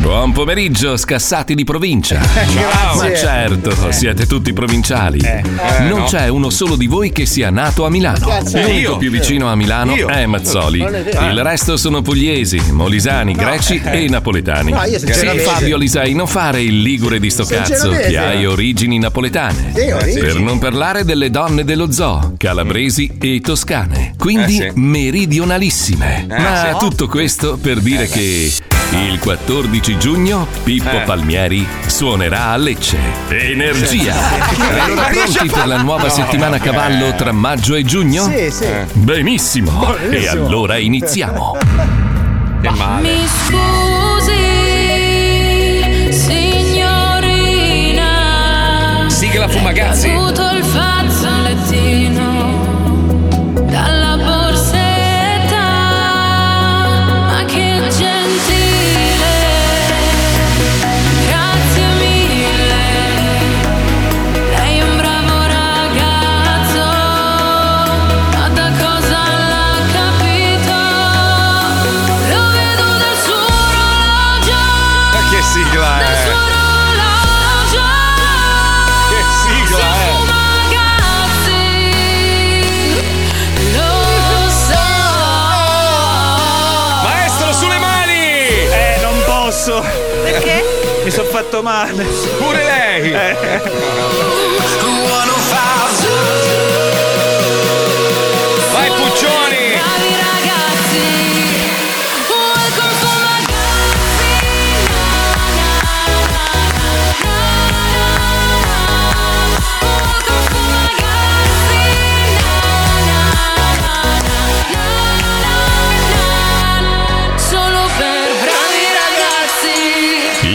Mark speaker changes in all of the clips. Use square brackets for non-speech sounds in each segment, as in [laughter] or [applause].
Speaker 1: Buon pomeriggio, scassati di provincia.
Speaker 2: [laughs] Grazie.
Speaker 1: Ma certo, siete tutti provinciali.
Speaker 2: eh,
Speaker 1: non
Speaker 2: no.
Speaker 1: c'è uno solo di voi che sia nato a Milano.
Speaker 2: Cazzo.
Speaker 1: L'unico
Speaker 2: Io.
Speaker 1: più vicino a Milano
Speaker 2: Io.
Speaker 1: è Mazzoli.
Speaker 2: Non è vero. Ah. Eh,
Speaker 1: Il resto sono pugliesi, molisani, greci e napoletani.
Speaker 2: No, io sono
Speaker 1: sì,
Speaker 2: genovese.
Speaker 1: Fabio Alisei, non fare il ligure di sto
Speaker 2: Sono
Speaker 1: cazzo
Speaker 2: genovese.
Speaker 1: che hai origini napoletane.
Speaker 2: Sì, origini.
Speaker 1: Per non parlare delle donne dello zoo, calabresi e toscane. Quindi
Speaker 3: Eh, sì.
Speaker 1: meridionalissime.
Speaker 3: Eh,
Speaker 1: Ma
Speaker 3: sì.
Speaker 1: tutto questo per dire che il 14 giugno Pippo
Speaker 3: Eh.
Speaker 1: Palmieri suonerà a Lecce. Energia!
Speaker 3: Sì.
Speaker 1: Erano
Speaker 3: Ma riesci a
Speaker 1: pronti
Speaker 3: fa-
Speaker 1: per la nuova
Speaker 3: No. Eh.
Speaker 1: settimana a cavallo tra maggio e giugno?
Speaker 2: Sì, sì.
Speaker 1: Benissimo! E
Speaker 2: Benissimo.
Speaker 1: allora iniziamo!
Speaker 3: Che male.
Speaker 4: Mi scusi, signorina.
Speaker 3: Sigla Fumagazzi.
Speaker 4: È caduto il fazzolettino dalla borsetta. Ma che gentile, grazie mille. Lei è un bravo ragazzo, ma da cosa l'ha capito? Lo vedo dal suo orologio,
Speaker 3: Ma che sigla
Speaker 4: dal suo
Speaker 3: è?
Speaker 4: orologio.
Speaker 3: Che sigla
Speaker 4: Siamo
Speaker 3: è?
Speaker 4: ragazzi, lo so.
Speaker 3: Maestro sulle mani!
Speaker 5: Eh, non posso.
Speaker 6: Perché?
Speaker 5: Mi sono fatto male. Eh.
Speaker 3: Pure lei! Vai Puccioni!
Speaker 4: Bravi ragazzi, welcome for my Solo per bravi ragazzi.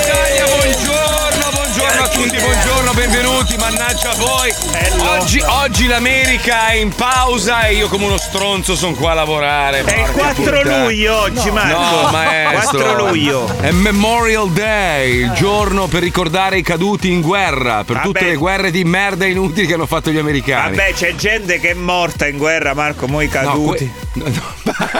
Speaker 3: Italia, buongiorno, buongiorno a tutti, buongiorno, benvenuti, mannaggia a voi. Oggi, oggi l'America è in pausa e io come uno stronzo sono qua a lavorare.
Speaker 5: È il 4 luglio oggi, Marco.
Speaker 3: No, maestro.
Speaker 5: 4 luglio.
Speaker 3: È Memorial Day, il giorno per ricordare i caduti in guerra, per
Speaker 5: Vabbè.
Speaker 3: tutte le guerre di merda inutili che hanno fatto gli americani.
Speaker 5: Vabbè, c'è gente che è morta in guerra, Marco, mo' i caduti.
Speaker 3: Maestro,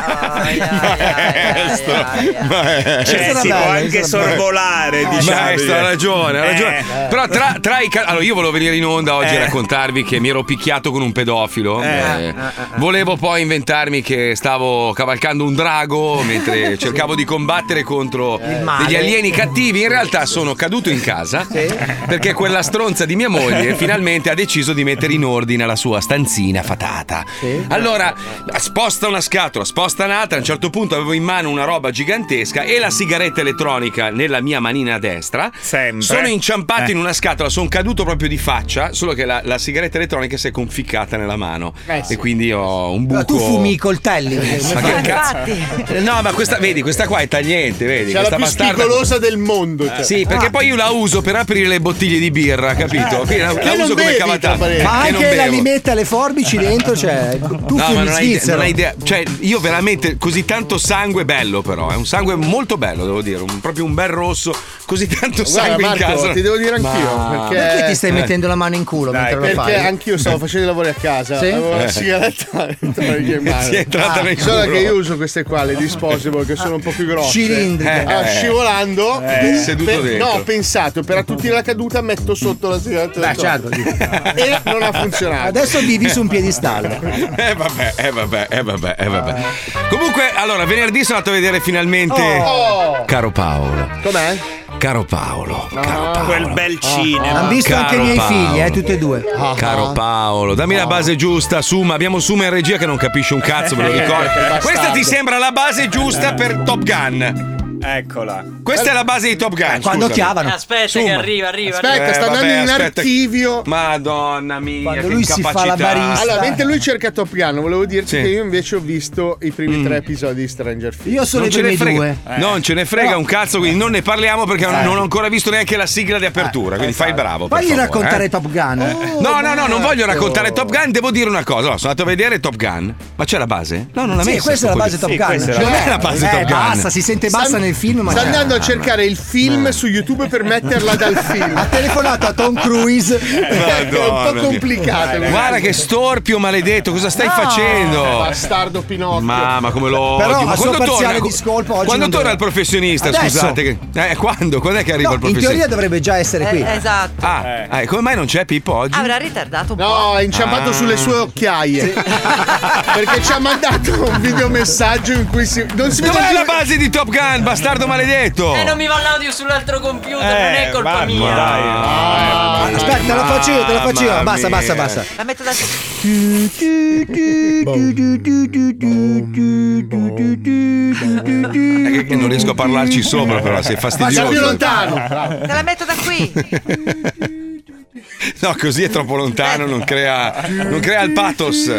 Speaker 5: cioè,
Speaker 3: Eh,
Speaker 5: si può anche sorvolare,
Speaker 3: Ah,
Speaker 5: diciamo.
Speaker 3: Maestro, ha ragione, ha
Speaker 5: Eh.
Speaker 3: ragione. Però tra, tra i ca- Allora, io volevo venire in onda oggi
Speaker 5: Eh.
Speaker 3: a raccontarvi che mi ero picchiato con un pedofilo.
Speaker 5: Eh.
Speaker 3: Eh, Volevo poi inventarmi che stavo cavalcando un drago
Speaker 5: [laughs]
Speaker 3: mentre cercavo di combattere contro
Speaker 5: Eh.
Speaker 3: degli alieni cattivi. In realtà sono caduto in casa perché quella stronza di mia
Speaker 5: [laughs]
Speaker 3: moglie finalmente ha deciso di mettere in ordine la sua stanzina fatata. Allora, sposta una scatola, sposta un'altra. A un certo punto avevo in mano una roba gigantesca e la sigaretta elettronica nella mia manina destra.
Speaker 5: Sempre.
Speaker 3: Sono inciampato
Speaker 5: Eh.
Speaker 3: in una scatola, sono caduto proprio di faccia, solo che la, la sigaretta elettronica si è conficcata nella mano.
Speaker 2: Eh
Speaker 3: E quindi ho un buco.
Speaker 7: Ma tu fumi i coltelli.
Speaker 3: Eh, Ma che cazzo? No, ma questa, vedi, questa qua è tagliente, vedi?
Speaker 2: C'è la
Speaker 3: questa
Speaker 2: più spigolosa del mondo. cioè.
Speaker 3: Sì, perché poi io la uso per aprire le bottiglie di birra, capito? Quindi la, la
Speaker 2: Eh. non
Speaker 3: uso come
Speaker 2: bevi,
Speaker 3: cavatà.
Speaker 2: tra parentesi.
Speaker 7: Ma
Speaker 3: Che non
Speaker 7: anche la
Speaker 3: bevo.
Speaker 7: limetta, le forbici dentro, cioè. Tu
Speaker 3: [laughs] No, ma
Speaker 7: fumi
Speaker 3: non hai, idea,
Speaker 7: svizzero.
Speaker 3: non hai idea. Cioè, io veramente così tanto sangue bello, però. È un sangue molto bello, devo dire. un- proprio un bel rosso. Così tanto
Speaker 2: Guarda,
Speaker 3: sangue in
Speaker 2: Marco,
Speaker 3: casa.
Speaker 2: ti devo dire anch'io.
Speaker 3: Ma- Eh.
Speaker 2: Perché,
Speaker 7: Perché ti stai mettendo la mano in culo
Speaker 5: Dai,
Speaker 7: mentre
Speaker 2: Eh. perché
Speaker 7: lo fai? Eh.
Speaker 2: anch'io stavo facendo i lavori a casa.
Speaker 7: Sì? Ah.
Speaker 2: Avevo la sigaretta [laughs] tra le mie
Speaker 3: Ti Eh. è
Speaker 2: mani.
Speaker 3: entrata nel culo.
Speaker 2: Solo che io uso queste qua, le disposable, che sono un po' più grosse.
Speaker 7: Cilindriche.
Speaker 2: Allora, scivolando,
Speaker 3: Eh, seduto dentro.
Speaker 2: no, ho pensato per attutire la caduta, metto sotto la sigaretta.
Speaker 7: Beh, certo.
Speaker 2: [laughs] E non ha funzionato.
Speaker 7: Adesso vivi su
Speaker 3: [laughs]
Speaker 7: un piedistallo.
Speaker 3: [laughs] Eh vabbè, eh vabbè, eh vabbè, eh vabbè. Comunque, allora, venerdì sono andato a vedere finalmente.
Speaker 2: Ah. Oh!
Speaker 3: Caro Paolo,
Speaker 2: Com'è?
Speaker 3: caro Paolo, caro Paolo.
Speaker 5: Quel bel
Speaker 3: ah,
Speaker 5: cinema.
Speaker 7: Hanno visto
Speaker 3: caro
Speaker 7: anche i miei
Speaker 3: Paolo.
Speaker 7: figli, eh, tutti e due.
Speaker 3: Ah.
Speaker 7: Ah.
Speaker 3: Caro Paolo, dammi
Speaker 2: Oh.
Speaker 3: la base giusta, Suma. Abbiamo Suma in regia che non capisce un cazzo, ve
Speaker 2: Eh,
Speaker 3: lo
Speaker 7: Eh,
Speaker 3: ricordo. Questa ti sembra la base giusta per Top Gun.
Speaker 5: Eccola.
Speaker 3: Questa è la base di Top Gun.
Speaker 7: Quando
Speaker 3: scusami.
Speaker 7: chiavano.
Speaker 8: Aspetta che
Speaker 3: Insomma.
Speaker 8: arriva, arriva, arriva.
Speaker 2: Aspetta,
Speaker 3: Eh,
Speaker 2: sta andando
Speaker 3: vabbè,
Speaker 2: in
Speaker 3: aspetta.
Speaker 2: archivio.
Speaker 3: Madonna mia,
Speaker 7: Quando
Speaker 3: che
Speaker 7: lui si fa la
Speaker 3: incapacità.
Speaker 7: barista.
Speaker 2: Allora, mentre lui cerca Top Gun, volevo dirti
Speaker 3: Sì. Mm.
Speaker 2: che io invece ho visto i primi tre episodi di Stranger Things.
Speaker 7: Io sono
Speaker 3: Non
Speaker 7: i
Speaker 3: ce, ne
Speaker 7: primi
Speaker 3: frega, Eh.
Speaker 7: due.
Speaker 3: non ce ne frega un cazzo, quindi non ne parliamo perché non- non ho ancora visto neanche la sigla di apertura. Quindi fai il bravo. per
Speaker 7: Fagli
Speaker 3: favore,
Speaker 7: raccontare
Speaker 3: eh.
Speaker 7: Top Gun.
Speaker 3: No, no, no, non voglio raccontare Top Gun, devo dire una cosa. Allora, sono andato a vedere Top Gun, ma c'è la base? No, non l'ha
Speaker 7: Sì,
Speaker 3: messa.
Speaker 7: questa è la
Speaker 3: sto
Speaker 7: base
Speaker 3: coglione.
Speaker 7: Top Gun.
Speaker 5: questa è
Speaker 3: la- Non è la base
Speaker 7: eh,
Speaker 3: Top Gun.
Speaker 7: Basta, si sente bassa nel il film, ma
Speaker 2: Sta
Speaker 7: cioè. c'è.
Speaker 3: Ah,
Speaker 2: andando a cercare il film su YouTube per metterla
Speaker 3: [laughs]
Speaker 2: dal film.
Speaker 7: Ha telefonato a Tom
Speaker 2: [laughs]
Speaker 7: Cruise.
Speaker 2: è un po' complicato. lo
Speaker 3: Eh, Guarda che storpio maledetto, cosa stai facendo?
Speaker 2: Bastardo Pinocchio.
Speaker 3: Mamma, come lo
Speaker 7: Però
Speaker 3: odio. Ma
Speaker 7: a suo
Speaker 3: quando
Speaker 7: parziale
Speaker 3: torna,
Speaker 7: di scolpa oggi
Speaker 3: quando
Speaker 7: non
Speaker 3: torna
Speaker 7: deve-
Speaker 3: il professionista?
Speaker 7: Adesso.
Speaker 3: Scusate, che- eh, quando? Quando è che arriva
Speaker 7: No,
Speaker 3: il
Speaker 7: in teoria
Speaker 3: professionista?
Speaker 7: dovrebbe già essere qui.
Speaker 6: Eh, esatto.
Speaker 3: Ah, ah, e come mai non c'è Pippo oggi?
Speaker 6: Avrà ritardato un po'.
Speaker 2: No, è inciampato
Speaker 3: Ah.
Speaker 2: sulle sue occhiaie. [laughs] Perché ci ha mandato un videomessaggio in cui si. Non si vede
Speaker 3: Dov'è
Speaker 2: più-
Speaker 3: la base di Top Gun, bastardo maledetto?
Speaker 8: Eh, non mi va l'audio sull'altro computer, non
Speaker 3: Eh,
Speaker 8: è colpa
Speaker 5: vabbè,
Speaker 8: mia.
Speaker 5: dai.
Speaker 7: Aspetta, te la faccio io, te la faccio io.
Speaker 3: Mamma
Speaker 7: Basta,
Speaker 3: mia.
Speaker 7: basta, basta.
Speaker 6: La metto da
Speaker 3: È che- che non riesco a parlarci sopra, però sei
Speaker 2: Faccia più
Speaker 3: fastidioso.
Speaker 2: lontano.
Speaker 6: Te la metto da qui.
Speaker 3: No, così è troppo lontano, non crea, non crea il pathos.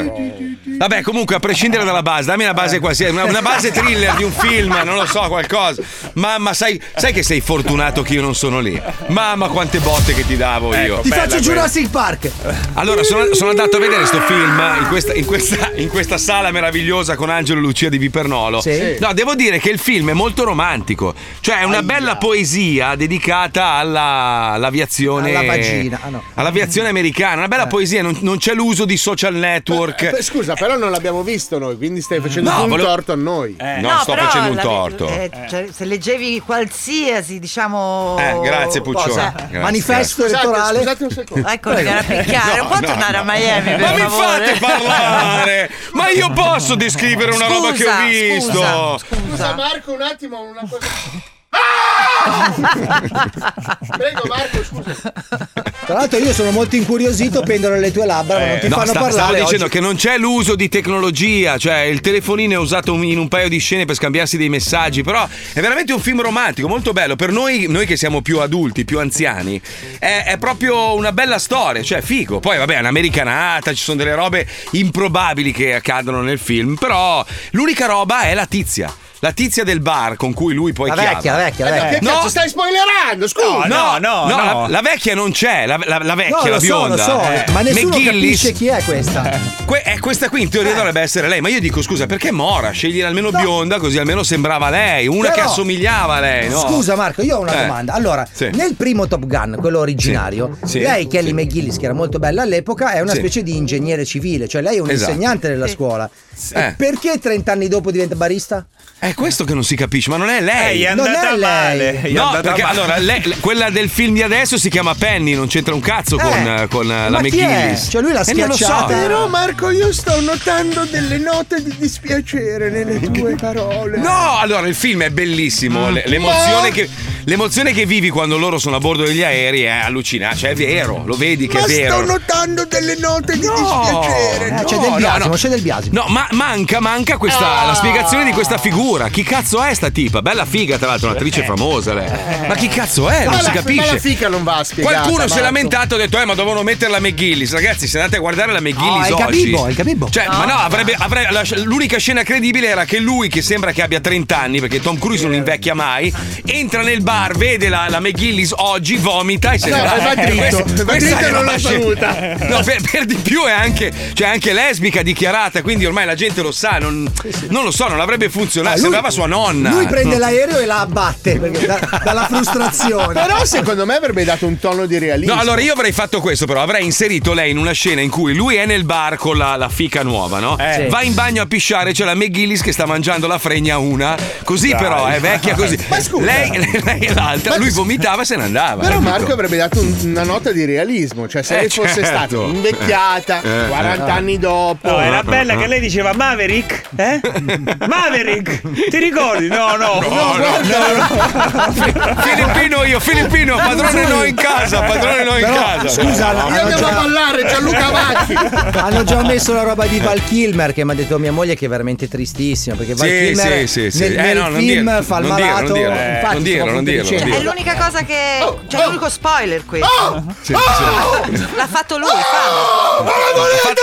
Speaker 3: Vabbè, comunque, a prescindere dalla base, dammi una base qualsiasi, una, una base thriller di un film, non lo so, qualcosa. Mamma, sai, sai che sei fortunato che io non sono lì. Mamma, quante botte che ti davo io.
Speaker 7: Ti
Speaker 5: Bella
Speaker 7: faccio
Speaker 5: quella.
Speaker 7: Jurassic Park.
Speaker 3: Allora, sono, sono andato a vedere sto film in questa, in questa- in questa sala meravigliosa con Angelo Lucia di Vipernolo.
Speaker 7: Sì.
Speaker 3: No, devo dire che il film è molto romantico. Cioè, è una bella poesia dedicata alla- all'aviazione.
Speaker 7: Alla vagina, ah, no. Eh.
Speaker 3: All'aviazione americana. Una bella poesia, non, non c'è l'uso di social
Speaker 2: Eh,
Speaker 3: network.
Speaker 2: Scusa, però non l'abbiamo visto noi, quindi stai facendo
Speaker 3: No,
Speaker 2: tu un
Speaker 3: volevo-
Speaker 2: torto a noi.
Speaker 3: Eh, No, sto
Speaker 6: però
Speaker 3: facendo un
Speaker 6: la-
Speaker 3: torto.
Speaker 6: eh, cioè, se leggevi qualsiasi, diciamo.
Speaker 3: Eh, grazie, Puccioni.
Speaker 6: cosa- Cioè,
Speaker 3: Grazie,
Speaker 7: Manifesto
Speaker 2: Scusate,
Speaker 7: elettorale.
Speaker 2: scusate un secondo.
Speaker 6: Ecco, mi viene a picchiare. Non può
Speaker 3: no,
Speaker 6: tornare
Speaker 3: no.
Speaker 6: a Miami, per
Speaker 3: Ma mi
Speaker 6: favore.
Speaker 3: fate parlare! Ma io posso descrivere una roba che ho visto!
Speaker 6: Scusa,
Speaker 2: Scusa
Speaker 6: scusa.
Speaker 2: Marco, un attimo, una cosa. Ah! Prego Marco, scusa.
Speaker 7: Tra l'altro io sono molto incuriosito, pendolo le tue labbra, ma non Eh, ti
Speaker 3: Eh, No,
Speaker 7: fanno
Speaker 3: sta- stavo
Speaker 7: parlare.
Speaker 3: dicendo
Speaker 7: oggi.
Speaker 3: che non c'è l'uso di tecnologia, cioè il telefonino è usato un- in un paio di scene per scambiarsi dei messaggi, però è veramente un film romantico, molto bello. Per noi, noi che siamo più adulti, più anziani, è, è proprio una bella storia, cioè figo. Poi vabbè, è un'americanata, ci sono delle robe improbabili che accadono nel film, però l'unica roba è la tizia. La tizia del bar con cui lui poi
Speaker 7: La
Speaker 3: chiama.
Speaker 7: vecchia, la vecchia, la
Speaker 2: Eh,
Speaker 7: vecchia.
Speaker 2: che
Speaker 3: No.
Speaker 2: cazzo stai spoilerando? Scusa.
Speaker 5: No, no, no.
Speaker 3: La, la vecchia non c'è, la, la- la vecchia,
Speaker 7: No,
Speaker 3: la
Speaker 7: lo so,
Speaker 3: bionda.
Speaker 7: lo so,
Speaker 3: Eh,
Speaker 7: ma nessuno
Speaker 3: McGillis.
Speaker 7: capisce chi è questa.
Speaker 3: Que- eh, questa qui in teoria dovrebbe essere lei, ma io dico scusa, perché Mora? Scegliere almeno bionda, così almeno sembrava lei, una che
Speaker 7: Però-
Speaker 3: assomigliava a lei, no?
Speaker 7: Scusa Marco, io ho una
Speaker 3: Eh.
Speaker 7: domanda. Allora,
Speaker 3: Sì.
Speaker 7: nel primo Top Gun, quello originario,
Speaker 3: Sì. Sì.
Speaker 7: lei, Kelly
Speaker 3: Sì.
Speaker 7: McGillis, che era molto bella all'epoca, è una
Speaker 3: Sì.
Speaker 7: specie di ingegnere civile, cioè lei è un
Speaker 3: Esatto.
Speaker 7: insegnante della scuola. E
Speaker 3: Eh.
Speaker 7: Perché 30 anni dopo diventa barista?
Speaker 3: È questo che non si capisce, ma non è
Speaker 5: Eh,
Speaker 3: lei.
Speaker 5: gli è
Speaker 7: Non
Speaker 5: andata
Speaker 7: è lei.
Speaker 5: male. gli è
Speaker 3: No,
Speaker 5: andata
Speaker 3: perché
Speaker 5: male.
Speaker 3: allora lei- le- quella del film di adesso si chiama Penny, non c'entra un cazzo con,
Speaker 7: Eh,
Speaker 3: con, eh,
Speaker 7: ma
Speaker 3: la
Speaker 7: chi è?
Speaker 3: McGillis.
Speaker 7: Cioè, lui l'ha
Speaker 3: Eh, non lo so.
Speaker 7: schiacciata.
Speaker 2: Però Marco, io sto notando delle note di dispiacere nelle tue parole.
Speaker 3: No, allora il film è
Speaker 7: Mm.
Speaker 3: bellissimo. le- l'emozione, che, l'emozione che vivi quando loro sono a bordo degli aerei è allucinante. Cioè, è vero, lo vedi che
Speaker 2: Ma
Speaker 3: è vero.
Speaker 2: sto notando delle note di
Speaker 3: No.
Speaker 2: dispiacere.
Speaker 7: Eh, c'è
Speaker 3: No,
Speaker 7: del
Speaker 3: no,
Speaker 7: biasimo,
Speaker 3: no.
Speaker 7: c'è del biasimo.
Speaker 3: No, ma manca, manca questa,
Speaker 2: Ah.
Speaker 3: la spiegazione di questa figura. Chi cazzo è sta tipa? Bella figa, tra l'altro, un'attrice famosa lei. Ma chi cazzo è? Non
Speaker 2: Ma Eh.
Speaker 3: si
Speaker 2: la- ma la
Speaker 3: capisce.
Speaker 2: fica non va a spiegare.
Speaker 3: Qualcuno si è lamentato e ha detto: Eh, ma dovevano mettere la McGillis. Ragazzi, se andate a guardare la McGillis
Speaker 7: No, è il
Speaker 3: oggi.
Speaker 7: Gabibbo, è il Gabibbo.
Speaker 3: Cioè, ma no, avrebbe, avrebbe- la- l'unica scena credibile era che lui, che sembra che abbia 30 anni, perché Tom Cruise non invecchia mai, entra nel bar, vede la, la McGillis oggi, vomita e se
Speaker 2: No,
Speaker 3: ne va. Eh,
Speaker 2: va dritto,
Speaker 3: Questa-
Speaker 2: va
Speaker 3: questa
Speaker 2: dritto
Speaker 3: è
Speaker 2: e non
Speaker 3: una
Speaker 2: la
Speaker 3: scena-
Speaker 2: saluta.
Speaker 3: No, per, per di più è anche, cioè, è anche lesbica dichiarata, quindi ormai la gente lo sa, non, non lo so, non avrebbe funzionato.
Speaker 7: Ah, lui-
Speaker 3: Sembrava sua nonna.
Speaker 7: Lui prende l'aereo e la abbatte perché da- dalla frustrazione.
Speaker 2: Però secondo me avrebbe dato un tono di realismo.
Speaker 3: No, allora io avrei fatto questo, però avrei inserito lei in una scena in cui lui è nel bar con la, la fica nuova, no?
Speaker 5: Eh.
Speaker 3: Va in bagno a pisciare, c'è la McGillis che sta mangiando la fregna una. Così,
Speaker 5: Dai.
Speaker 3: però, è vecchia così.
Speaker 2: Ma scusa.
Speaker 3: Lei, [laughs] lei e l'altra, lui vomitava e se ne andava. ecco.
Speaker 2: Però
Speaker 3: capito?
Speaker 2: Marco avrebbe dato un- una nota di realismo, cioè se
Speaker 3: Eh,
Speaker 2: lei fosse
Speaker 3: certo.
Speaker 2: stata invecchiata,
Speaker 3: Eh,
Speaker 2: 40 anni dopo.
Speaker 5: No, era bella che lei diceva Maverick,
Speaker 3: [laughs]
Speaker 5: eh? Maverick, ti ricordi? No, no,
Speaker 3: No, no, no. [laughs] Filippino io, Filippino, padrone no in casa, padrone no in
Speaker 7: Però,
Speaker 3: casa.
Speaker 7: scusa,
Speaker 2: Io
Speaker 7: hanno,
Speaker 2: andiamo a
Speaker 7: già,
Speaker 2: ballare, Gianluca Vacchi.
Speaker 7: [laughs] hanno già messo la roba di Val Kilmer che mi ha detto mia moglie che è veramente tristissima perché Val
Speaker 3: Sì,
Speaker 7: Kilmer
Speaker 3: sì, sì, sì.
Speaker 7: nel,
Speaker 3: Eh,
Speaker 7: nel
Speaker 3: no, non
Speaker 7: film
Speaker 3: dirlo,
Speaker 7: fa il
Speaker 3: non dirlo, non
Speaker 7: malato
Speaker 3: dirlo. Eh,
Speaker 7: infatti, sto
Speaker 3: non dirlo, non
Speaker 7: appunto
Speaker 3: dirlo, non
Speaker 7: dicendo.
Speaker 3: dirlo.
Speaker 6: cioè, È l'unica cosa che. Cioè, l'unico spoiler qui.
Speaker 3: Sì, sì.
Speaker 6: L'ha fatto lui, Fabio.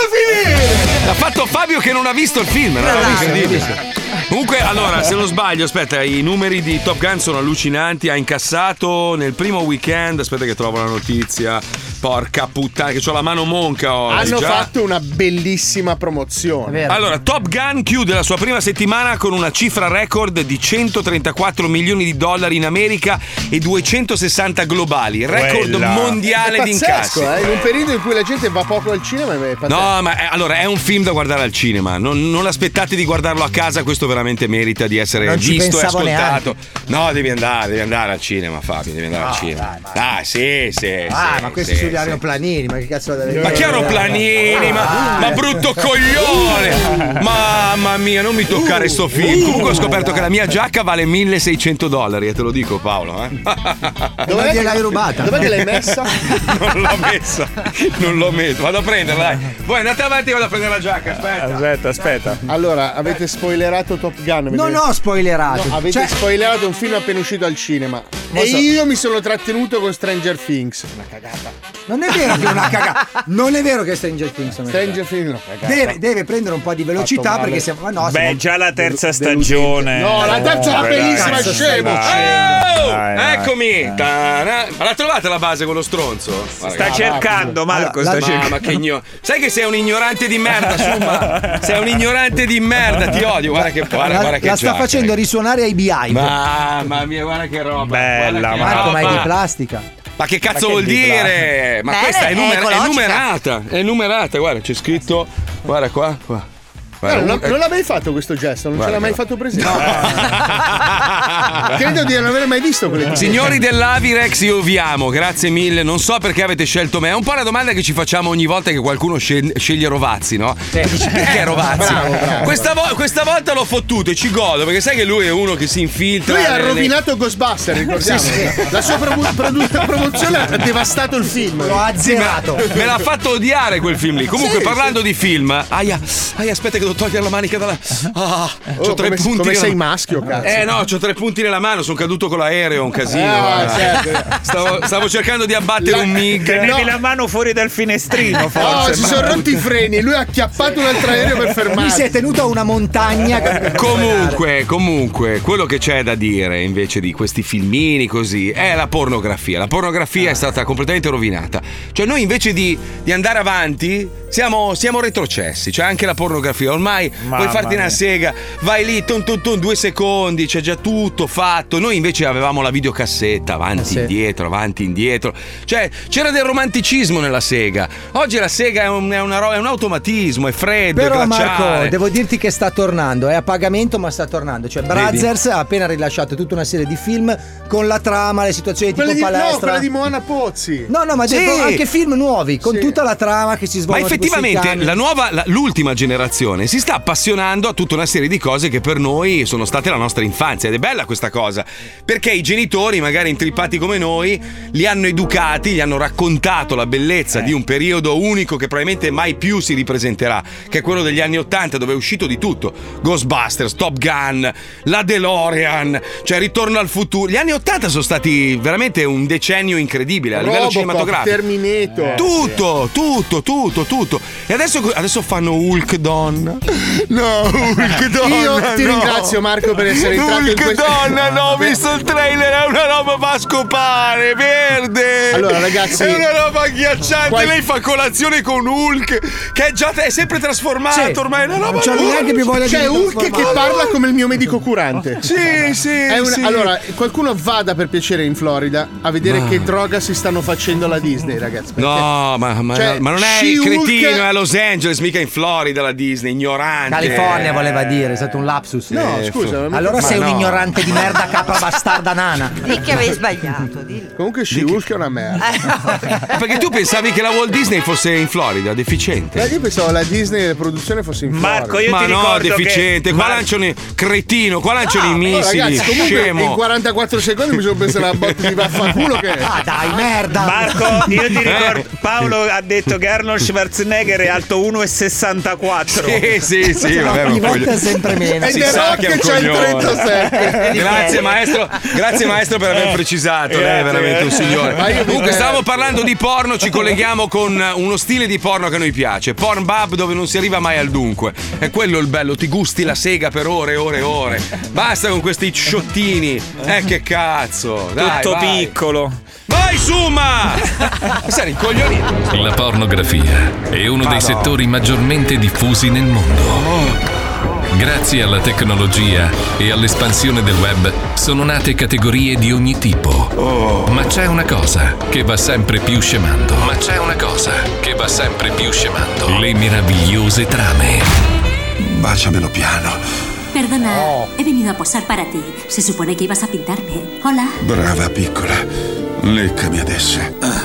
Speaker 3: L'ha fatto Fabio che non ha visto il film, no?
Speaker 6: Tra l'altro.
Speaker 3: Incredibile. Comunque, allora, se non sbaglio, aspetta, i numeri di Top Gun sono allucinanti. Ha incassato nel primo weekend, aspetta che trovo la notizia. Porca puttana, che ho la mano monca oggi.
Speaker 9: Hanno
Speaker 3: già.
Speaker 9: fatto una bellissima promozione.
Speaker 3: Allora, Top Gun chiude la sua prima settimana con una cifra record di 134 milioni di dollari in America e 260 globali, record
Speaker 9: Quella.
Speaker 3: mondiale
Speaker 9: È
Speaker 3: di
Speaker 9: pazzesco,
Speaker 3: incassi.
Speaker 9: eh, in un periodo in cui la gente va poco al cinema è pazzesco.
Speaker 3: No, ma eh, allora è un film da guardare al cinema. Non, non aspettate di guardarlo a casa, questo veramente merita di essere
Speaker 9: Non ci
Speaker 3: visto e
Speaker 9: pensavo
Speaker 3: ascoltato. No, devi andare, devi andare al cinema, Fabio, devi andare al cinema. Dai, sì, sì.
Speaker 7: Ah,
Speaker 3: Eh, sì,
Speaker 7: ma questi
Speaker 3: sì,
Speaker 7: sugli
Speaker 3: sì.
Speaker 7: aeroplanini, ma che cazzo da
Speaker 3: Ma che aeroplanini, ma, ma brutto coglione! Mamma mia, non mi toccare sto film. Comunque ho scoperto che la mia giacca vale 1600 dollari, e te lo dico Paolo. Eh.
Speaker 7: Dove gliel'hai rubata?
Speaker 9: Dove l'hai messa?
Speaker 3: [laughs] non l'ho messa, non l'ho messa. Vado a prenderla, dai. Voi andate avanti, vado a prendere la giacca, aspetta.
Speaker 5: Aspetta, aspetta.
Speaker 9: Allora, avete spoilerato Top Gun? mi
Speaker 7: Non
Speaker 9: dovete-
Speaker 7: ho spoilerato.
Speaker 9: No, avete
Speaker 7: Cioè-
Speaker 9: spoilerato un film appena uscito al cinema. e
Speaker 7: so-
Speaker 9: io mi sono trattenuto con Stranger Things. Una cagata.
Speaker 7: Non è vero che è una cagata. Non è vero che Stranger Things è una
Speaker 9: Stranger Things è una
Speaker 7: cagata.
Speaker 9: cagata.
Speaker 7: Deve, deve prendere un po' di velocità
Speaker 9: Fatto male.
Speaker 7: perché siamo. Ma no,
Speaker 5: Beh,
Speaker 7: siamo-
Speaker 5: già la terza
Speaker 7: deludente.
Speaker 5: stagione.
Speaker 9: No, la terza era
Speaker 5: beh, dai,
Speaker 9: bellissima,
Speaker 5: cazzo,
Speaker 9: scemo.
Speaker 7: Eh,
Speaker 5: dai,
Speaker 3: Oh,
Speaker 5: dai, dai.
Speaker 3: eccomi! Tana. Ma l'ha trovata la base con lo stronzo?
Speaker 5: Sta cercando, Marco, sta cercando.
Speaker 3: Ma che igno- Sai che sei un ignorante di merda, Summa. Sei un ignorante di merda, ti odio. Guarda che guarda,
Speaker 7: la,
Speaker 3: guarda che cioè.
Speaker 7: la sta
Speaker 3: giacca.
Speaker 7: facendo risuonare ai BI.
Speaker 3: Mamma mia, guarda che roba. Bella,
Speaker 7: Marco, ma è di plastica.
Speaker 3: Ma che cazzo
Speaker 7: Ma che
Speaker 3: vuol
Speaker 7: di
Speaker 3: dire?
Speaker 7: plastica?
Speaker 3: Ma
Speaker 7: Beh,
Speaker 3: questa è,
Speaker 7: è
Speaker 3: numer- è
Speaker 7: ecologica.
Speaker 3: numerata. È numerata, guarda, c'è scritto. Guarda qua, qua.
Speaker 9: No,
Speaker 3: Guarda,
Speaker 9: non,
Speaker 3: eh,
Speaker 9: non l'ha mai fatto questo gesto, non ce
Speaker 3: Guarda
Speaker 9: l'ha mai
Speaker 3: che-
Speaker 9: fatto presente. [laughs] Credo di non aver mai visto quelle cose.
Speaker 3: Eh. Signori dell'Avirex, io vi amo, grazie mille. Non so perché avete scelto me. È un po' la domanda che ci facciamo ogni volta che qualcuno scel- sceglie Rovazzi, no? Dici, Perché Rovazzi?
Speaker 9: Bravo, bravo.
Speaker 3: questa, vo- questa volta l'ho fottuto e ci godo perché sai che lui è uno che si infiltra.
Speaker 9: Lui ha
Speaker 3: nelle-
Speaker 9: rovinato Ghostbuster, ricordiamo. La sua promu- produ- promozione ha devastato il film. Lo ha
Speaker 7: azzerato.
Speaker 3: Me l'ha fatto odiare quel film lì. Comunque, parlando di film, aia, aia, aspetta che devo togliere la manica dalla. Ah, c'ho
Speaker 9: Oh,
Speaker 3: tre
Speaker 9: come,
Speaker 3: punti.
Speaker 9: come
Speaker 3: nella-
Speaker 9: sei maschio, cazzo.
Speaker 3: Eh no, ho tre punti nella mano, sono caduto con l'aereo, un casino.
Speaker 9: Ah,
Speaker 3: guarda.
Speaker 9: certo.
Speaker 3: stavo, stavo cercando di abbattere un MIG.
Speaker 5: Tenevi la mano fuori dal finestrino,
Speaker 9: No,
Speaker 5: forse.
Speaker 9: si
Speaker 5: ma-
Speaker 9: sono rotti i freni, lui ha acchiappato un altro aereo per
Speaker 7: Mi si
Speaker 9: fermarsi.
Speaker 7: è tenuto a una montagna. capito?
Speaker 3: [laughs] Comunque, comunque, quello che c'è da dire invece di questi filmini così è la pornografia. La pornografia è stata completamente rovinata. Cioè, noi invece di, di andare avanti siamo, siamo retrocessi. Cioè, anche la pornografia. Ormai
Speaker 5: Mamma
Speaker 3: puoi farti
Speaker 5: mia.
Speaker 3: una sega, vai lì, ton, ton, ton, due secondi, c'è già tutto fatto. Noi invece avevamo la videocassetta, avanti,
Speaker 7: Eh sì.
Speaker 3: indietro, avanti, indietro. Cioè, c'era del romanticismo nella sega. Oggi la sega è un, è una ro- è un automatismo, è freddo,
Speaker 7: Però
Speaker 3: è glaciale.
Speaker 7: Marco, devo dirti che sta tornando, è a pagamento ma sta tornando. Cioè Brazzers ha appena rilasciato tutta una serie di film con la trama, le situazioni
Speaker 9: Quella
Speaker 7: tipo
Speaker 9: di, no,
Speaker 7: palestra.
Speaker 9: quella di Moana Pozzi.
Speaker 7: No, no, ma
Speaker 3: Sì.
Speaker 7: dentro anche film nuovi, con tutta la trama che si
Speaker 3: Ma
Speaker 7: svolge.
Speaker 3: effettivamente la nuova, la- l'ultima generazione si sta appassionando a tutta una serie di cose che per noi sono state la nostra infanzia ed è bella questa cosa perché i genitori, magari intrippati come noi, li hanno educati, gli hanno raccontato la bellezza di un periodo unico che probabilmente mai più si ripresenterà, che è quello degli anni Ottanta dove è uscito di tutto, Ghostbusters, Top Gun, la DeLorean, cioè Ritorno al futuro. Gli anni Ottanta sono stati veramente un decennio incredibile a livello
Speaker 9: Robocop,
Speaker 3: cinematografico.
Speaker 9: Terminator.
Speaker 3: Tutto, tutto, tutto, tutto. E adesso, adesso fanno Hulk Donna. No,
Speaker 9: [laughs]
Speaker 3: Hulk Donna.
Speaker 9: Io ti
Speaker 3: no.
Speaker 9: ringrazio Marco per essere entrato in
Speaker 3: Hulk
Speaker 9: questo...
Speaker 3: Donna, no, ho visto il trailer, è una roba va a scopare, verde.
Speaker 9: Allora, ragazzi-
Speaker 3: È una roba agghiacciante.
Speaker 9: Qual-
Speaker 3: Lei fa colazione con Hulk, che è già è sempre trasformato
Speaker 9: Eh,
Speaker 7: Sì.
Speaker 3: ormai. È una roba
Speaker 7: Non c'ho neanche più voglia
Speaker 9: C'è
Speaker 7: di
Speaker 9: Hulk che
Speaker 7: trasformarlo.
Speaker 9: parla come il mio medico curante.
Speaker 3: Sì, sì,
Speaker 9: È una-
Speaker 3: sì.
Speaker 9: Allora, qualcuno vada per piacere in Florida a vedere
Speaker 3: Ma-
Speaker 9: che droga si stanno facendo alla Disney, ragazzi. perché-
Speaker 3: No, ma, ma-
Speaker 9: Cioè,
Speaker 3: ma non è il
Speaker 9: She-Hulk-
Speaker 3: cretino, è a Los Angeles, mica in Florida la Disney, ignorante.
Speaker 7: California voleva dire, è stato un lapsus.
Speaker 9: No, scusa, non mi-
Speaker 7: Allora
Speaker 3: Eh, Ma
Speaker 7: sei
Speaker 3: no.
Speaker 7: un ignorante di merda capra bastarda nana.
Speaker 6: Dì che avevi sbagliato, dillo.
Speaker 9: Comunque She-Hulk è una merda.
Speaker 3: Eh, Perché tu pensavi che la Walt Disney fosse in Florida, deficiente.
Speaker 9: Beh, io pensavo la Disney la produzione fosse in Florida.
Speaker 5: Marco, io
Speaker 3: ma
Speaker 5: ti
Speaker 3: no,
Speaker 5: ricordo
Speaker 3: deficiente,
Speaker 5: che...
Speaker 3: qua
Speaker 5: Mar- Ah,
Speaker 3: lanciano i cretino, qua lanciano i
Speaker 9: Oh,
Speaker 3: missili,
Speaker 9: ragazzi, comunque in
Speaker 3: scemo.
Speaker 9: 44 secondi mi sono preso una botta di vaffanculo
Speaker 5: [laughs]
Speaker 9: che
Speaker 7: Ah dai, merda! Eh.
Speaker 5: Marco, io
Speaker 3: Eh,
Speaker 7: [laughs]
Speaker 5: ti ricordo, Paolo ha detto che Arnold Schwarzenegger è alto 1,64.
Speaker 3: Sì, sì, sì, vabbè,
Speaker 7: Ogni
Speaker 3: ma
Speaker 7: volta
Speaker 3: voglio-
Speaker 7: sempre [laughs] meno.
Speaker 9: E
Speaker 3: Si
Speaker 9: The
Speaker 3: sa
Speaker 9: Rock
Speaker 3: che è un
Speaker 9: c'ha il
Speaker 3: coglione. [laughs]
Speaker 9: 37.
Speaker 3: Grazie maestro, grazie maestro per aver precisato, lei è
Speaker 5: Grazie.
Speaker 3: veramente un
Speaker 9: Ma io
Speaker 3: signore.
Speaker 9: mi
Speaker 3: Comunque
Speaker 9: diverto.
Speaker 3: stavamo parlando di porno, ci colleghiamo con uno stile di porno che a noi piace, Pornbub dove non si arriva mai al dunque. È quello il bello, ti gusti la sega per ore e ore e ore. Basta con questi sciottini. Eh che cazzo, dai,
Speaker 5: Tutto
Speaker 3: vai. Ah.
Speaker 5: piccolo.
Speaker 3: Vai
Speaker 9: [laughs]
Speaker 3: Suma! Sei rincoglionito.
Speaker 1: La pornografia è uno dei settori maggiormente diffusi nel mondo. Grazie alla tecnologia e all'espansione del web sono nate categorie di ogni tipo. Ma c'è una cosa che va sempre più scemando. Ma c'è una cosa che va sempre più scemando. Le meravigliose trame. Baciamelo piano.
Speaker 10: Perdona, he venido a posar para ti. Se supone que ibas a pintarme. Hola.
Speaker 11: Brava piccola, leccami adesso. Ah,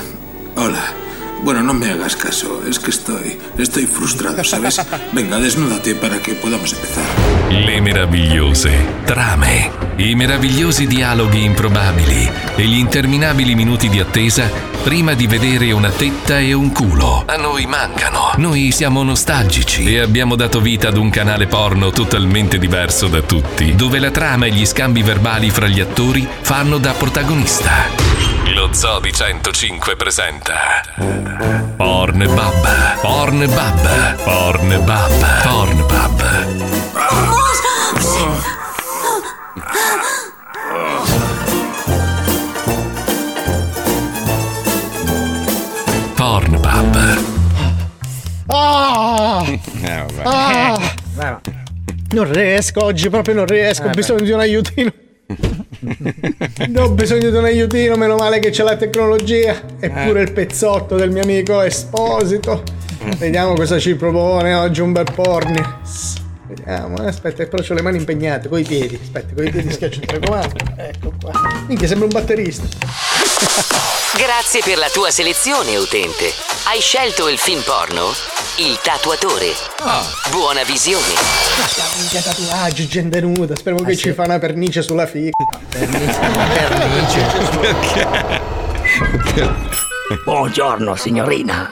Speaker 11: hola. Bueno, no me hagas caso, es que estoy, estoy frustrado,
Speaker 9: [laughs]
Speaker 11: ¿sabes? Venga, desnúdate para que podamos empezar.
Speaker 1: Le meravigliose trame, i meravigliosi dialoghi improbabili e gli interminabili minuti di attesa prima di vedere una tetta e un culo. A noi mancano. Noi siamo nostalgici e abbiamo dato vita ad un canale porno totalmente diverso da tutti, dove la trama e gli scambi verbali fra gli attori fanno da protagonista. Lo Zoo di 105 presenta Porn Bab, Porn Bab, Porn Bab, Porn Bab. Pornbub.
Speaker 9: Ah! Ah! Non riesco oggi, proprio non riesco.
Speaker 12: Eh,
Speaker 9: ho bisogno di un [laughs] aiutino. Ne ho bisogno di un aiutino, meno male che c'è la tecnologia. Eppure il pezzotto del mio amico Esposito. Vediamo cosa ci propone oggi un bel porni. Vediamo, eh, aspetta, però ho le mani impegnate, coi piedi. Aspetta, coi piedi schiaccio il telecomando. [laughs] Ecco qua. Minchia, sembra un batterista.
Speaker 13: Grazie per la tua selezione, utente. Hai scelto il film porno? Il tatuatore. Buona visione.
Speaker 9: Minchia, tatuaggi, gente nuda. Speriamo che ci fa una pernice sulla figa.
Speaker 14: [laughs] Buongiorno signorina.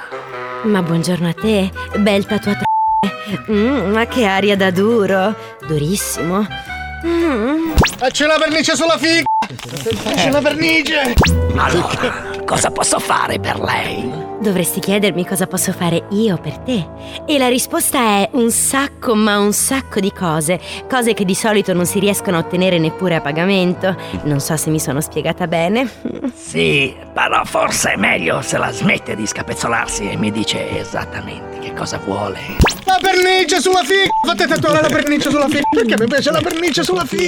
Speaker 15: Ma buongiorno a te, bel tatuatore. Mm, ma che aria da duro, durissimo. Mm,
Speaker 9: Facci una pernice sulla figa! Facci una pernice!
Speaker 14: Allora, cosa posso fare per lei?
Speaker 15: Dovresti chiedermi cosa posso fare io per te. E la risposta è un sacco, ma un sacco di cose. Cose che di solito non si riescono a ottenere neppure a pagamento. Non so se mi sono spiegata bene.
Speaker 14: Sì, però forse è meglio se la smette di scapezzolarsi e mi dice esattamente che cosa vuole.
Speaker 9: La pernice sulla figa! Fate tatuare la pernice sulla figa! Perché mi piace la pernice sulla figa!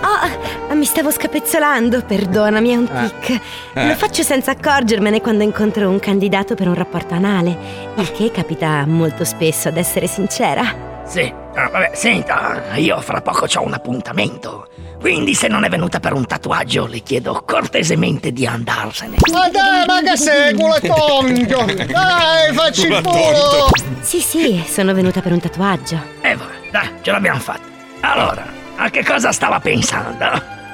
Speaker 15: Ah, mi stavo scapezzolando, perdonami, è un tic.
Speaker 16: Eh.
Speaker 15: Lo faccio senza accorgermene quando incontro un candidato per un rapporto anale, il che capita molto spesso, ad essere sincera.
Speaker 14: Sì, ah, vabbè, senta, io fra poco ho un appuntamento. Quindi se non è venuta per un tatuaggio, le chiedo cortesemente di andarsene.
Speaker 9: Ma dai, ma che
Speaker 16: [laughs]
Speaker 9: sei, culatongo! Dai, facci il culo!
Speaker 15: Sì, sì, sono venuta per un tatuaggio.
Speaker 14: E vabbè, Eh, dai, ce l'abbiamo fatta. Allora, a che cosa stava pensando?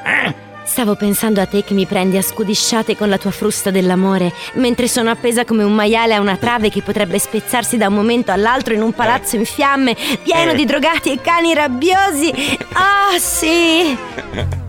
Speaker 14: Eh?
Speaker 15: Stavo pensando a te che mi prendi a scudisciate con la tua frusta dell'amore, mentre sono appesa come un maiale a una trave che potrebbe spezzarsi da un momento all'altro in un palazzo in fiamme, pieno
Speaker 14: Eh.
Speaker 15: di drogati e cani rabbiosi. Ah, sì!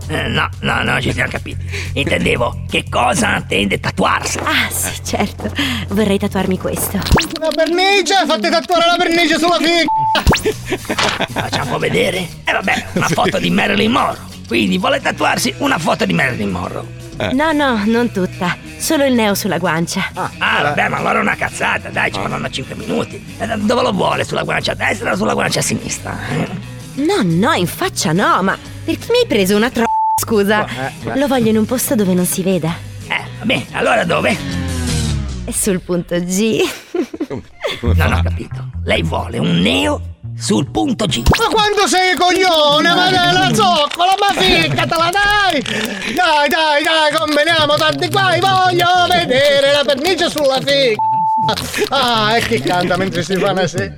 Speaker 14: Eh, No, no, no, ci siamo capiti. Intendevo, che cosa tende tatuarsi?
Speaker 15: Ah,
Speaker 14: Eh.
Speaker 15: sì, certo. Vorrei tatuarmi questo.
Speaker 9: La pernice! Fate tatuare la pernice sulla figa!
Speaker 14: Facciamo vedere. E vabbè, una foto di Marilyn Monroe. Quindi vuole tatuarsi una foto di Marilyn Monroe.
Speaker 15: No, no, non tutta. Solo il neo sulla guancia.
Speaker 14: Ah, vabbè, ma allora è una cazzata, dai,
Speaker 9: Ah.
Speaker 14: ci vanno 5 minuti. Eh, Dove lo vuole? Sulla guancia destra o sulla guancia sinistra? Eh,
Speaker 15: No, no, in faccia no, ma perché mi hai preso una tro... Scusa,
Speaker 14: Eh, eh.
Speaker 15: lo voglio in un posto dove non si veda.
Speaker 14: Eh, bene, allora dove?
Speaker 15: È sul punto G.
Speaker 14: Non ho capito. Lei vuole un neo sul punto G.
Speaker 9: Ma quando sei coglione, ma dai, la zoccola, ma ficcatela, dai! Dai, dai, dai, combiniamo tanti guai, voglio vedere la pernice sulla figa! Ah, e chi canta mentre si fa una sera?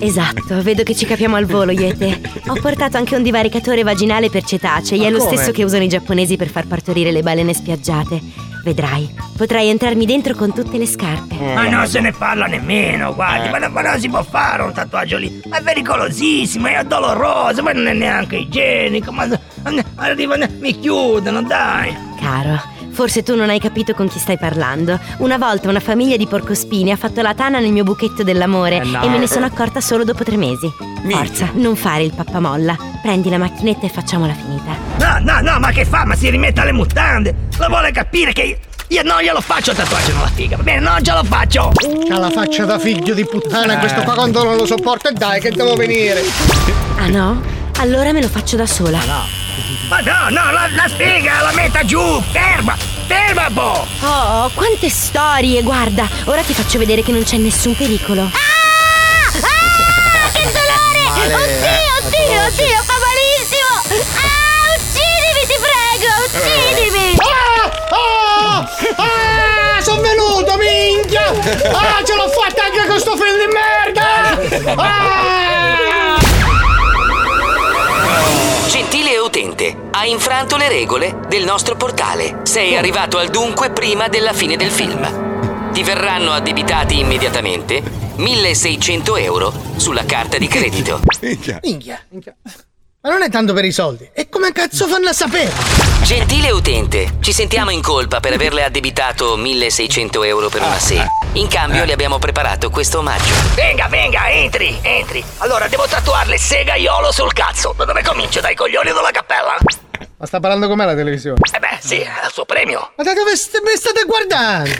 Speaker 15: Esatto, vedo che ci capiamo al volo io e te. Ho portato anche un divaricatore vaginale per cetacei,
Speaker 16: Ma
Speaker 15: è lo
Speaker 16: come?
Speaker 15: stesso che usano i giapponesi per far partorire le balene spiaggiate. Vedrai, potrai entrarmi dentro con tutte le scarpe.
Speaker 14: Ma non se ne parla nemmeno, guardi,
Speaker 15: Eh.
Speaker 14: ma, ma non si può fare un tatuaggio lì. Ma è pericolosissimo, è doloroso, ma non è neanche igienico, ma ma- arriva, mi chiudono, dai.
Speaker 15: Caro, Forse tu non hai capito con chi stai parlando. Una volta una famiglia di porcospini ha fatto la tana nel mio buchetto dell'amore
Speaker 12: Eh, no.
Speaker 15: e me ne sono accorta solo dopo tre mesi. Forza, non fare il pappamolla. Prendi la macchinetta e facciamola finita.
Speaker 14: No, no, no, ma che fa? Ma si rimetta le mutande! Lo vuole capire che io. Io non glielo faccio il tatuaggio nella figa, va bene? Non ce lo faccio!
Speaker 2: C'ha la faccia da figlio di puttana, Ah,
Speaker 15: Eh.
Speaker 2: questo qua quando non lo sopporto e dai che devo venire.
Speaker 15: Ah no? Allora me lo faccio da
Speaker 12: Ah,
Speaker 15: sola.
Speaker 14: Ma no, no, la, la sfiga, la metta giù! Ferma! Ferma, boh!
Speaker 15: Oh, quante storie, guarda! Ora ti faccio vedere che non c'è nessun pericolo.
Speaker 12: Ah,
Speaker 4: Che dolore! Oddio, oddio, oddio, fa malissimo! Ah, uccidimi, ti prego! Uccidimi!
Speaker 2: Ah! Ah! Sono venuto, minchia! Ah, ce l'ho fatta anche con sto film di merda! Ah!
Speaker 13: Gentile utente, hai infranto le regole del nostro portale. Sei arrivato al dunque prima della fine del film. Ti verranno addebitati immediatamente 1600 euro sulla carta di credito.
Speaker 2: Minchia. Ma non è tanto per i soldi. E come cazzo fanno a sapere?
Speaker 13: Gentile utente, ci sentiamo in colpa per averle addebitato 1600 euro per una sega. In cambio le abbiamo preparato questo omaggio.
Speaker 14: Venga, venga, entri, entri. Allora, devo tatuarle segaiolo sul cazzo. Da dove comincio? Dai coglioni o dalla cappella?
Speaker 2: Ma sta parlando com'è la televisione?
Speaker 14: Eh beh, sì, è il suo premio.
Speaker 2: Ma da dove st- mi state guardando?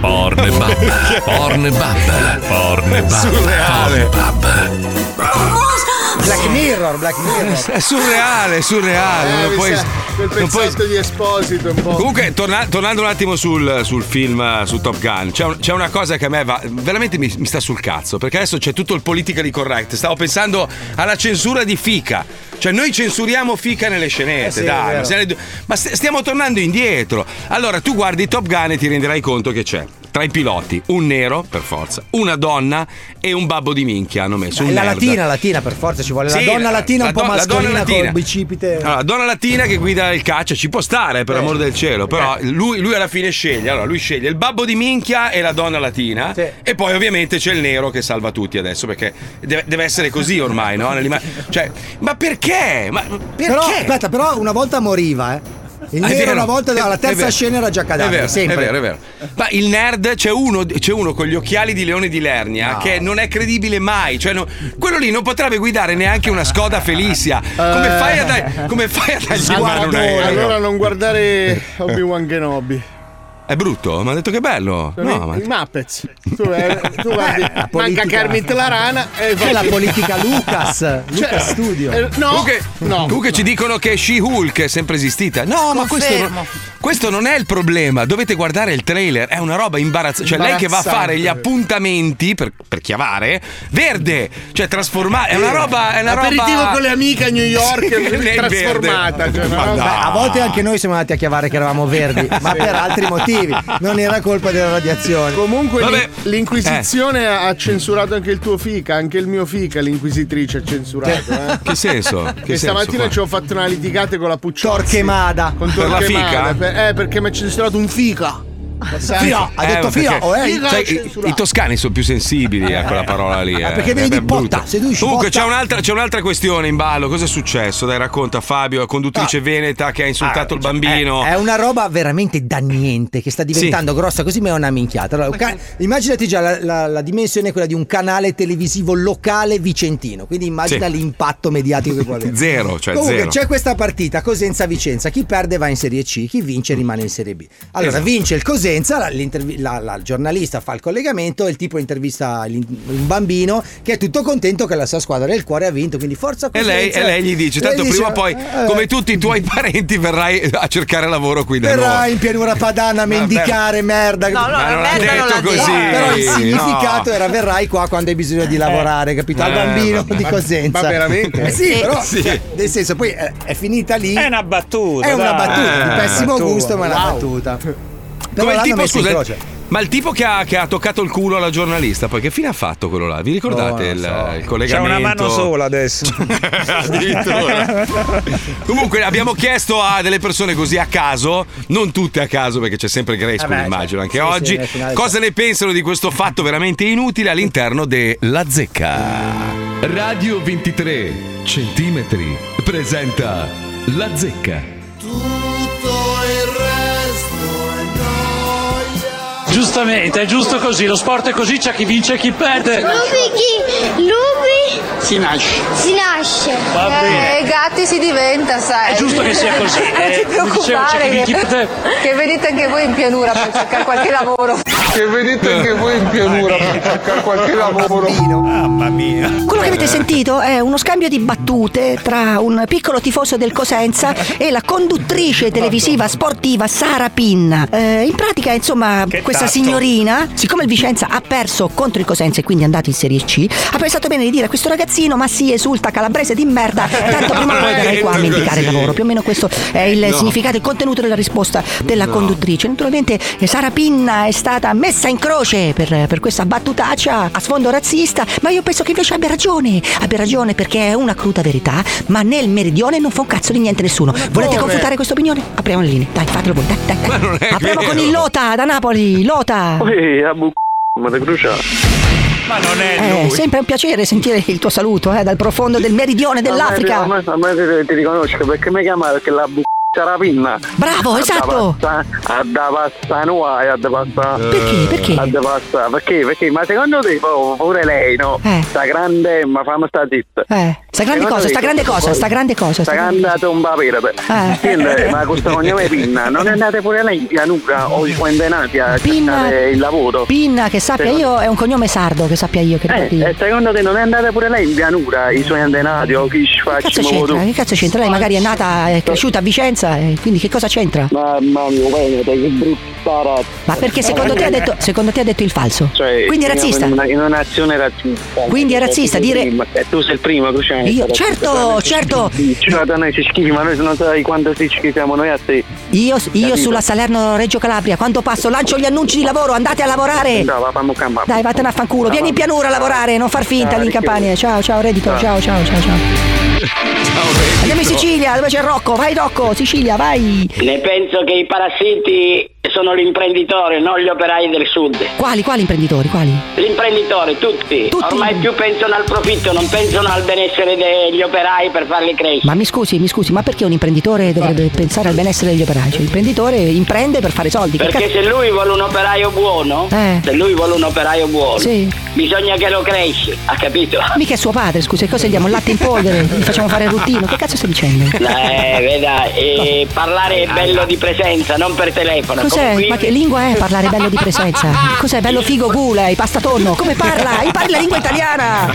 Speaker 1: Porn Bab, Porn Bab, Porn Bab,
Speaker 7: Black Mirror, Black Mirror.
Speaker 3: [laughs] È surreale, è surreale. Eh, ah, non lo puoi-
Speaker 2: Eh, quel
Speaker 3: non puoi-
Speaker 2: pezzetto di Esposito un po'.
Speaker 3: Comunque, torna- tornando un attimo sul, sul film, eh, su Top Gun, c'è, un- c'è una cosa che a me va, veramente mi, mi sta sul cazzo, perché adesso c'è tutto il politically correct. Stavo pensando alla censura di Fica. Cioè, noi censuriamo Fica nelle scenette,
Speaker 17: Eh sì, è
Speaker 3: dai. Ma,
Speaker 17: vero.
Speaker 3: se ne- ma st- stiamo tornando indietro. Allora, tu guardi Top Gun e ti renderai conto che c'è. Tra i piloti, un nero, per forza, una donna e un babbo di minchia hanno messo. un
Speaker 7: la
Speaker 3: nerd.
Speaker 7: latina, latina per forza ci vuole.
Speaker 3: Sì,
Speaker 7: la donna
Speaker 3: la-
Speaker 7: latina un
Speaker 3: la
Speaker 7: po'
Speaker 3: don- la donna
Speaker 7: mascolina
Speaker 3: latina.
Speaker 7: col bicipite.
Speaker 3: Allora, donna latina che guida il calcio ci può stare,
Speaker 7: Eh.
Speaker 3: per amor del cielo. Però lui, lui alla fine sceglie. Allora, lui sceglie il babbo di minchia e la donna latina. E poi, ovviamente, c'è il nero che salva tutti adesso. Perché deve, deve essere così ormai, no? Nell'ima- Cioè, ma perché? Ma perché?
Speaker 7: Però aspetta, però una volta moriva, eh. Il
Speaker 3: Ah, è
Speaker 7: nero
Speaker 3: vero.
Speaker 7: una volta,
Speaker 3: È-
Speaker 7: alla
Speaker 3: è
Speaker 7: terza
Speaker 3: vero.
Speaker 7: scena era già cadavere.
Speaker 3: È vero,
Speaker 7: sempre.
Speaker 3: è vero, è vero. Ma il nerd c'è uno, c'è uno con gli occhiali di leone di Lernia che non è credibile mai. Cioè, no- quello lì non potrebbe guidare neanche una Skoda Felicia. Come fai a, dai- come fai a dargli in mano un aereo?
Speaker 2: Allora non guardare Obi-Wan Kenobi. Cioè,
Speaker 3: È brutto? Mi ha detto che è bello.
Speaker 2: Sono
Speaker 3: No, ma...
Speaker 2: i, i Muppets. Tu, eh, tu guardi, manca
Speaker 7: politica-
Speaker 2: Kermit la rana e
Speaker 7: È la politica Lucas, Lucas Studio.
Speaker 2: Cioè, eh, no,
Speaker 3: Tu che,
Speaker 2: no,
Speaker 3: tu che ci dicono che She-Hulk è sempre esistita. No, ma questo non,
Speaker 2: Confermo.
Speaker 3: questo non è il problema. Dovete guardare il trailer. È una roba imbarazzante. Cioè, lei che va a fare gli appuntamenti per, per chiavare, verde. Cioè, trasformare. È una roba. È una
Speaker 2: Aperitivo
Speaker 3: roba...
Speaker 2: con le amiche a New York
Speaker 3: [laughs] Sì, lei è verde.
Speaker 2: trasformata. Cioè, una
Speaker 3: Ma
Speaker 2: roba-
Speaker 3: dai.
Speaker 7: Beh, a volte anche noi siamo andati a chiavare che eravamo verdi, ma
Speaker 2: Sì.
Speaker 7: per altri motivi. Non era colpa della radiazione.
Speaker 2: Comunque l'in-
Speaker 3: Eh.
Speaker 2: l'Inquisizione ha censurato anche il tuo fica, anche il mio fica, l'Inquisitrice ha censurato. Eh.
Speaker 3: [laughs] Che senso? Che
Speaker 2: Che
Speaker 3: senso
Speaker 2: stamattina
Speaker 3: qua?
Speaker 2: ci ho fatto una litigata con la Pucciozzi
Speaker 7: Torquemada.
Speaker 2: Con
Speaker 3: Per la
Speaker 2: Torquemada,
Speaker 3: fica?
Speaker 2: per- eh, perché mi ha censurato un fica.
Speaker 7: Fia, ha
Speaker 3: Eh,
Speaker 7: detto
Speaker 3: perché-
Speaker 7: fia, o è Cioè,
Speaker 3: Sai, i, i toscani sono più sensibili a quella parola
Speaker 7: [laughs]
Speaker 3: lì. eh.
Speaker 7: Ah, perché vieni di
Speaker 3: È brutto.
Speaker 7: botta, se tu dici
Speaker 3: Comunque
Speaker 7: botta-
Speaker 3: c'è un'altra, c'è un'altra questione in ballo. Cosa è successo? Dai, racconta Fabio, conduttrice
Speaker 7: Ah.
Speaker 3: veneta che ha insultato il bambino.
Speaker 7: cioè, eh,
Speaker 3: [laughs]
Speaker 7: È, è una roba veramente da niente che sta diventando grossa così, ma è una minchiata. Allora, un ca- immaginati già la, la- la dimensione è quella di un canale televisivo locale vicentino, quindi immagina
Speaker 3: Sì.
Speaker 7: l'impatto mediatico che può avere.
Speaker 3: Zero, cioè
Speaker 7: Comunque
Speaker 3: zero.
Speaker 7: c'è questa partita Cosenza-Vicenza, chi perde va in Serie C, chi vince rimane in Serie B. Allora
Speaker 3: Mm. Esatto.
Speaker 7: vince il Cosenza, la, l'intervi- la- la- il giornalista fa il collegamento, il tipo intervista l'in- un bambino che è tutto contento che la sua squadra del cuore ha vinto, quindi forza
Speaker 3: E
Speaker 7: Cosenza.
Speaker 3: lei, e lei gli dice: Tanto prima o poi,
Speaker 7: eh,
Speaker 3: come tutti i tuoi [laughs] parenti, verrai a cercare lavoro qui da
Speaker 7: Verrà
Speaker 3: noi.
Speaker 7: in pianura
Speaker 3: [laughs]
Speaker 7: padana a mendicare merda.
Speaker 6: No, no,
Speaker 3: Ma non l'ha
Speaker 6: merda non
Speaker 3: detto
Speaker 6: l'ha
Speaker 3: così.
Speaker 7: No, però il significato
Speaker 3: no.
Speaker 7: era verrai qua quando hai bisogno
Speaker 6: Eh.
Speaker 7: di lavorare, capito? Al
Speaker 3: Eh,
Speaker 7: bambino
Speaker 3: vabbè.
Speaker 7: di
Speaker 3: Ma-
Speaker 7: Cosenza.
Speaker 3: ma
Speaker 5: [laughs]
Speaker 3: veramente?
Speaker 7: Eh sì,
Speaker 3: Sì.
Speaker 7: però
Speaker 3: Sì.
Speaker 7: cioè, nel senso, poi eh, è finita lì. È una
Speaker 5: battuta.
Speaker 7: È una
Speaker 3: dai.
Speaker 7: battuta, di
Speaker 3: Eh,
Speaker 7: pessimo
Speaker 3: battuta.
Speaker 7: gusto, ma è una
Speaker 3: Wow.
Speaker 7: battuta. Però
Speaker 3: Come il
Speaker 7: l'hanno
Speaker 3: tipo,
Speaker 7: messo in
Speaker 3: scusa,
Speaker 7: croce.
Speaker 3: ma il tipo che ha, che ha toccato il culo alla giornalista, poi che fine ha fatto quello là? Vi ricordate il, il
Speaker 5: C'è
Speaker 3: collegamento?
Speaker 5: una mano sola adesso.
Speaker 3: [laughs] Addirittura. Comunque abbiamo chiesto a delle persone così a caso, non tutte a caso perché c'è sempre Grace,
Speaker 17: Eh beh,
Speaker 3: immagino, anche
Speaker 17: sì,
Speaker 3: oggi,
Speaker 17: sì, nel finale
Speaker 3: cosa ne pensano di questo fatto veramente inutile all'interno della zecca. Radio 23 centimetri presenta
Speaker 1: La zecca.
Speaker 4: Tutto il resto è
Speaker 12: Giustamente, è giusto così, lo sport è così, c'è chi vince e chi perde.
Speaker 17: Lupi, lupi
Speaker 12: Si nasce.
Speaker 17: si nasce.
Speaker 12: Va bene.
Speaker 17: Eh, gatti si diventa, sai.
Speaker 12: È giusto che sia così.
Speaker 17: Non ti
Speaker 12: Eh, come dicevo, c'è
Speaker 17: preoccupare
Speaker 12: chi
Speaker 17: che,
Speaker 12: vince e chi perde.
Speaker 17: che venite anche voi in pianura per cercare qualche lavoro.
Speaker 11: Che vedete anche voi in pianura per cercare qualche lavoro. Mamma mia. Eh,
Speaker 18: Quello che avete sentito è uno scambio di battute tra un piccolo tifoso del Cosenza e la conduttrice televisiva sportiva Sara Pinna. Eh, in pratica, insomma, questa
Speaker 9: tatto.
Speaker 18: signorina, siccome il Vicenza ha perso contro il Cosenza e quindi è andato in Serie C, ha pensato bene di dire a questo ragazzino: Ma si esulta calabrese di merda, tanto prima o poi verrai qua a mendicare
Speaker 9: Così.
Speaker 18: lavoro. Più o meno questo è il
Speaker 9: Eh, No.
Speaker 18: significato, il contenuto della risposta della
Speaker 9: No.
Speaker 18: conduttrice. Naturalmente, eh, Sara Pinna è stata messa in croce per, per questa battutaccia a sfondo razzista, ma io penso che invece abbia ragione. Abbia ragione perché è una cruda verità, ma nel meridione non fa un cazzo di niente nessuno. Volete
Speaker 9: come?
Speaker 18: confutare questa opinione? Apriamo le linee. Dai, fatelo voi. Dai, dai, dai. Apriamo con il Lota da Napoli. Lota.
Speaker 11: Poi a bu... ma da cruciato.
Speaker 5: Ma non è
Speaker 18: Eh,
Speaker 5: lui.
Speaker 18: sempre un piacere sentire il tuo saluto eh, dal profondo del meridione
Speaker 11: A
Speaker 18: dell'Africa.
Speaker 11: me, a me ti, ti riconosco perché mi chiama perché la bu... c'è la pinna.
Speaker 18: Bravo, esatto.
Speaker 11: A da pasta nuova e a da pasta. Perché?
Speaker 18: Perché?
Speaker 11: A da pasta. Perché? Perché? Ma secondo te oh, pure lei, no? Sta grande, ma fammi sta zitta.
Speaker 18: Eh, sta grande
Speaker 11: Secondo
Speaker 18: cosa,
Speaker 11: te,
Speaker 18: sta grande cosa, sta grande cosa.
Speaker 11: Sta
Speaker 18: sta grande-
Speaker 11: grande tomba verde.
Speaker 18: Eh.
Speaker 11: Senti, Ma questo cognome pinna, non è andate pure lei a nuca o i quentenati a cercare il lavoro?
Speaker 18: Pinna, che sappia
Speaker 11: Secondo-
Speaker 18: io, è un cognome sardo, che sappia io, che
Speaker 11: Eh,
Speaker 18: ricordi io.
Speaker 11: e secondo te non è andata pure lei in pianura, i suoi antenati o chi
Speaker 18: Che
Speaker 11: faccio
Speaker 18: cazzo c'entra? eh? Che cazzo c'entra? Lei magari è nata, è cresciuta a Vicenza, eh, quindi che cosa c'entra?
Speaker 11: Mamma mia, guarda, che brutta razza.
Speaker 18: Ma perché secondo te ha detto, secondo te ha detto il falso?
Speaker 11: Cioè,
Speaker 18: Quindi è razzista?
Speaker 11: In, una- in un'azione razzista.
Speaker 18: Quindi è razzista,
Speaker 11: E tu sei il
Speaker 18: dire-
Speaker 11: primo, E eh, tu sei il primo, tu sei
Speaker 18: Io- certo, certo.
Speaker 11: Cioè, da noi si schifi, ma noi non sai quanto si schifi siamo noi a te.
Speaker 18: Io, io
Speaker 11: Capito?
Speaker 18: sulla Salerno Reggio Calabria, quando passo lancio gli annunci di lavoro, andate a lavorare!
Speaker 11: No, vabbamo campa.
Speaker 18: Dai, vattene a fanculo, vieni in pianura a lavorare, non far finta lì in Campania. Ciao, ciao, reddito, ciao, ciao,
Speaker 11: [laughs]
Speaker 18: ciao, ciao. Andiamo in Sicilia, dove c'è Rocco, vai Rocco, Sicilia, vai!
Speaker 19: Ne penso che i parassiti sono l'imprenditore, non gli operai del sud.
Speaker 18: Quali, quali imprenditori, quali?
Speaker 19: L'imprenditore, tutti. Ormai più pensano al profitto, non pensano al benessere degli operai per farli crescere.
Speaker 18: Ma mi scusi, mi scusi, ma perché un imprenditore dovrebbe pensare al benessere degli operai? Cioè, l'imprenditore imprende per fare soldi, che
Speaker 19: Perché
Speaker 18: cazzo-
Speaker 19: se lui vuole un operaio buono,
Speaker 18: Eh.
Speaker 19: se lui vuole un operaio buono,
Speaker 18: Sì.
Speaker 19: bisogna che lo cresci, ha capito?
Speaker 18: [laughs] Mica è suo padre, scusa, che cosa gli diamo? Latte in polvere, gli facciamo fare il ruttino, che cazzo stai dicendo?
Speaker 19: Eh, veda, eh, parlare è bello di presenza, non per telefono.
Speaker 18: Cos'è? [laughs]
Speaker 19: Comunque-
Speaker 18: Ma che lingua è parlare bello di presenza? Cos'è bello figo gula e pasta tonno? Come parla? Impari la lingua italiana!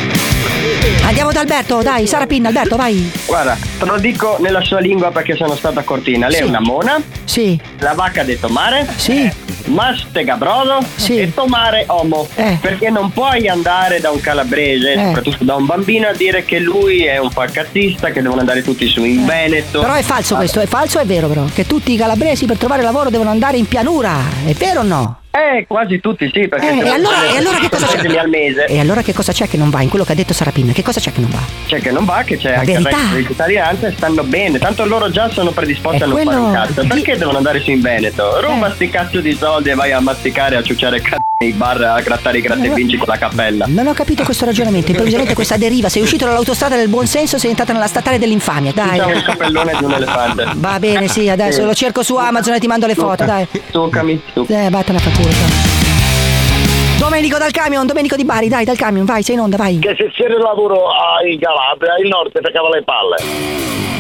Speaker 18: Andiamo da Alberto, dai, Sara Pinna, Alberto, vai!
Speaker 20: Guarda, te lo dico nella sua lingua perché sono stato a Cortina. Lei
Speaker 18: Sì.
Speaker 20: è una mona.
Speaker 18: Sì.
Speaker 20: La vacca del tomare.
Speaker 18: Sì.
Speaker 20: Mastega brodo. Sì. E tomare omo. Perché non puoi andare da un calabrese,
Speaker 18: Eh.
Speaker 20: soprattutto da un bambino, a dire che lui è un farcazzista, che devono andare tutti su in Veneto.
Speaker 18: Eh. Però è falso questo, è falso, è vero però, che tutti i calabresi per trovare lavoro devono andare in pianura, è vero o no?
Speaker 20: Eh, quasi tutti sì, perché... se
Speaker 18: Eh, e
Speaker 20: lo-
Speaker 18: allora- e allora che cosa c'è?
Speaker 20: Al mese.
Speaker 18: E allora che cosa c'è che non va in quello che ha detto Sara Pinna? Che cosa c'è che non va?
Speaker 20: C'è che non va, che c'è
Speaker 18: La
Speaker 20: anche
Speaker 18: verità.
Speaker 20: il reddito di cittadinanza e stanno bene. Tanto loro già sono predisposti
Speaker 18: È
Speaker 20: a non
Speaker 18: quello- Eh.
Speaker 20: fare un cazzo. Perché devono andare su in Veneto? Ruba sti cazzo di soldi e vai a masticare, a ciucciare cazzo nei bar, a grattare i gratta
Speaker 18: Eh,
Speaker 20: e vinci con la cappella.
Speaker 18: Non ho capito questo ragionamento, improvvisamente questa deriva, sei uscito dall'autostrada del buonsenso, sei entrato nella statale dell'infamia, dai.
Speaker 20: Diciamo il capellone di un elefante. Eh,
Speaker 18: Va bene, sì, adesso lo cerco su Amazon e ti mando le foto, dai.
Speaker 20: Toccami, toccami.
Speaker 18: Eh, vattene a far culo, dai. Domenico dal camion, Domenico di Bari, dai, dal camion, vai, sei in onda, vai.
Speaker 21: Che se c'era il lavoro ah, in Calabria, il nord peccava le palle.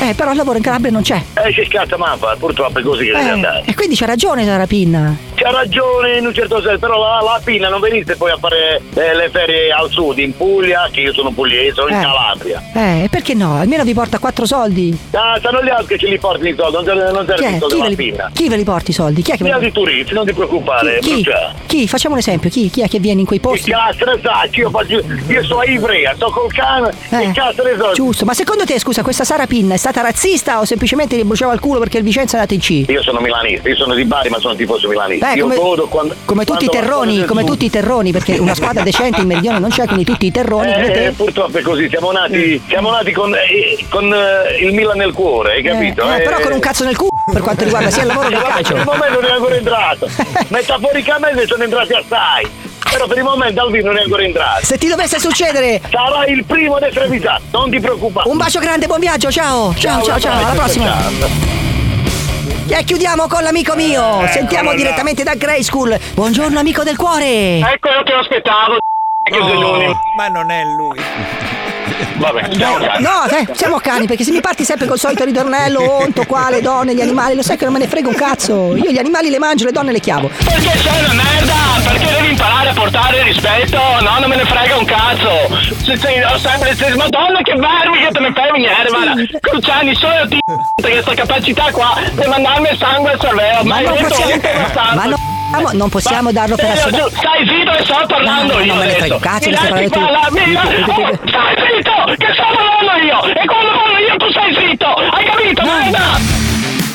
Speaker 18: Eh, però il lavoro in Calabria non c'è.
Speaker 21: E si scatta mamma, purtroppo è così che deve
Speaker 18: Eh,
Speaker 21: andare.
Speaker 18: e quindi c'ha ragione Sara Pinna.
Speaker 21: C'ha ragione in un certo senso, però la, la pinna non venite poi a fare eh, le ferie al sud, in Puglia, che io sono pugliese, sono in
Speaker 18: Eh.
Speaker 21: Calabria.
Speaker 18: Eh, e perché no? Almeno vi porta quattro soldi.
Speaker 21: Ah, stanno gli altri che ce li portano i soldi, non serve, non
Speaker 18: Chi
Speaker 21: serve
Speaker 18: è?
Speaker 21: il
Speaker 18: Chi
Speaker 21: soldo
Speaker 18: ve
Speaker 21: alla
Speaker 18: li-
Speaker 21: pinna.
Speaker 18: Chi ve li porti i soldi? Chi è che ve
Speaker 21: Gli
Speaker 18: li
Speaker 21: altri turisti, non ti preoccupare,
Speaker 18: Chi?
Speaker 21: brucia.
Speaker 18: Chi? Facciamo un esempio, chi? Chi è che viene in quei posti?
Speaker 21: Che Castresacci, io faccio, io sono a Ivrea, sto col cane,
Speaker 18: Eh,
Speaker 21: e Castresacci.
Speaker 18: Giusto, ma secondo te, scusa, questa Sara Pinna è stata razzista o semplicemente gli bruciava il culo perché il Vicenza è andato in C?
Speaker 21: Io sono milanista, io sono di Bari ma sono tifoso milanista.
Speaker 18: Beh,
Speaker 21: io
Speaker 18: come-
Speaker 21: godo quando.
Speaker 18: Come tutti i
Speaker 21: quando-
Speaker 18: terroni,
Speaker 21: quando-
Speaker 18: come tutti i terroni, perché una squadra decente in meridione non c'è, quindi tutti i terroni.
Speaker 21: Eh,
Speaker 18: come te.
Speaker 21: purtroppo è così, siamo nati, siamo nati con, eh, con, eh, il Milan nel cuore, hai capito?
Speaker 18: Mm. Eh,
Speaker 21: Eh,
Speaker 18: però con un cazzo nel culo per
Speaker 21: [laughs]
Speaker 18: quanto riguarda sia il lavoro che il
Speaker 21: Eh, vabbè,
Speaker 18: calcio. [laughs]
Speaker 21: Per il momento non è ancora entrato. Metaforicamente sono entrati assai. Però per il momento Alvin non è ancora entrato.
Speaker 18: Se ti dovesse succedere,
Speaker 21: Sarà il primo ad essere avvisato, non ti preoccupare.
Speaker 18: un bacio grande, buon viaggio, ciao, ciao, ciao, ciao, alla prossima. E chiudiamo con l'amico mio.
Speaker 21: Eccolo
Speaker 18: Sentiamo
Speaker 21: là.
Speaker 18: direttamente da Grey School. Buongiorno amico del cuore.
Speaker 21: Quello che aspettavo, che
Speaker 9: Oh.
Speaker 21: Zenoni.
Speaker 5: Ma non è lui.
Speaker 21: Vabbè, ciao, cazzo.
Speaker 18: No, eh, siamo cani, perché se mi parti sempre col solito ritornello, onto qua, le donne, gli animali, lo sai che non me ne frega un cazzo. Io gli animali le mangio, le donne le chiavo.
Speaker 11: Perché sei una merda? Perché devi imparare a portare rispetto? No, non me ne frega un cazzo! Se sei ho sempre le stesse madonna che vermi che te ne fai venire, guarda! Cruciani, solo ti perché questa capacità qua di mandarmi il sangue al cervello, ma
Speaker 18: Ma
Speaker 11: hai
Speaker 18: non
Speaker 11: detto
Speaker 18: possiamo,
Speaker 11: che è bastardo.
Speaker 18: ma no, ma non possiamo darlo per
Speaker 11: Te lo
Speaker 18: assodato.
Speaker 11: giuro, Stai zitto che sto parlando
Speaker 18: No, no,
Speaker 11: io!
Speaker 18: non me ne
Speaker 11: adesso.
Speaker 18: frega un cazzo,
Speaker 11: Mi
Speaker 18: che stai
Speaker 11: lasci
Speaker 18: parlando
Speaker 11: qua,
Speaker 18: tu.
Speaker 11: la- mi- oh, Stai zitto che sto parlando io! E quando parlo io tu stai zitto! Hai capito? Merda!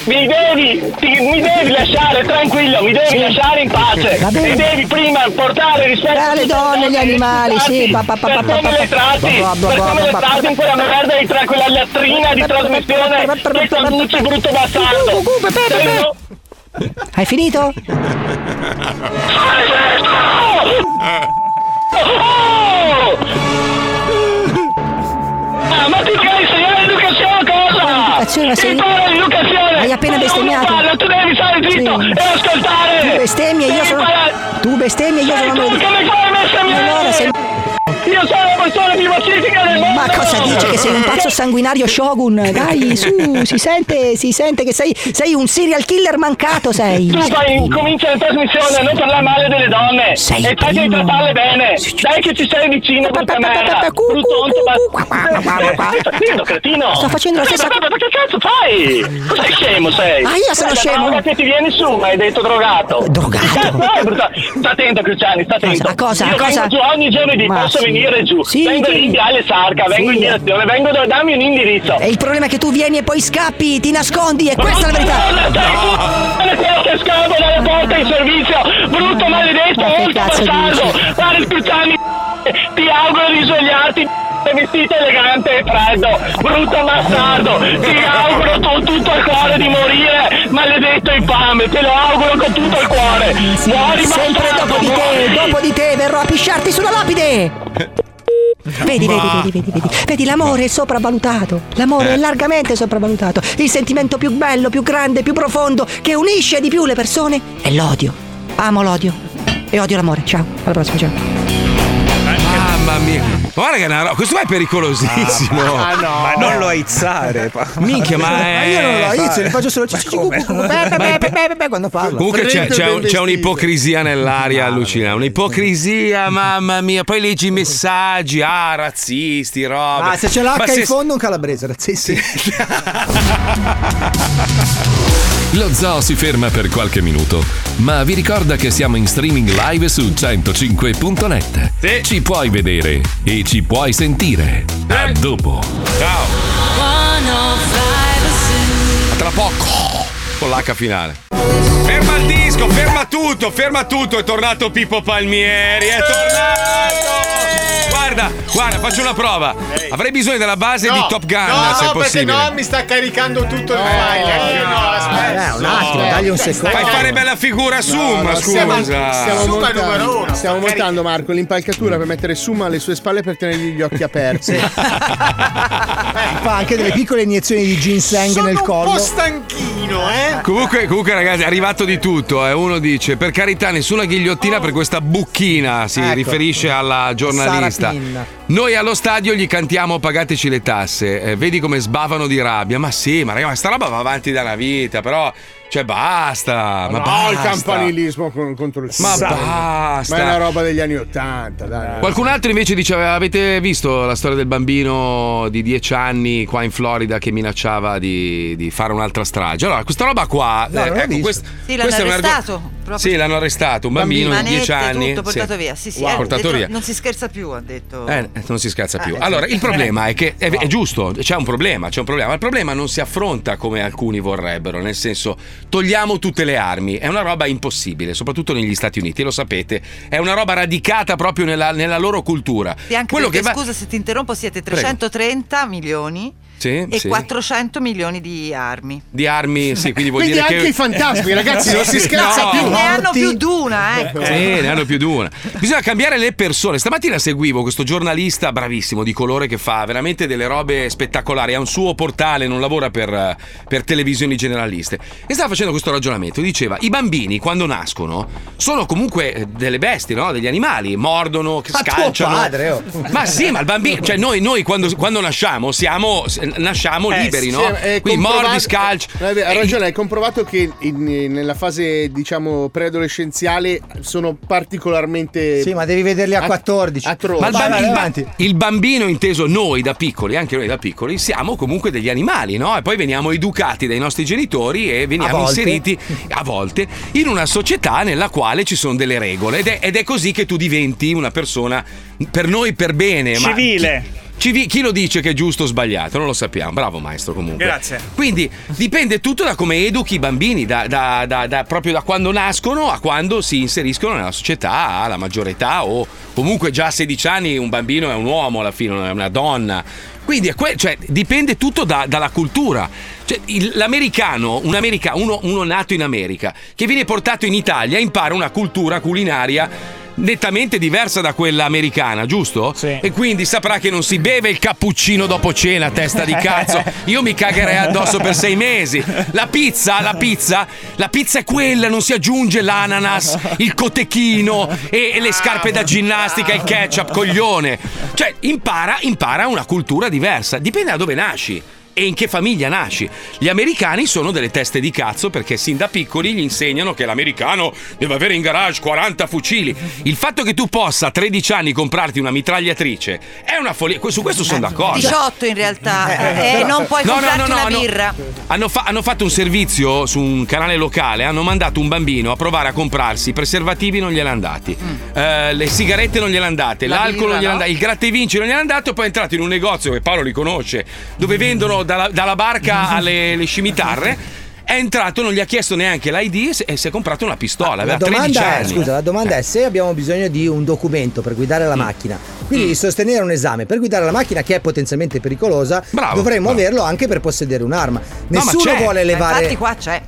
Speaker 11: Mi devi, ti- mi devi lasciare tranquillo, mi devi lasciare in pace.
Speaker 18: Va bene.
Speaker 11: Mi devi prima portare rispetto
Speaker 18: Alle donne, gli animali, sì, pa, pa, pa, pa,
Speaker 11: per
Speaker 18: pa, pa,
Speaker 11: come le
Speaker 18: pa,
Speaker 11: tratti,
Speaker 18: pa, pa,
Speaker 11: per
Speaker 18: pa,
Speaker 11: come le
Speaker 18: pa, pa.
Speaker 11: tratti in quella merda di tra quella lattrina di trasmissione che conduce brutto bastardo. Sei-
Speaker 18: Hai finito?
Speaker 11: Ah. Oh! [laughs] Ah, ma ti credi signore l'educazione cosa?
Speaker 18: ma sei-
Speaker 11: Il cuore di l'educazione!
Speaker 18: Hai appena
Speaker 11: Ma io
Speaker 18: bestemmiato.
Speaker 11: non parlo, tu devi stare zitto
Speaker 18: Sì.
Speaker 11: e ascoltare!
Speaker 18: Tu bestemmi e io
Speaker 11: Devi
Speaker 18: sono.
Speaker 11: imparare-
Speaker 18: Tu bestemmi e io
Speaker 11: Sei
Speaker 18: sono.
Speaker 11: tu che mi fai bestemmiare!
Speaker 18: Allora sei.
Speaker 11: Io sono la persona più pacifica del mondo!
Speaker 18: Ma cosa dici che sei un pazzo sanguinario shogun? Dai, su, si sente, si sente che sei, sei un serial killer mancato, sei.
Speaker 11: Tu fai, comincia la trasmissione a non parlare male delle donne
Speaker 18: Sei
Speaker 11: e fai di
Speaker 18: primo.
Speaker 11: trattarle bene. Dai che ci sei vicino brutta merda. Brutto onto bas- Cretino, cretino.
Speaker 18: Sto facendo la stessa
Speaker 11: cosa. Ma che cazzo fai? Cos'è scemo sei?
Speaker 18: Ah, io sono
Speaker 11: Guarda,
Speaker 18: scemo?
Speaker 11: droga che ti viene su, ma hai detto drogato. [laughs] Drogato? Sta attento Cruciani, sta attento.
Speaker 18: A cosa? A
Speaker 11: Io
Speaker 18: cosa?
Speaker 11: vengo giù ogni giovedì,
Speaker 18: Ma
Speaker 11: posso
Speaker 18: sì.
Speaker 11: venire giù.
Speaker 18: Sì,
Speaker 11: vengo
Speaker 18: sì.
Speaker 11: in via alle Sarca, vengo
Speaker 18: Sì.
Speaker 11: in direzione, vengo da... dammi un indirizzo.
Speaker 18: E il problema è che tu vieni e poi scappi, ti nascondi, e questa è la verità.
Speaker 11: Che scavo dalla porta in servizio! Brutto maledetto,
Speaker 18: Ma che
Speaker 11: molto
Speaker 18: cazzo
Speaker 11: bastardo!
Speaker 18: dici?
Speaker 11: Guarda Cruciani, ti auguro di svegliarti vestito elegante e freddo, brutto bastardo! Ti auguro con tutto il cuore di morire, maledetto infame! Te lo auguro con tutto il cuore! Muori
Speaker 18: Sempre
Speaker 11: bastardo,
Speaker 18: dopo di te,
Speaker 11: muori!
Speaker 18: dopo di te verrò a pisciarti sulla lapide. Vedi, vedi, vedi, vedi, vedi, vedi, l'amore è sopravvalutato. L'amore è largamente sopravvalutato. Il sentimento più bello, più grande, più profondo, che unisce di più le persone è l'odio. Amo l'odio e odio l'amore. Ciao, alla prossima, ciao.
Speaker 3: Mamma mia. Guarda che è una roba. Questo qua è pericolosissimo.
Speaker 5: Ah, no. Ma non lo aizzare. pa-
Speaker 3: Minchia, ma
Speaker 5: Ma
Speaker 3: è-
Speaker 5: io non lo
Speaker 9: eh,
Speaker 5: aizzo,
Speaker 3: Fare.
Speaker 5: li faccio solo
Speaker 7: quando parlo.
Speaker 3: Comunque c'è, c'è un- c'è un'ipocrisia nell'aria allucinante, un'ipocrisia, mamma mia. Poi leggi i messaggi, ah, razzisti, roba.
Speaker 7: Ah, se c'è l'H
Speaker 3: Ma
Speaker 7: in
Speaker 3: se-
Speaker 7: fondo un calabrese, razzisti.
Speaker 1: Lo zoo si ferma per qualche minuto, ma vi ricorda che siamo in streaming live su 105.net. Ci puoi vedere e ci puoi sentire. A dopo.
Speaker 3: Eh. Ciao.
Speaker 4: A
Speaker 3: tra poco. Con l'H finale. Ferma il disco, ferma tutto, ferma tutto. È tornato Pippo Palmieri, è tornato. Guarda, guarda, faccio una prova. Avrei bisogno della base di Top
Speaker 2: no,
Speaker 3: Gun, se
Speaker 2: no,
Speaker 3: è
Speaker 2: perché
Speaker 3: possibile.
Speaker 2: no, mi sta caricando tutto il file. No, Eh, no, aspetta.
Speaker 7: un attimo, dagli un secondo.
Speaker 3: Fai fare bella figura
Speaker 2: Ah,
Speaker 3: Summa, scusa.
Speaker 2: Stiamo, stiamo
Speaker 3: Summa
Speaker 2: montando, stiamo montando, Marco l'impalcatura per mettere Summa alle sue spalle per tenergli gli occhi
Speaker 7: [laughs]
Speaker 2: aperti.
Speaker 7: Fa anche delle piccole iniezioni di ginseng nel collo.
Speaker 2: stanchino, eh?
Speaker 3: Comunque, comunque, ragazzi, è arrivato di tutto. eh. Uno dice: Per carità, nessuna ghigliottina per questa bucchina. Si
Speaker 7: Oh. Ecco.
Speaker 3: riferisce alla giornalista.
Speaker 7: Sara Pin.
Speaker 3: Noi allo stadio gli cantiamo pagateci le tasse. Eh, vedi come sbavano di rabbia. Ma sì, ma ragazzi, ma sta roba va avanti da una vita, però. Cioè, basta. Ma
Speaker 2: no,
Speaker 3: basta.
Speaker 2: il campanilismo con- contro il
Speaker 3: Ma
Speaker 2: Sassuolo.
Speaker 3: basta.
Speaker 2: Ma è una roba degli anni Ottanta, dai.
Speaker 3: Qualcun altro invece diceva: Avete visto la storia del bambino di 10 anni qua in Florida che minacciava di, di fare un'altra strage? Allora, questa roba qua. eh, ecco,
Speaker 6: No, non l'ho visto.
Speaker 3: quest-
Speaker 6: Sì, l'hanno
Speaker 3: questo è un argo-
Speaker 6: arrestato. proprio.
Speaker 3: Sì, l'hanno arrestato, un bambino di
Speaker 6: Manette,
Speaker 3: 10 anni.
Speaker 6: Tutto portato
Speaker 3: sì.
Speaker 6: via. Sì, sì,
Speaker 3: Wow.
Speaker 6: eh,
Speaker 3: portato
Speaker 6: detto-
Speaker 3: via.
Speaker 6: Non si scherza più, ha detto.
Speaker 3: Eh, non si scherza più.
Speaker 6: Ah, eh,
Speaker 3: Allora,
Speaker 6: sì.
Speaker 3: il problema è che è, è giusto, c'è un problema, c'è un problema. Il problema non si affronta come alcuni vorrebbero, nel senso togliamo tutte le armi. È una roba impossibile, soprattutto negli Stati Uniti, lo sapete. È una roba radicata proprio nella, nella loro cultura.
Speaker 6: Sì, anche
Speaker 3: Quello
Speaker 6: perché,
Speaker 3: che va-
Speaker 6: scusa se ti interrompo, siete
Speaker 3: Prego.
Speaker 6: 330 milioni
Speaker 3: Sì,
Speaker 6: e
Speaker 3: Eh, sì.
Speaker 6: 400 milioni di armi.
Speaker 3: Di armi, sì, quindi vuol
Speaker 6: Quindi
Speaker 3: dire
Speaker 6: anche
Speaker 3: che...
Speaker 6: i fantasmi,
Speaker 3: [laughs]
Speaker 6: ragazzi, non si scherza
Speaker 3: No.
Speaker 6: più. Ne hanno più
Speaker 7: Eh,
Speaker 6: d'una, ecco.
Speaker 3: Sì, eh, ne hanno più di una. Bisogna cambiare le persone. Stamattina seguivo questo giornalista bravissimo di colore che fa veramente delle robe spettacolari. Ha un suo portale, non lavora per, eh, per televisioni generaliste. E stava facendo questo ragionamento. Diceva: i bambini quando nascono sono comunque eh, delle bestie, no? degli animali. Mordono, che
Speaker 7: Ma tuo
Speaker 3: scalciano.
Speaker 7: padre, oh.
Speaker 3: Ma sì, ma il bambino, cioè noi, noi quando, quando nasciamo siamo, s- nasciamo
Speaker 9: Eh,
Speaker 3: liberi,
Speaker 9: sì,
Speaker 3: no?
Speaker 9: è
Speaker 3: Quindi
Speaker 9: comprovato-
Speaker 3: mordi, scalci.
Speaker 9: Eh, beh, Ha
Speaker 3: E-
Speaker 9: ragione, è comprovato che in- nella fase, diciamo, preadolescenziale sono particolarmente.
Speaker 7: Sì, ma devi vederli a 14.
Speaker 9: atroci.
Speaker 3: Ma il, bambi- il ba-
Speaker 9: avanti.
Speaker 3: il bambino inteso noi da piccoli, anche noi da piccoli, siamo comunque degli animali, no? E poi veniamo educati dai nostri genitori e veniamo
Speaker 7: A volte.
Speaker 3: inseriti a volte in una società nella quale ci sono delle regole ed è, ed è così che tu diventi una persona per noi per bene. ma
Speaker 5: Civile.
Speaker 3: chi- civi- chi lo dice che è giusto o sbagliato? Non lo sappiamo. Bravo maestro comunque.
Speaker 5: Grazie.
Speaker 3: Quindi dipende tutto da come educhi i bambini, da- da- da- da- proprio da quando nascono a quando si inseriscono nella società, alla maggiore età o comunque già a 16 anni un bambino è un uomo alla fine, non è una donna. Quindi è que- cioè, dipende tutto da- dalla cultura. Cioè, il- l'americano, un america- uno, uno nato in America, che viene portato in Italia, impara una cultura culinaria nettamente diversa da quella americana, giusto? E quindi saprà che non si beve il cappuccino dopo cena, testa di cazzo. Io mi cagherei addosso per sei mesi. La pizza, la pizza, la pizza è quella, non si aggiunge l'ananas, il cotechino e, e le scarpe da ginnastica, il ketchup, coglione. Cioè, impara, impara una cultura diversa, dipende da dove nasci. E in che famiglia nasci? Gli americani sono delle teste di cazzo perché sin da piccoli gli insegnano che l'americano deve avere in garage 40 fucili. Il fatto che tu possa a 13 anni comprarti una mitragliatrice è una follia. Su questo sono d'accordo.
Speaker 6: 18 in realtà.
Speaker 3: Eh,
Speaker 6: e
Speaker 3: però-
Speaker 6: non puoi
Speaker 3: No, no,
Speaker 6: comprarti
Speaker 3: no, no,
Speaker 6: una
Speaker 3: no.
Speaker 6: birra.
Speaker 3: Hanno, fa- hanno fatto un servizio su un canale locale, hanno mandato un bambino a provare a comprarsi i preservativi, non gliel'hanno dati,
Speaker 7: Mm.
Speaker 3: eh, le sigarette non gliel'hanno date,
Speaker 22: La
Speaker 3: l'alcol
Speaker 22: birra,
Speaker 3: non gliel'hanno
Speaker 22: no?
Speaker 3: dato, il gratta e vinci non gliel'hanno dato e poi è entrato in un negozio che Paolo riconosce, dove vendono dalla, dalla
Speaker 7: [laughs]
Speaker 3: barca alle le scimitarre. È entrato, non gli ha chiesto neanche l'ID e si- e si è comprato una pistola.
Speaker 7: La
Speaker 3: Aveva 13
Speaker 7: domanda, è,
Speaker 3: anni. Eh.
Speaker 7: scusa, la domanda è se abbiamo bisogno di un documento per guidare
Speaker 3: Mm.
Speaker 7: la macchina, quindi di sostenere un esame per guidare la macchina che è potenzialmente pericolosa, dovremmo averlo anche per possedere un'arma.
Speaker 6: No, ma
Speaker 7: Nessuno
Speaker 6: c'è.
Speaker 7: vuole
Speaker 6: Ma
Speaker 7: levare...
Speaker 6: Eh, Infatti qua c'è.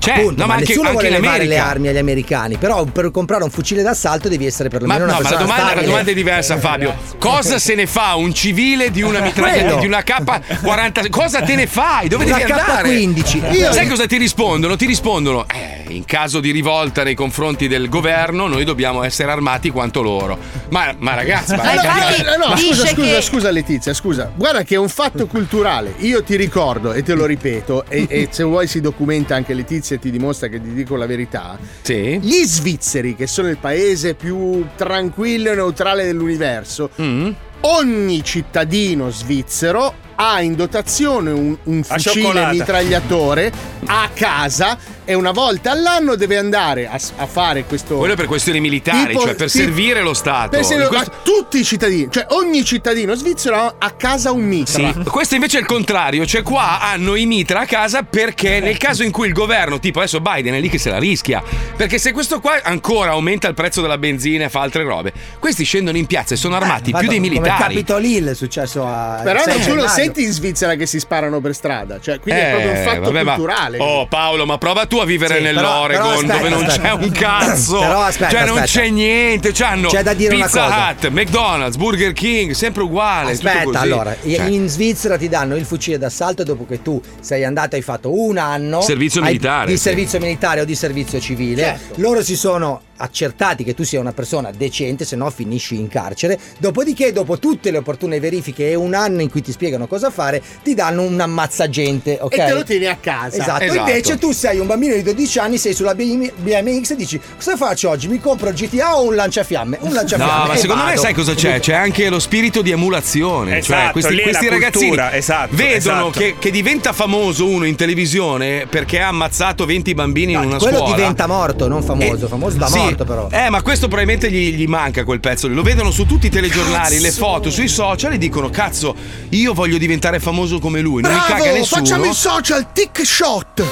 Speaker 3: C'è,
Speaker 7: Appunto,
Speaker 3: no,
Speaker 7: ma
Speaker 3: ma anche-
Speaker 7: nessuno
Speaker 3: anche
Speaker 7: vuole
Speaker 3: in
Speaker 7: levare le
Speaker 3: America.
Speaker 7: armi agli americani, però per comprare un fucile d'assalto devi essere
Speaker 3: Ma, no,
Speaker 7: perlomeno una
Speaker 3: ma la,
Speaker 7: persona
Speaker 3: domanda, la
Speaker 7: stabile. Eh,
Speaker 3: domanda è diversa, Fabio. Cosa se ne fa un civile di una mitraglietta,
Speaker 7: Quello.
Speaker 3: di una K40? Cosa te ne fai? Dove
Speaker 7: Una
Speaker 3: devi andare?
Speaker 7: K15. Io-
Speaker 3: Sai cosa ti rispondono? Ti rispondono: eh, in caso di rivolta nei confronti del governo, noi dobbiamo essere armati quanto loro. Ma, ma ragazzi, ma,
Speaker 9: no, no, scusa, scusa, scusa Letizia, scusa. Guarda che è un fatto culturale. Io ti ricordo e te lo ripeto, e,
Speaker 3: [laughs]
Speaker 9: e se vuoi si documenta anche Letizia e ti dimostra che ti dico la verità. Gli svizzeri, che sono il paese più tranquillo e neutrale dell'universo,
Speaker 3: Mm.
Speaker 9: ogni cittadino svizzero ha in dotazione un, un
Speaker 5: La
Speaker 9: fucile
Speaker 5: cioccolata.
Speaker 9: mitragliatore a casa e una volta all'anno deve andare a, s- a fare questo
Speaker 3: quello è per questioni militari,
Speaker 9: Tipo-
Speaker 3: cioè per
Speaker 9: ti-
Speaker 3: servire lo Stato.
Speaker 9: Pensi
Speaker 3: In
Speaker 9: a
Speaker 3: questo-
Speaker 9: tutti i cittadini, cioè ogni cittadino svizzero ha a casa un mitra.
Speaker 3: Sì. Questo invece è il contrario, cioè qua hanno i mitra a casa perché nel caso in cui il governo, tipo adesso Biden è lì che se la rischia, perché se questo qua ancora aumenta il prezzo della benzina e fa altre robe, questi scendono in piazza e sono armati più dei
Speaker 7: Madonna, Come
Speaker 3: militari.
Speaker 7: Capitol Hill è successo a...
Speaker 9: Però
Speaker 7: sei
Speaker 9: non tu lo
Speaker 7: gennaio.
Speaker 9: senti in Svizzera che si sparano per strada, cioè quindi è proprio un
Speaker 3: Eh,
Speaker 9: fatto
Speaker 3: vabbè, ma-
Speaker 9: culturale.
Speaker 3: Oh Paolo, ma prova tu a vivere
Speaker 9: Sì, però-
Speaker 3: nell'Oregon
Speaker 9: però aspetta,
Speaker 3: dove non
Speaker 9: aspetta.
Speaker 3: c'è un cazzo.
Speaker 7: [laughs] Però aspetta,
Speaker 3: cioè non
Speaker 7: aspetta.
Speaker 3: c'è niente, cioè hanno
Speaker 7: C'è da dire una
Speaker 3: Pizza
Speaker 7: cosa.
Speaker 3: Hut, McDonald's, Burger King, sempre uguale, Ah, tutto
Speaker 7: Aspetta,
Speaker 3: così.
Speaker 7: allora, i-
Speaker 3: Cioè,
Speaker 7: in Svizzera ti danno il fucile d'assalto dopo che tu sei andato e hai fatto un anno
Speaker 3: Servizio
Speaker 7: hai-
Speaker 3: militare,
Speaker 7: di
Speaker 3: sì. Certo.
Speaker 7: servizio militare o di servizio civile. Loro si sono accertati che tu sia una persona decente, se no finisci in carcere. Dopodiché, dopo tutte le opportune verifiche e un anno in cui ti spiegano cosa fare, ti danno un ammazzagente, ok?
Speaker 9: E te lo tieni a casa.
Speaker 7: Esatto. invece tu sei un bambino di 12 anni, sei sulla BM- BMX e dici cosa faccio oggi? Mi compro GTA o un lanciafiamme? Un lanciafiamme.
Speaker 3: No, ma
Speaker 7: e
Speaker 3: secondo me
Speaker 7: vado."
Speaker 3: sai cosa c'è? C'è anche lo spirito di emulazione. cioè
Speaker 5: Esatto,
Speaker 3: questi,
Speaker 5: lì è
Speaker 3: questi
Speaker 5: la
Speaker 3: ragazzini
Speaker 5: cultura, esatto,
Speaker 3: vedono
Speaker 5: esatto.
Speaker 3: Che, che diventa famoso uno in televisione perché ha ammazzato 20 bambini in una
Speaker 7: Quello
Speaker 3: scuola. Eh,
Speaker 7: diventa morto, non famoso, famoso da
Speaker 3: sì,
Speaker 7: morto. morto però.
Speaker 3: Eh, ma questo probabilmente gli, gli manca quel pezzo. lì. Lo vedono su tutti i telegiornali, le foto, sui social e dicono: Cazzo, io voglio diventare famoso come lui. Non mi caga
Speaker 9: Bravo,
Speaker 3: nessuno.
Speaker 9: facciamo il social Tick
Speaker 3: [laughs]
Speaker 9: Shot.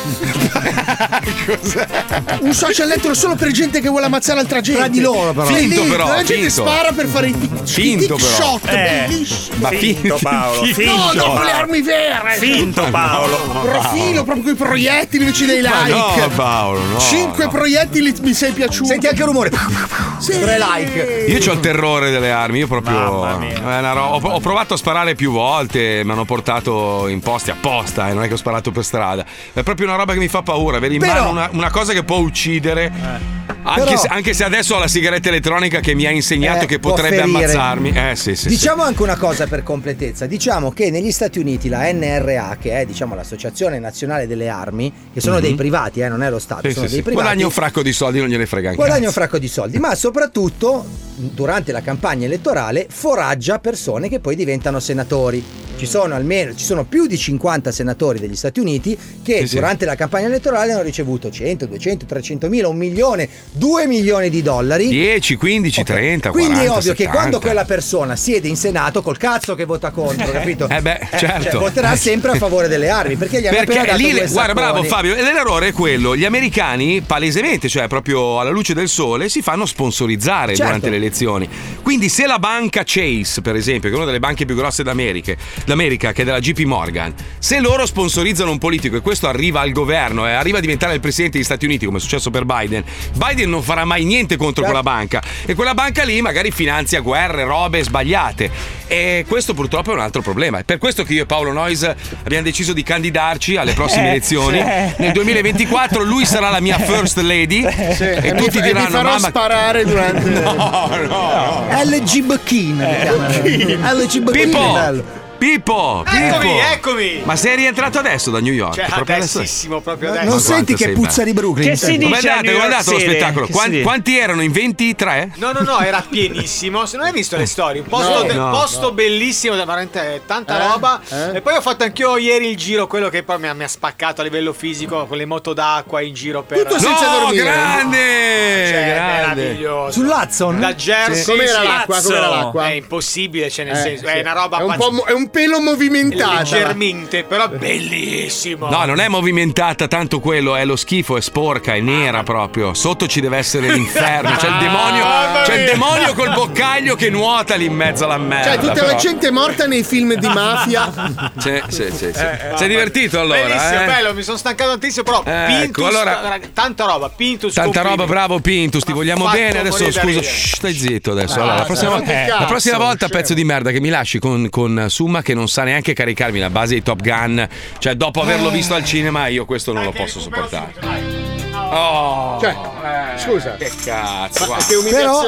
Speaker 9: Un social network solo per gente che vuole ammazzare altra gente.
Speaker 7: Tra di loro, però.
Speaker 9: Finto
Speaker 7: Finto, però,
Speaker 9: La gente
Speaker 7: finto.
Speaker 9: spara per fare i tick,
Speaker 7: Finto,
Speaker 9: i tick
Speaker 7: però.
Speaker 9: shot.
Speaker 7: Eh,
Speaker 9: bellissimo.
Speaker 7: ma Finto, finto, Paolo, finto.
Speaker 9: No,
Speaker 7: finto.
Speaker 9: dopo le armi vere.
Speaker 5: Finto, Paolo.
Speaker 9: No, [laughs] Profilo, proprio con i proiettili invece dei
Speaker 5: Ma
Speaker 9: like.
Speaker 3: no, Paolo, no,
Speaker 9: 5
Speaker 3: no.
Speaker 9: proiettili mi sei piaciuto. Senti anche il rumore. Tre like.
Speaker 3: Io ho il terrore delle armi, io proprio. È una ro- ho, ho provato a sparare più volte, mi hanno portato in posti apposta e non è che ho sparato per strada. È proprio una roba che mi fa paura, avere in
Speaker 7: Però-
Speaker 3: mano una, una cosa che può uccidere.
Speaker 9: Eh.
Speaker 3: Anche,
Speaker 7: Però-
Speaker 3: se, anche se adesso ho la sigaretta elettronica che mi ha insegnato
Speaker 7: Eh,
Speaker 3: che
Speaker 7: può
Speaker 3: potrebbe
Speaker 7: ferire.
Speaker 3: ammazzarmi. Eh sì, sì. sì.
Speaker 7: Diciamo anche una cosa per completezza, diciamo che negli Stati Uniti la NRA, che è diciamo, l'Associazione Nazionale delle Armi, che sono
Speaker 3: Mhm.
Speaker 7: dei privati, eh, non è lo Stato,
Speaker 3: Sì,
Speaker 7: sono
Speaker 3: sì,
Speaker 7: dei
Speaker 3: sì.
Speaker 7: privati.
Speaker 3: Guadagna un fracco di soldi, non gliene frega anche.
Speaker 7: guadagna un fracco di soldi, ma soprattutto durante la campagna elettorale foraggia persone che poi diventano senatori. Ci sono almeno ci sono più di 50 senatori degli Stati Uniti che
Speaker 8: sì.
Speaker 7: durante la campagna elettorale hanno ricevuto 100, 200, 300 mila, un milione, 2 milioni di dollari.
Speaker 3: 10, 15, 30,
Speaker 7: Quindi
Speaker 3: 40,
Speaker 7: è ovvio che
Speaker 3: 70.
Speaker 7: quando quella persona siede in Senato col cazzo che vota contro, capito?
Speaker 3: [laughs] Eh beh, certo.
Speaker 7: cioè,
Speaker 3: [laughs]
Speaker 7: voterà sempre a favore delle armi perché gli hanno
Speaker 3: Perché
Speaker 7: appena dato
Speaker 3: lì,
Speaker 7: due
Speaker 3: guarda, bravo
Speaker 7: sacconi.
Speaker 3: Fabio, e l'errore è quello. Gli americani, palesemente, cioè proprio alla luce del sole, si fanno sponsorizzare
Speaker 7: Certo.
Speaker 3: durante le elezioni. Quindi, se la banca Chase, per esempio, che è una delle banche più grosse d'America, d'America, che è della JP Morgan, se loro sponsorizzano un politico e questo arriva al governo e arriva a diventare il presidente degli Stati Uniti, come è successo per Biden, Biden non farà mai niente contro quella banca. E quella banca lì magari finanzia guerre, robe sbagliate. E questo purtroppo è un altro problema. È per questo che io e Paolo Noyes abbiamo deciso di candidarci alle prossime
Speaker 9: Eh,
Speaker 3: elezioni.
Speaker 9: sì.
Speaker 3: Nel 2024 lui sarà la mia first lady
Speaker 9: Sì,
Speaker 3: e
Speaker 9: e Eh, mi
Speaker 3: tutti
Speaker 9: fa- e
Speaker 3: diranno
Speaker 9: mi farò
Speaker 3: mamma
Speaker 9: sparare durante
Speaker 3: No, [laughs] no. no.
Speaker 7: LG Bocchino
Speaker 3: Eh,
Speaker 7: LG Bocchino è
Speaker 3: Pippo!
Speaker 7: bello.
Speaker 3: Pippo!
Speaker 22: Eccomi,
Speaker 3: Pippo!
Speaker 22: eccomi!
Speaker 3: Ma sei rientrato adesso da New York?
Speaker 22: Cioè,
Speaker 3: Proprio adesso?
Speaker 22: adesso.
Speaker 3: Ma
Speaker 22: proprio adesso.
Speaker 3: quanto sei bello. Com'è andata- com'è andato lo spettacolo? Quan- Quanti, erano? In 23?
Speaker 22: No, no, no, era pienissimo. Se non hai visto le storie, un posto,
Speaker 3: No,
Speaker 22: de-
Speaker 3: no,
Speaker 22: posto
Speaker 3: no.
Speaker 22: bellissimo, veramente eh, tanta
Speaker 3: Eh,
Speaker 22: roba. E poi ho fatto anch'io ieri il giro, quello che poi mi ha, mi ha spaccato a livello fisico, con le moto d'acqua in giro per.
Speaker 9: Tutto senza No, dormire. grande!
Speaker 22: Cioè,
Speaker 9: Grande.
Speaker 22: meraviglioso.
Speaker 7: Sull'Hudson?
Speaker 22: Da Jersey.
Speaker 9: Sì. Com'era
Speaker 22: sì.
Speaker 9: l'acqua? Com'era l'acqua?
Speaker 22: È impossibile, cioè nel
Speaker 9: Eh,
Speaker 22: senso,
Speaker 9: sì.
Speaker 22: è una roba
Speaker 9: È un, po'
Speaker 22: pazz-
Speaker 9: mo- è un pelo movimentato.
Speaker 22: Leggermente, però bellissimo.
Speaker 3: No, non è movimentata tanto quello, è lo schifo, è sporca, è nera proprio. Sotto ci deve essere l'inferno. C'è il
Speaker 22: Ah,
Speaker 3: demonio,
Speaker 9: Mamma
Speaker 3: c'è il
Speaker 9: mia.
Speaker 3: demonio col boccaglio che nuota lì in mezzo alla merda.
Speaker 9: Cioè, tutta la
Speaker 3: però.
Speaker 9: gente morta nei [laughs] film di mafia.
Speaker 3: Sì, sì, sì, sì.
Speaker 22: Eh, eh,
Speaker 3: Sei divertito [laughs] allora?
Speaker 22: Bellissimo,
Speaker 3: eh?
Speaker 22: bello, mi sono stancato tantissimo, però
Speaker 3: Eh,
Speaker 22: Pintus,
Speaker 3: ecco, allora-
Speaker 22: raga, tanta roba, Pintus
Speaker 3: Tanta
Speaker 22: complimenti.
Speaker 3: roba, bravo Pintus, ti vogliamo
Speaker 22: fatto
Speaker 3: bene. Adesso
Speaker 22: morire da
Speaker 3: scusa,
Speaker 22: ridere.
Speaker 3: shh, stai zitto adesso.
Speaker 22: Ah,
Speaker 3: Allora, la,
Speaker 22: dai,
Speaker 3: prossima,
Speaker 22: che
Speaker 3: la prossima
Speaker 22: cazzo, cioè.
Speaker 3: volta, pezzo di merda, che mi lasci con, con Summa che non sa neanche caricarmi la base di Top Gun. Cioè, dopo
Speaker 22: Eh.
Speaker 3: averlo visto al cinema, io questo non lo posso sopportare. Oh,
Speaker 9: Cioè, scusa.
Speaker 3: Che cazzo. guarda.
Speaker 7: Però,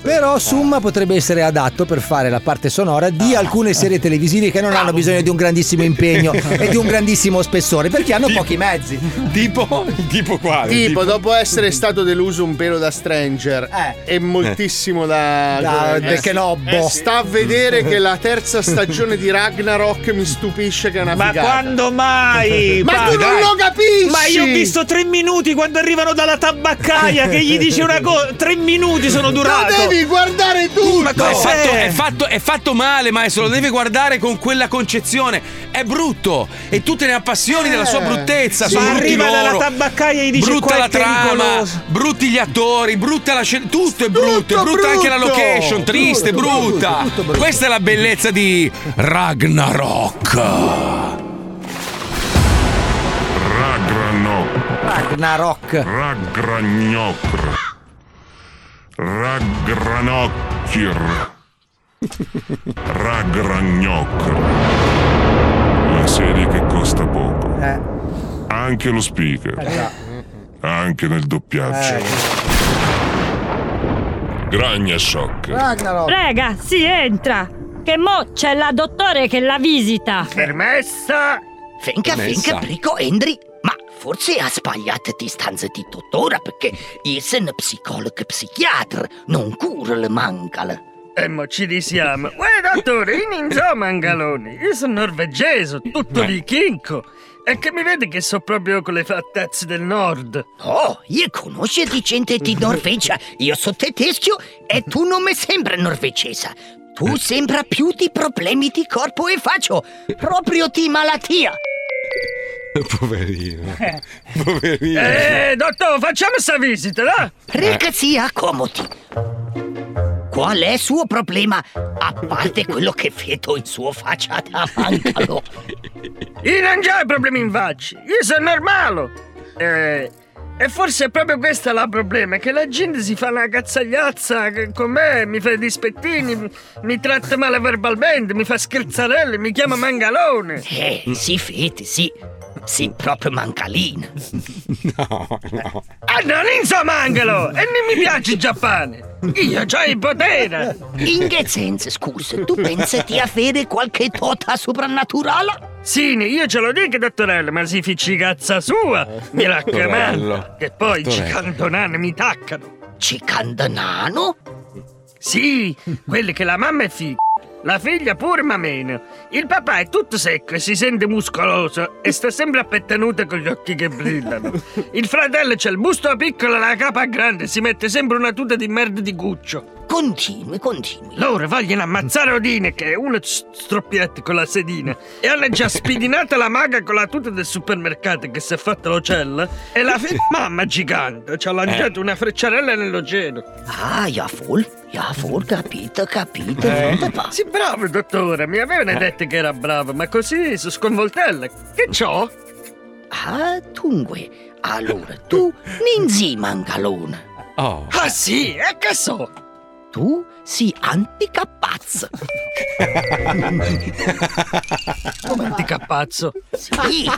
Speaker 7: però Summa potrebbe essere adatto per fare la parte sonora di alcune serie televisive che non hanno bisogno di un grandissimo impegno e di un grandissimo spessore perché hanno pochi mezzi.
Speaker 3: Tipo, tipo quale?
Speaker 9: Tipo, dopo essere stato deluso un pelo da Stranger
Speaker 23: Eh.
Speaker 9: e moltissimo da,
Speaker 7: Da
Speaker 9: Eh,
Speaker 7: De Kenobbo.
Speaker 9: eh, Sta a vedere che la terza stagione di Ragnarok mi stupisce che è una
Speaker 5: Ma
Speaker 9: figata.
Speaker 5: quando mai?
Speaker 9: Ma tu
Speaker 5: Dai.
Speaker 9: non lo capisci!
Speaker 5: Ma io ho visto tre minuti quando arrivano dalla tabaccaia che gli dici una cosa. Tre minuti sono durato.
Speaker 9: Ma devi guardare tutto!
Speaker 5: Ma
Speaker 3: No, è, fatto,
Speaker 5: cos'è?
Speaker 3: è fatto- è fatto male, maestro. Lo devi guardare con quella concezione. È brutto. E tu te ne appassioni della sua
Speaker 5: Eh,
Speaker 3: bruttezza.
Speaker 5: sì.
Speaker 3: sono
Speaker 5: Ma
Speaker 3: brutti
Speaker 5: arriva
Speaker 3: loro.
Speaker 5: dalla tabaccaia e gli dice,
Speaker 3: brutta
Speaker 5: "Qua è
Speaker 3: la trama,
Speaker 5: pericoloso".
Speaker 3: brutti gli attori, brutta la scena. Tutto è brutto.
Speaker 5: Tutto
Speaker 3: è brutta anche la
Speaker 5: brutto.
Speaker 3: location. Triste,
Speaker 5: Tutto, tutto,
Speaker 3: brutta.
Speaker 5: tutto brutto.
Speaker 3: Questa è la bellezza di Ragnarok.
Speaker 24: Ragnarok.
Speaker 7: Ragnarok.
Speaker 24: Ragnarok. Ragranokir. [laughs] Ragnarok. La serie che costa poco. Anche lo speaker. Anche nel doppiaggio. Gragna shock.
Speaker 25: Prega, si entra! Che mo c'è la dottore che la visita!
Speaker 14: Permessa? Finca,
Speaker 25: Permessa.
Speaker 14: finca, brico, Endri. Ma forse ha sbagliato distanza di tuttora perché io sono psicologo psichiatra, non curo le mancale.
Speaker 26: Eh, ma ci risiamo. Uè, dottore, in inzo mangaloni. Io sono norvegese, tutto
Speaker 14: Beh.
Speaker 26: di chinco.
Speaker 8: È che mi vede che so proprio con le fattezze del nord.
Speaker 14: Oh, io conosco di gente di Norvegia. Io sono tedesco e tu non mi sembra norvegesa. Tu sembra più di problemi di corpo e faccio, proprio di malattia.
Speaker 3: [laughs]
Speaker 27: [laughs]
Speaker 3: Poverino.
Speaker 27: Eh.
Speaker 3: Poverino.
Speaker 8: Eh, dottor, facciamo sta visita, là!
Speaker 14: Ragazzi, accomodi. Qual è il suo problema? A parte quello che vedo in suo faccia da mancalo.
Speaker 8: Io non ho problemi in faccia, io sono normale. Eh, e forse è proprio questo il problema, che la gente si fa una cazzagliazza che- con me, mi fa dispettini, mi- mi tratta male verbalmente, mi fa scherzarelle, mi chiama mangalone.
Speaker 14: Eh,
Speaker 3: Mm.
Speaker 14: si fete, sì. Sì, proprio mancalina.
Speaker 3: [laughs] No, no.
Speaker 8: Ah, non insomma mangalo! E non mi piace il Giappone! Io ho il potere!
Speaker 14: In che senso, scusa? Tu pensi di avere qualche tota soprannaturale?
Speaker 8: Sì, io ce lo dico, dottorello, ma si ficci cazza sua! Mi raccomando!
Speaker 14: Dottorello.
Speaker 8: Che poi ci
Speaker 14: Dottorello.
Speaker 8: cantonano mi taccano!
Speaker 14: Ci cantonano?
Speaker 8: Sì, quelli che la mamma è figa, la figlia pure ma meno. Il papà è tutto secco e si sente muscoloso e sta sempre appettanuto con gli occhi che brillano. Il fratello c'ha il busto piccolo e la capa grande, si mette sempre una tuta di merda di guccio.
Speaker 14: Continui, continui.
Speaker 8: Loro vogliono ammazzare Odine, che è uno s- stroppietto con la sedina, e hanno già spidinata la maga con la tuta del supermercato che si è fatta l'ocella, e la fi- mamma gigante ci ha lanciato una frecciarella nell'oceano.
Speaker 14: Ah, ja vohl, ja vohl, capito, capito.
Speaker 3: Eh.
Speaker 8: Sì, bravo, dottore. Mi avevano detto che era bravo, ma così su sconvoltella. Che c'ho?
Speaker 14: Ah, dunque, allora tu ninzi mangalone.
Speaker 3: Oh.
Speaker 8: Ah sì, e che so?
Speaker 14: Tu si antica pazzo.
Speaker 8: [laughs] Come antica pazzo?
Speaker 14: Sì,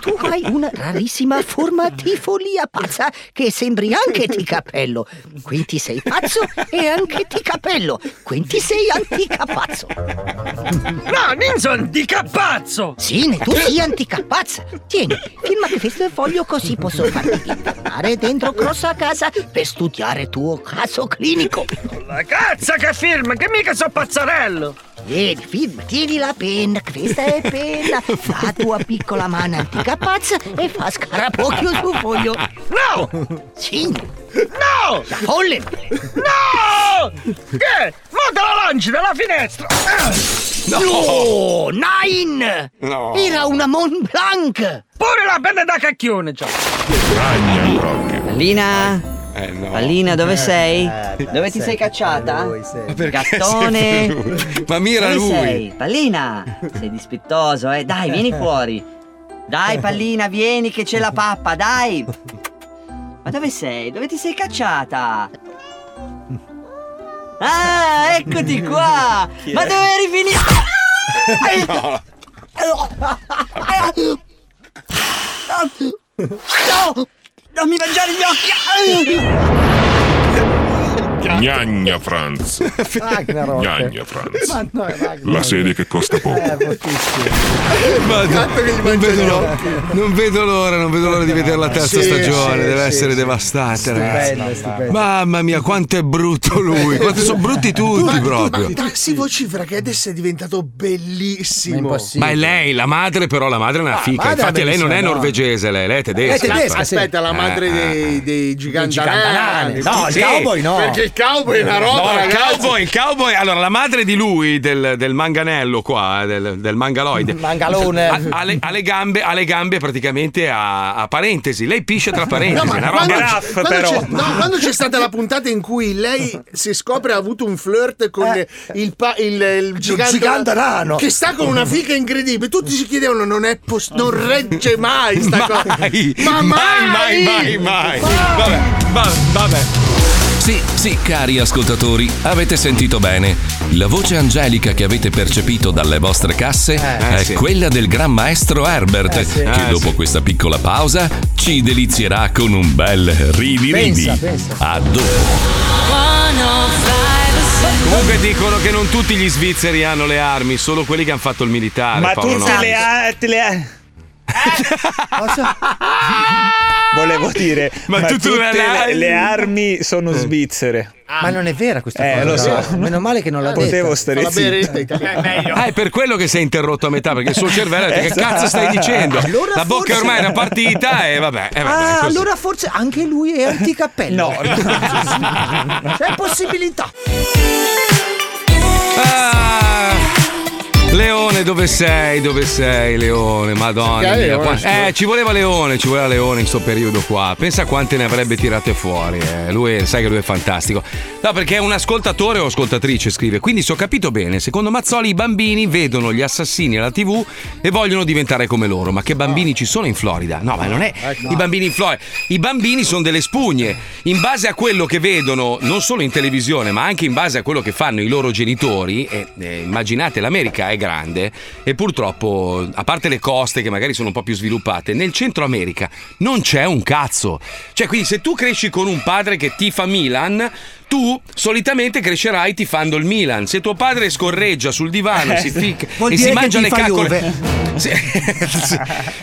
Speaker 14: tu hai una rarissima forma di follia pazza che sembri anche di capello. Quindi sei pazzo e anche di capello. Quindi sei antica pazzo.
Speaker 8: No, non sono antica pazzo!
Speaker 14: Sì, ne tu sei antica pazza. Tieni, firma questo foglio così posso farti entrare dentro grossa casa per studiare tuo caso clinico.
Speaker 8: La cazza che firma, che mica so pazzarello!
Speaker 14: Tieni, firma, tieni la penna, questa è
Speaker 8: [laughs]
Speaker 14: penna. La tua piccola mano antica pazza e fa scarabocchio sul foglio.
Speaker 8: No!
Speaker 14: Sì,
Speaker 8: No!
Speaker 14: la folle!
Speaker 8: No! Che? Mo te la lanci dalla finestra!
Speaker 14: No! Nine!
Speaker 8: No.
Speaker 14: Era una Mont Blanc!
Speaker 8: Pure la penna da cacchione, cioè. c'ho!
Speaker 27: Pallina?
Speaker 3: Eh no.
Speaker 27: Pallina, dove sei?
Speaker 3: eh,
Speaker 27: dove ti
Speaker 3: sei
Speaker 27: sei cacciata?
Speaker 3: sempre
Speaker 27: Gattone!
Speaker 3: lui? Ma mira
Speaker 27: Dove
Speaker 3: lui.
Speaker 27: sei? Pallina! Sei dispettoso, eh?
Speaker 3: [laughs]
Speaker 27: Dai, vieni fuori! Dai, pallina, vieni che c'è la pappa, dai! Ma dove sei? Dove ti sei cacciata? Ah, eccoti qua!
Speaker 11: Chi
Speaker 27: Ma
Speaker 11: è?
Speaker 27: dove eri finita?
Speaker 11: No.
Speaker 27: No! Non mi mangiare gli occhi!
Speaker 24: Gnagna Franz.
Speaker 7: [laughs]
Speaker 24: Gnagna Franz.
Speaker 9: Ma no,
Speaker 7: Eh,
Speaker 24: La serie che costa
Speaker 3: [laughs]
Speaker 24: poco.
Speaker 3: Vado.
Speaker 9: che gli
Speaker 3: Non
Speaker 9: mangia
Speaker 3: vedo,
Speaker 9: gli
Speaker 3: l'ora, non vedo l'ora, non vedo l'ora di vedere la terza
Speaker 9: Sì,
Speaker 3: stagione,
Speaker 9: sì,
Speaker 3: deve
Speaker 9: sì,
Speaker 3: essere
Speaker 9: sì.
Speaker 3: devastata, ragazzi.
Speaker 9: Stupenda, stupenda.
Speaker 3: Mamma mia, quanto è brutto lui, quanto sono brutti tutti
Speaker 23: Ma-
Speaker 3: proprio.
Speaker 23: Ma Taxi vocifera che adesso è diventato bellissimo.
Speaker 3: Ma è lei, la madre però, la madre è una fica,
Speaker 23: madre
Speaker 3: infatti
Speaker 23: è
Speaker 3: lei non è
Speaker 23: bellissima, no.
Speaker 3: norvegese, lei, lei è tedesca.
Speaker 9: È tedesca,
Speaker 3: infatti.
Speaker 9: aspetta, la madre
Speaker 3: Eh, eh.
Speaker 9: dei, dei gigantanani.
Speaker 3: gigantanani. No, il
Speaker 9: Sì,
Speaker 3: cowboy no.
Speaker 9: Perché il cowboy è una roba,
Speaker 3: No, il
Speaker 9: ragazzi.
Speaker 3: cowboy, il cowboy, allora la madre di lui, del, del manganello qua, eh, del, del mangaloide.
Speaker 7: Mangalone.
Speaker 3: Ha, ha le, ha le gambe, ha le gambe praticamente a, a parentesi. Lei pisce tra parentesi.
Speaker 23: No, ma
Speaker 3: una
Speaker 23: quando,
Speaker 3: roba
Speaker 23: c'è, quando c'è- no, quando c'è stata la puntata in cui lei si scopre ha avuto un flirt con il, pa- il, il gigante,
Speaker 7: gigante nano.
Speaker 23: che sta con una figa incredibile, tutti si chiedevano: non, è pos- non regge mai sta cosa.
Speaker 3: [laughs]
Speaker 23: Ma mai,
Speaker 3: mai, mai, mai. Vabbè, va- vabbè.
Speaker 1: Sì, sì, cari ascoltatori, avete sentito bene. La voce angelica che avete percepito dalle vostre casse
Speaker 24: Eh,
Speaker 1: è
Speaker 24: sì.
Speaker 1: quella del gran maestro Herbert,
Speaker 24: Eh, sì.
Speaker 1: che
Speaker 24: Eh,
Speaker 1: dopo questa piccola pausa ci delizierà con un bel ridi ridi.
Speaker 24: Pensa, pensa.
Speaker 1: A dopo.
Speaker 3: Comunque dicono che non tutti gli svizzeri hanno le armi, solo quelli che hanno fatto il militare.
Speaker 5: Ma
Speaker 3: Paolo
Speaker 5: tutte
Speaker 3: Novi.
Speaker 5: le, a- te le a- volevo dire,
Speaker 3: Ma
Speaker 5: ma,
Speaker 3: tutta
Speaker 5: tutte
Speaker 3: una
Speaker 5: le,
Speaker 3: line.
Speaker 5: le armi sono svizzere.
Speaker 7: Ma non è vera questa
Speaker 5: Eh,
Speaker 7: cosa.
Speaker 5: lo
Speaker 7: però.
Speaker 5: so.
Speaker 7: Meno male che non l'ha detto.
Speaker 5: Potevo stare zitto.
Speaker 3: Ah, è per quello che sei interrotto a metà, perché il suo cervello ha detto, che
Speaker 7: Esatto.
Speaker 3: cazzo stai dicendo?
Speaker 7: Allora
Speaker 3: La bocca
Speaker 7: forse-
Speaker 3: ormai era partita e vabbè. eh, vabbè,
Speaker 7: ah,
Speaker 3: è così.
Speaker 7: allora forse anche lui è anticappello. No, [laughs] c'è possibilità.
Speaker 3: Leone, dove sei? Dove sei, Leone? Madonna
Speaker 9: Sì,
Speaker 3: mia.
Speaker 9: Leone,
Speaker 3: qua-
Speaker 9: ci
Speaker 3: Eh, ci voleva Leone, ci voleva Leone in sto periodo qua. Pensa quante ne avrebbe tirate fuori. eh. Lui, sai che lui è fantastico. No, perché è un ascoltatore o ascoltatrice, scrive. Quindi, se ho capito bene, secondo Mazzoli i bambini vedono gli assassini alla TV e vogliono diventare come loro. Ma che bambini ci sono in Florida? No, ma non è i bambini in Florida. I bambini sono delle spugne. In base a quello che vedono, non solo in televisione, ma anche in base a quello che fanno i loro genitori, e, eh, immaginate l'America è grande e purtroppo, a parte le coste che magari sono un po' più sviluppate, nel centro America non c'è un cazzo. Cioè, quindi se tu cresci con un padre che tifa Milan, tu solitamente crescerai tifando il Milan. Se tuo padre scorreggia sul [laughs] divano e Ah, si, ficca-
Speaker 7: Eh, Vuol
Speaker 3: e
Speaker 7: dire
Speaker 3: si
Speaker 7: che
Speaker 3: mangia le
Speaker 7: tifa
Speaker 3: caccole
Speaker 7: Juve.
Speaker 3: [laughs] si,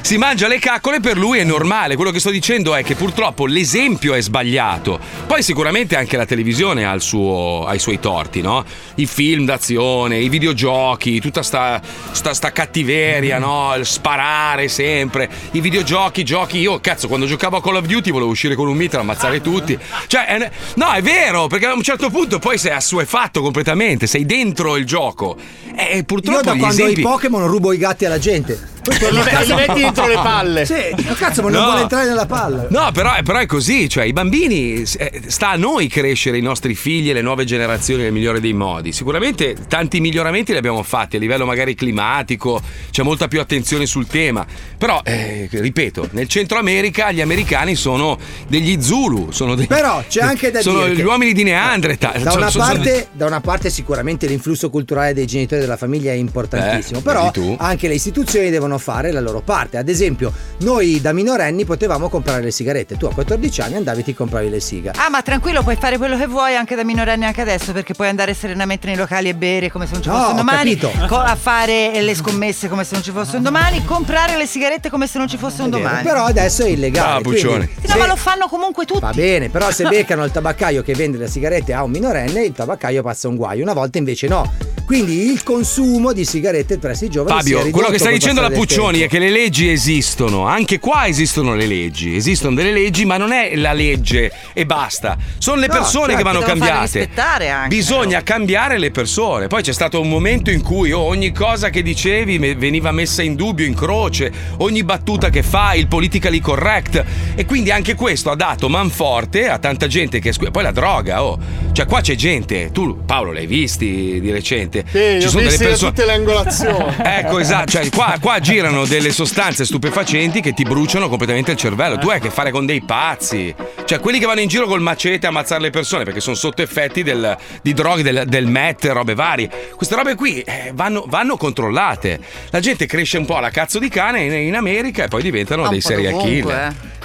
Speaker 3: si mangia le caccole, per lui è normale. Quello che sto dicendo è che purtroppo l'esempio è sbagliato. Poi sicuramente anche la televisione ha, il suo- ha i suoi torti, no? I film d'azione, i videogiochi, tutta sta, sta- sta cattiveria, no? Il sparare sempre. I videogiochi, giochi. Io, cazzo, quando giocavo a Call of Duty volevo uscire con un mitra, ammazzare tutti. Cioè, è- no, è vero, perché a un certo punto poi sei assuefatto completamente, sei dentro il gioco. E Eh, purtroppo
Speaker 7: Io da
Speaker 3: gli
Speaker 7: quando
Speaker 3: esempi-
Speaker 7: i Pokémon rubo i gatti alla gente. Poi
Speaker 3: [laughs]
Speaker 7: torno a
Speaker 3: Beh,
Speaker 7: casa
Speaker 3: li metti dentro le palle.
Speaker 7: Sì, ma cazzo, ma non
Speaker 3: No.
Speaker 7: vuole entrare nella palla.
Speaker 3: No, però, però è così, cioè i bambini, eh, sta a noi crescere i nostri figli e le nuove generazioni nel migliore dei modi. Sicuramente tanti miglioramenti li abbiamo fatti a livello magari climatico, c'è molta più attenzione sul tema, però eh, ripeto, nel Centro America gli americani sono degli Zulu, sono dei,
Speaker 7: Però
Speaker 3: [laughs]
Speaker 7: c'è anche da
Speaker 3: sono
Speaker 7: dire
Speaker 3: gli
Speaker 7: che-
Speaker 3: uomini di Neanderthal.
Speaker 7: Da
Speaker 3: sono-
Speaker 7: una,
Speaker 3: sono-
Speaker 7: parte, da una parte sicuramente l'influsso culturale dei genitori e della famiglia è importantissimo,
Speaker 3: Eh,
Speaker 7: però
Speaker 3: vedi tu.
Speaker 7: anche le istituzioni devono fare la loro parte. Ad esempio, noi da minorenni potevamo comprare le sigarette, tu a 14 anni andavi e ti compravi le siga.
Speaker 6: Ah, ma tranquillo, puoi fare quello che vuoi anche da minorenne anche adesso, perché puoi andare serenamente nei locali e bere come se non ci
Speaker 7: No,
Speaker 6: fosse un
Speaker 7: Ah, ho
Speaker 6: domani,
Speaker 7: capito.
Speaker 6: co- a fare le scommesse come se non ci fosse un domani, comprare le sigarette come se non ci fosse un
Speaker 7: È vero,
Speaker 6: domani.
Speaker 7: Però adesso è illegale.
Speaker 3: Ah, Puccione.
Speaker 7: quindi
Speaker 6: Sì, No, ma lo fanno comunque tutti.
Speaker 7: Va bene, però se
Speaker 6: [laughs]
Speaker 7: beccano il tabaccaio che vende le sigarette a un minorenne, il tabaccaio passa un guaio, una volta invece no. Quindi il consumo di sigarette presso i giovani si è
Speaker 3: Fabio,
Speaker 7: ridotto
Speaker 3: quello che sta
Speaker 7: col
Speaker 3: dicendo la
Speaker 7: passare del
Speaker 3: Puccioni
Speaker 7: tempo.
Speaker 3: è che le leggi esistono, anche qua esistono le leggi, esistono delle leggi, ma non è la legge e basta. Sono le
Speaker 6: No,
Speaker 3: persone
Speaker 6: certo,
Speaker 3: che vanno
Speaker 6: devono farle
Speaker 3: cambiate.
Speaker 6: rispettare anche,
Speaker 3: Bisogna cambiare le persone. Poi c'è stato un momento in cui oh, ogni cosa che dicevi me- veniva messa in dubbio, in croce, ogni battuta che fai, il politically correct. E quindi anche questo ha dato manforte a tanta gente che. scu- Poi la droga, oh. Cioè, qua c'è gente, tu Paolo l'hai visti di recente.
Speaker 23: Sì, ho visto da tutte le angolazioni.
Speaker 3: Ecco, esatto, cioè, qua, qua girano delle sostanze stupefacenti che ti bruciano completamente il cervello. Tu hai a che fare con dei pazzi. Cioè, quelli che vanno in giro col macete a ammazzare le persone perché sono sotto effetti del- di droghe, del, del met, robe varie. Queste robe qui eh, vanno, vanno controllate. La gente cresce un po' alla cazzo di cane in, in America e poi diventano
Speaker 6: Ma Ah, un
Speaker 3: dei
Speaker 6: po'
Speaker 3: serial
Speaker 6: dovunque,
Speaker 3: killer.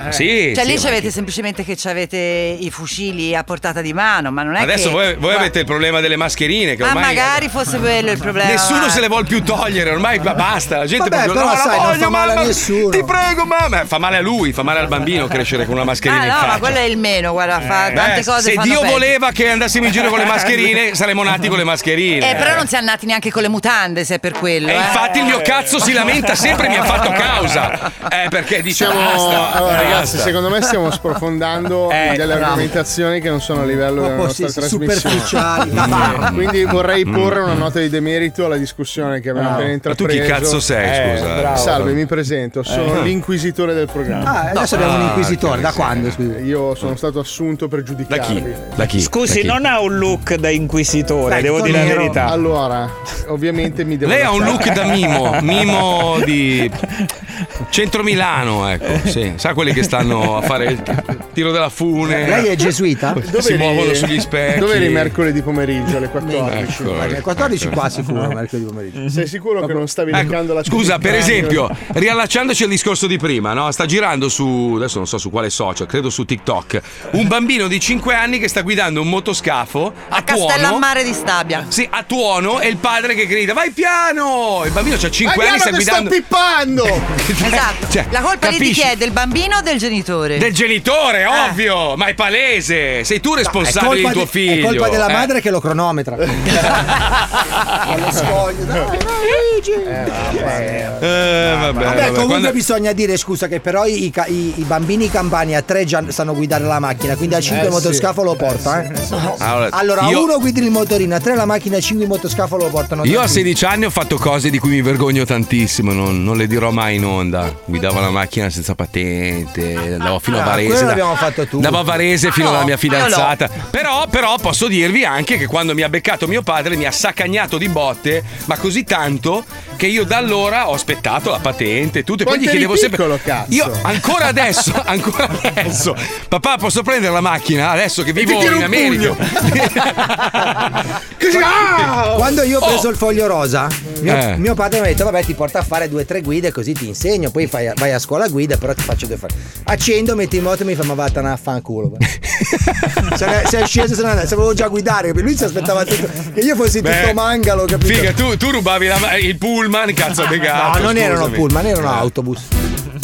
Speaker 6: eh.
Speaker 3: Sì,
Speaker 6: cioè
Speaker 3: sì,
Speaker 6: lì
Speaker 3: ma
Speaker 6: c'avete
Speaker 3: chi-
Speaker 6: semplicemente che c'avete i fucili a portata di mano, ma non è
Speaker 3: Adesso
Speaker 6: che
Speaker 3: voi, voi
Speaker 6: Ma-
Speaker 3: avete il problema delle mascherine che
Speaker 6: ma
Speaker 3: ormai eh,
Speaker 6: magari fosse quello il
Speaker 3: [laughs]
Speaker 6: problema.
Speaker 3: Nessuno se le vuole più togliere, ormai ba- basta. La gente
Speaker 6: Vabbè,
Speaker 3: proprio
Speaker 6: però
Speaker 3: no, la
Speaker 6: sai, non
Speaker 3: voglio,
Speaker 6: fa male a
Speaker 3: mamma, Ti prego, mamma. Fa male a lui, fa male al bambino crescere con una mascherina
Speaker 6: Ah
Speaker 3: in
Speaker 6: no, ma
Speaker 3: faccia.
Speaker 6: quello è il meno, guarda, fa
Speaker 3: Eh,
Speaker 6: tante
Speaker 3: beh,
Speaker 6: cose
Speaker 3: se
Speaker 6: fanno
Speaker 3: Dio
Speaker 6: peggio.
Speaker 3: voleva che andassimo in giro
Speaker 6: [laughs]
Speaker 3: con le mascherine, saremmo nati con le mascherine.
Speaker 6: Eh, però non siamo nati neanche con le mutande, se è per quello.
Speaker 3: E
Speaker 6: eh.
Speaker 3: infatti il mio cazzo si lamenta sempre, mi ha fatto causa. Eh, perché dice
Speaker 9: Siamo-
Speaker 3: basta.
Speaker 9: Oh, allora, ragazzi,
Speaker 3: basta.
Speaker 9: secondo me
Speaker 3: [laughs]
Speaker 9: stiamo sprofondando delle
Speaker 3: bravo.
Speaker 9: argomentazioni che non sono a livello della
Speaker 7: Proprio, Oh, sì,
Speaker 9: nostra
Speaker 7: sì,
Speaker 9: trasmissione.
Speaker 7: superficiali,
Speaker 9: Mm.
Speaker 7: da farra.
Speaker 9: Quindi vorrei
Speaker 7: Mm.
Speaker 9: porre una nota di demerito alla discussione che abbiamo
Speaker 7: Bravo.
Speaker 9: appena
Speaker 7: Ma tu chi
Speaker 9: intrapreso.
Speaker 3: cazzo sei,
Speaker 9: Eh,
Speaker 3: scusa?
Speaker 9: bravo. Salve,
Speaker 3: Eh.
Speaker 9: mi presento, sono
Speaker 3: Eh.
Speaker 9: l'inquisitore del programma.
Speaker 7: Ah, adesso abbiamo un inquisitore,
Speaker 9: da quando? Io sono stato assunto per giudicare.
Speaker 3: Da chi?
Speaker 5: Scusi, non ha un look da inquisitore,
Speaker 9: Dai,
Speaker 5: devo
Speaker 9: tutto
Speaker 5: dire la
Speaker 9: nero.
Speaker 5: verità.
Speaker 9: Allora, ovviamente mi devo
Speaker 3: Lei ha un look
Speaker 9: lasciare.
Speaker 3: da mimo, mimo di centro Milano, ecco, sì. sa quelli che stanno a fare il tiro della fune.
Speaker 7: Lei è gesuita?
Speaker 3: si Eh. muovono sugli specchi.
Speaker 9: Dove eri mercoledì pomeriggio alle 14?
Speaker 3: Ecco.
Speaker 7: 14 qua si fuma mercoledì pomeriggio. Mm-hmm.
Speaker 9: Sei sicuro che non stavi
Speaker 3: Ecco,
Speaker 9: leccando la
Speaker 3: Scusa, per
Speaker 7: Eh,
Speaker 9: Ah,
Speaker 3: esempio, riallacciandoci al discorso di prima, no? sta girando su, adesso non so su quale social, credo su TikTok, un bambino di 5 anni che sta guidando un motoscafo a, tuono,
Speaker 6: Castellammare di Stabia.
Speaker 3: Sì, a tuono e il padre che grida vai piano! Il bambino ha 5 anni, sta guidando...
Speaker 9: pippando!
Speaker 6: esatto.
Speaker 3: [laughs] Cioè,
Speaker 6: la colpa lì di
Speaker 3: capisci?
Speaker 6: chi è? Del bambino o del genitore?
Speaker 3: Del genitore, ovvio, ma è palese. Sei tu responsabile
Speaker 7: Eh. colpa
Speaker 3: del tuo
Speaker 7: di-
Speaker 3: figlio.
Speaker 7: È colpa della
Speaker 3: eh.
Speaker 7: madre che lo
Speaker 3: [laughs]
Speaker 7: cronometra. Allo scoglio, dai,
Speaker 3: Eh, vabbè,
Speaker 7: Vabbè,
Speaker 3: vabbè,
Speaker 7: comunque
Speaker 3: quando-
Speaker 7: bisogna dire scusa che però i, ca- i- i bambini campani a tre già sanno guidare la macchina, quindi a cinque
Speaker 9: Eh,
Speaker 7: il motoscafo lo porta. eh.
Speaker 3: Allora,
Speaker 7: Allora, a
Speaker 3: io-
Speaker 7: uno guida il motorino, a tre la macchina, a cinque il motoscafo lo portano.
Speaker 3: Io a
Speaker 7: tranquilli.
Speaker 3: 16 anni ho fatto cose di cui mi vergogno tantissimo, non, non le dirò mai in onda. Guidavo la macchina senza patente, andavo fino a
Speaker 7: Ah,
Speaker 3: Varese.
Speaker 7: quello
Speaker 3: da-
Speaker 7: l'abbiamo fatto tu.
Speaker 3: Andavo a Varese fino
Speaker 7: No,
Speaker 3: alla mia
Speaker 7: io
Speaker 3: fidanzata. Però, però posso dirvi anche che quando mi ha beccato mio padre mi ha saccagnato di botte, ma così tanto che io da allora ho aspettato la patente e tutto. E poi
Speaker 9: Quanto
Speaker 3: gli
Speaker 9: eri
Speaker 3: chiedevo
Speaker 9: piccolo,
Speaker 3: sempre.
Speaker 9: cazzo?
Speaker 3: Io ancora adesso,
Speaker 7: [laughs]
Speaker 3: ancora adesso, papà, posso prendere la macchina adesso che
Speaker 7: ti
Speaker 3: vivo
Speaker 7: tiro
Speaker 3: in
Speaker 7: un
Speaker 3: America?
Speaker 7: Quando io ho preso il foglio rosa, mio,
Speaker 3: Ah! Oh! Eh.
Speaker 7: mio padre mi ha detto: Vabbè, ti porto a fare due o tre guide, così ti insegno. Poi fai- vai a scuola guida, però ti faccio due fare. Accendo, metti in moto e mi fa: Ma vattene a fanculo.
Speaker 3: [laughs]
Speaker 7: va." se ne- se è sceso, se ne è andato. Sapevo già guidare. capito? Lui si aspettava tutto, che io fossi
Speaker 3: Beh,
Speaker 7: tutto mangalo. Capito?
Speaker 3: Figa, tu, tu rubavi la- il pullman, cazzo begato.
Speaker 7: no, Ah, non erano
Speaker 3: scusami. Eh.
Speaker 7: pullman, erano autobus.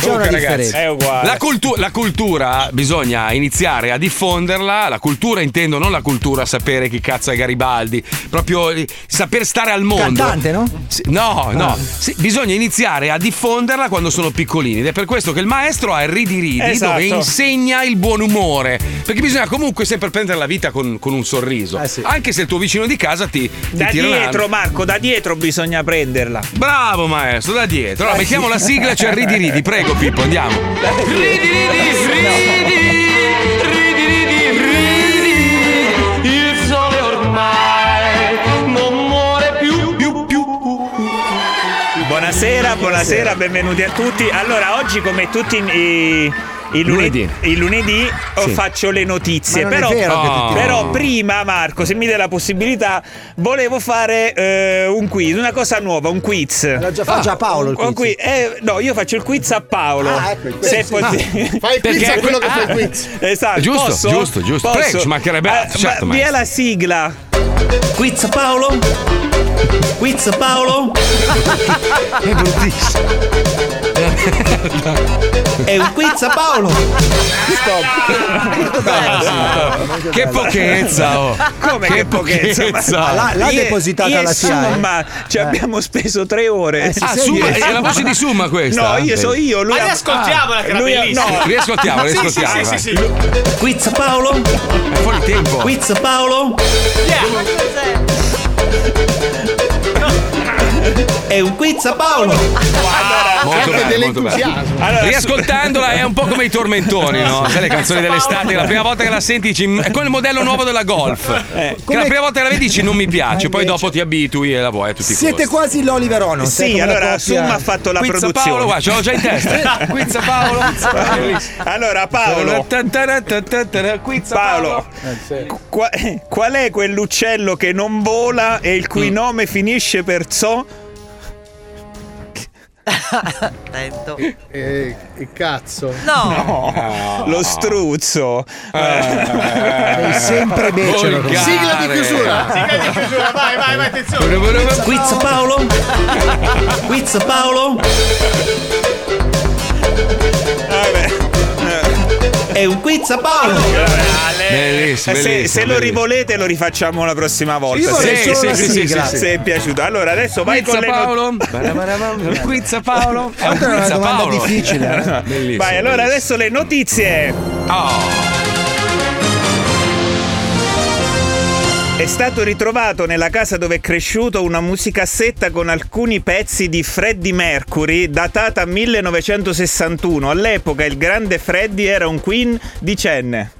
Speaker 7: C'è
Speaker 3: Comunque,
Speaker 7: una
Speaker 3: ragazzi,
Speaker 7: differenza.
Speaker 3: La, cultu- la cultura bisogna iniziare a diffonderla. La cultura intendo non la cultura sapere chi cazzo è Garibaldi, proprio eh, saper stare al mondo.
Speaker 7: Cantante, Ah. no?
Speaker 3: Sì, No, no, Sì, bisogna iniziare a diffonderla quando sono piccolini ed è per questo che il maestro ha il ridi ridi
Speaker 5: Esatto.
Speaker 3: dove insegna il buon umore, perché bisogna comunque sempre prendere la vita con, con un
Speaker 7: Eh,
Speaker 3: sorriso, anche se il tuo vicino di casa ti, ti
Speaker 5: Da
Speaker 3: tira una-
Speaker 5: dietro, Marco, da dietro bisogna prenderla.
Speaker 3: Bravo maestro, da dietro. Allora, mettiamo la sigla, c'è il ridi ridi, prego Pippo, andiamo.
Speaker 11: Ridi, ridi, ridi, ridi, ridi, ridi, il sole ormai non muore più, più, più.
Speaker 5: Buonasera, buonasera, benvenuti a tutti. Allora, oggi come tutti i, i lunedì, i lunedì, oh,
Speaker 22: Sì.
Speaker 5: faccio le notizie.
Speaker 22: Ma non è
Speaker 5: però,
Speaker 22: vero che tutti-
Speaker 5: però
Speaker 22: No.
Speaker 5: prima, Marco, se mi dai la possibilità, volevo fare eh, un quiz, una cosa nuova, un quiz. Ah,
Speaker 7: L'ha già fa- già Paolo il
Speaker 5: Un
Speaker 7: quiz.
Speaker 5: eh, no, io faccio il quiz a Paolo.
Speaker 7: Ah, ecco, il quiz,
Speaker 5: Se
Speaker 7: sì.
Speaker 5: posi-
Speaker 7: Ah, fai il quiz
Speaker 5: Perché-
Speaker 7: a quello che fa il
Speaker 5: Ah,
Speaker 7: quiz.
Speaker 5: Esatto,
Speaker 3: Giusto,
Speaker 5: posso?
Speaker 3: giusto, giusto.
Speaker 5: Posso?
Speaker 3: Prego, ci mancherebbe
Speaker 5: Ah,
Speaker 3: altro, certo,
Speaker 5: ma, via
Speaker 3: maestro.
Speaker 5: la sigla. Quiz a Paolo. Quiz a Paolo.
Speaker 11: È bruttissimo.
Speaker 5: È un quiz a Paolo.
Speaker 3: Che pochezza, oh.
Speaker 5: Come
Speaker 3: Che
Speaker 5: che pochezza?
Speaker 3: pochezza.
Speaker 5: Ma-
Speaker 3: L'ha- l'ha
Speaker 5: Ie-
Speaker 3: depositata
Speaker 5: ie
Speaker 3: la CIA,
Speaker 5: Summa, ci abbiamo speso tre ore.
Speaker 3: Eh, sì, Ah, sì, Summa, sì. è la voce di Summa questa?
Speaker 5: No, io so io. Lui
Speaker 3: Ma riascoltiamola, che era
Speaker 5: lui ha-
Speaker 3: bellissima.
Speaker 5: no.
Speaker 3: Riascoltiamola,
Speaker 5: Sì, sì,
Speaker 3: riascoltiamola.
Speaker 5: sì, sì, sì. Quiz a Paolo.
Speaker 3: È fuori tempo.
Speaker 5: Quiz a Paolo. È un quiz a Paolo.
Speaker 3: Molto bello,
Speaker 11: Anche
Speaker 3: molto
Speaker 11: dell'entusiasmo.
Speaker 3: bello.
Speaker 11: Allora,
Speaker 3: Riascoltandola è un po' come i tormentoni, no? Sai le canzoni dell'estate, la prima volta che la senti dici "Mm, è come il modello nuovo della golf.
Speaker 7: Eh,
Speaker 3: Che la
Speaker 7: come-
Speaker 3: prima volta che la vedi dici non mi piace, poi dopo ti abitui e la vuoi a tutti i
Speaker 7: Siete
Speaker 3: costi.
Speaker 7: quasi l'Oliver Ono.
Speaker 5: Sì,
Speaker 7: sai, come
Speaker 5: allora,
Speaker 7: coppia.
Speaker 5: Summa ha fatto la
Speaker 3: Quizza
Speaker 5: produzione.
Speaker 3: Paolo, guarda, ce l'ho già in
Speaker 5: [laughs]
Speaker 3: testa. Quizza Paolo.
Speaker 5: allora, Paolo. Paolo.
Speaker 3: Eh,
Speaker 5: Qua- qual è quell'uccello che non vola e il
Speaker 3: Mm.
Speaker 5: cui nome finisce per so?
Speaker 6: Attento.
Speaker 9: E, e cazzo.
Speaker 3: Ah.
Speaker 5: No. Lo struzzo.
Speaker 3: Eh.
Speaker 5: Eh.
Speaker 9: Sei sempre becero. Volgare. Sigla di chiusura.
Speaker 22: Sigla di chiusura, vai, vai, vai, attenzione.
Speaker 5: Quiz Paolo. Quiz Paolo. È un quiz a Paolo.
Speaker 3: Eh, Bellissimo,
Speaker 5: Eh, se,
Speaker 3: bellissimo,
Speaker 5: se lo
Speaker 3: bellissimo.
Speaker 5: rivolete lo rifacciamo la prossima volta.
Speaker 3: Io vorrei
Speaker 5: se,
Speaker 3: solo
Speaker 5: se-
Speaker 3: la
Speaker 5: se-
Speaker 3: sigla.
Speaker 5: se- se è piaciuto. Allora adesso vai
Speaker 3: Quizza
Speaker 5: con le not-
Speaker 3: Paolo. Quizza Paolo. È un
Speaker 5: Questa è una
Speaker 3: quizza
Speaker 5: domanda
Speaker 3: Paolo.
Speaker 5: difficile, eh.
Speaker 3: Bellissimo. Ah.
Speaker 5: Vai, allora adesso le notizie. È stato ritrovato nella casa dove è cresciuto una musicassetta con alcuni pezzi di Freddie Mercury datata 1961. All'epoca il grande Freddie era un queen dicenne.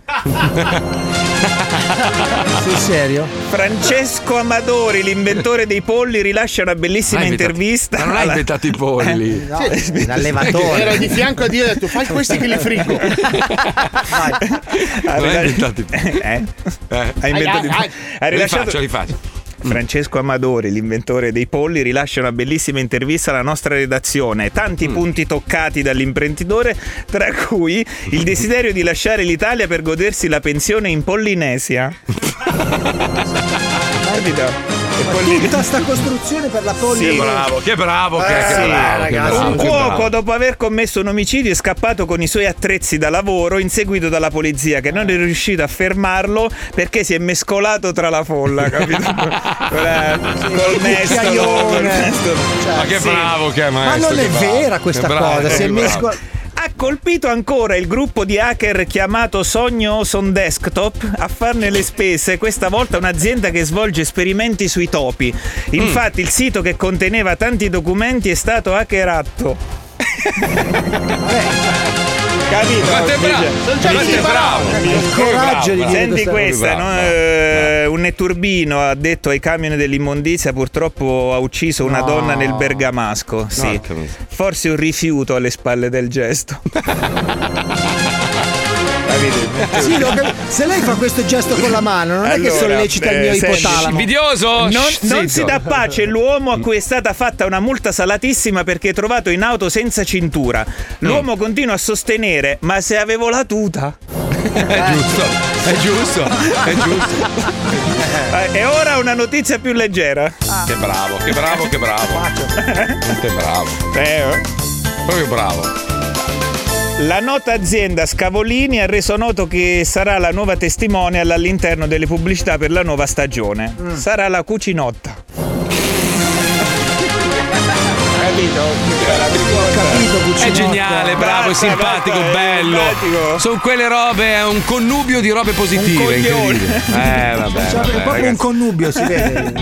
Speaker 7: Sul serio?
Speaker 5: Francesco Amadori, l'inventore dei polli, rilascia una bellissima
Speaker 3: L'hai inventato-
Speaker 5: intervista.
Speaker 3: Ma non hai
Speaker 5: alla- Eh,
Speaker 3: inventato i polli.
Speaker 5: No,
Speaker 9: Sì. Ero di fianco a Dio e ho detto fai questi che li friggo.
Speaker 5: Ha
Speaker 3: Non hai
Speaker 5: rilasci-
Speaker 3: inventato i polli.
Speaker 5: Eh? Ha inventato-
Speaker 3: Ai, ai, ai.
Speaker 5: ha rilasciato-
Speaker 3: Rifaccio, rifaccio.
Speaker 5: Francesco Amadori, l'inventore dei polli, rilascia una bellissima intervista alla nostra redazione. Tanti punti toccati dall'imprenditore, tra cui il desiderio di lasciare l'Italia per godersi la pensione in Pollinesia. Guardito. E
Speaker 7: Ma
Speaker 5: Pollin-
Speaker 7: tutta sta costruzione per la
Speaker 3: Sì,
Speaker 7: polli
Speaker 3: che bravo, che bravo, che,
Speaker 5: Eh,
Speaker 3: che bravo,
Speaker 5: sì,
Speaker 3: che
Speaker 5: ragazzi.
Speaker 3: bravo,
Speaker 5: un
Speaker 3: che
Speaker 5: cuoco
Speaker 3: bravo.
Speaker 5: dopo aver commesso un omicidio è scappato con i suoi attrezzi da lavoro inseguito dalla polizia che non è riuscita a fermarlo perché si è mescolato tra la folla
Speaker 3: [laughs]
Speaker 5: capito? Con la- col mestolo col mestolo.
Speaker 3: Ma che
Speaker 5: Sì.
Speaker 3: bravo che è, maestro, che bravo. Che bravo, che bravo.
Speaker 5: Ha colpito ancora il gruppo di hacker chiamato Sogno on Desktop a farne le spese, questa volta un'azienda che svolge esperimenti sui topi. Infatti il sito che conteneva tanti documenti è stato hackerato. Capito?
Speaker 3: Quanto è bravo, quanto è bravo.
Speaker 5: Il
Speaker 3: coraggio di dire
Speaker 5: Senti
Speaker 3: questa
Speaker 5: questa,
Speaker 3: roba.
Speaker 5: no? Eh, un netturbino ha detto ai camion dell'immondizia purtroppo ha ucciso una
Speaker 3: No.
Speaker 5: donna nel Bergamasco. Sì.
Speaker 3: Porca miseria.
Speaker 5: Forse un rifiuto alle spalle del
Speaker 3: [laughs]
Speaker 5: gesto. Capito?
Speaker 7: Eh, Sì, lo cap- se lei fa questo gesto con la mano, non è che
Speaker 5: Allora,
Speaker 7: sollecita il
Speaker 5: eh,
Speaker 7: mio
Speaker 5: senti,
Speaker 7: ipotalamo.
Speaker 5: Non, non
Speaker 7: zitto.
Speaker 5: si dà pace l'uomo a cui è stata fatta una multa salatissima perché è trovato in auto senza cintura. L'uomo
Speaker 3: Mm.
Speaker 5: continua a sostenere, ma se avevo la tuta.
Speaker 3: È giusto, è giusto, è giusto.
Speaker 5: Eh, E ora una notizia più leggera.
Speaker 3: Che bravo, che bravo, che bravo.
Speaker 5: [laughs]
Speaker 3: Quanto è bravo. Proprio bravo.
Speaker 5: Eh, oh. La nota azienda Scavolini ha reso noto che sarà la nuova testimonial all'interno delle pubblicità per la nuova stagione.
Speaker 3: Mm.
Speaker 5: Sarà la cucinotta. Capito?
Speaker 3: È geniale, bravo, è simpatico, bello. Sono quelle robe, è un connubio di robe positive, incredibile. Eh, vabbè.
Speaker 7: Cioè,
Speaker 3: vabbè,
Speaker 7: è proprio un
Speaker 3: ragazzi.
Speaker 7: connubio, si [laughs] vede.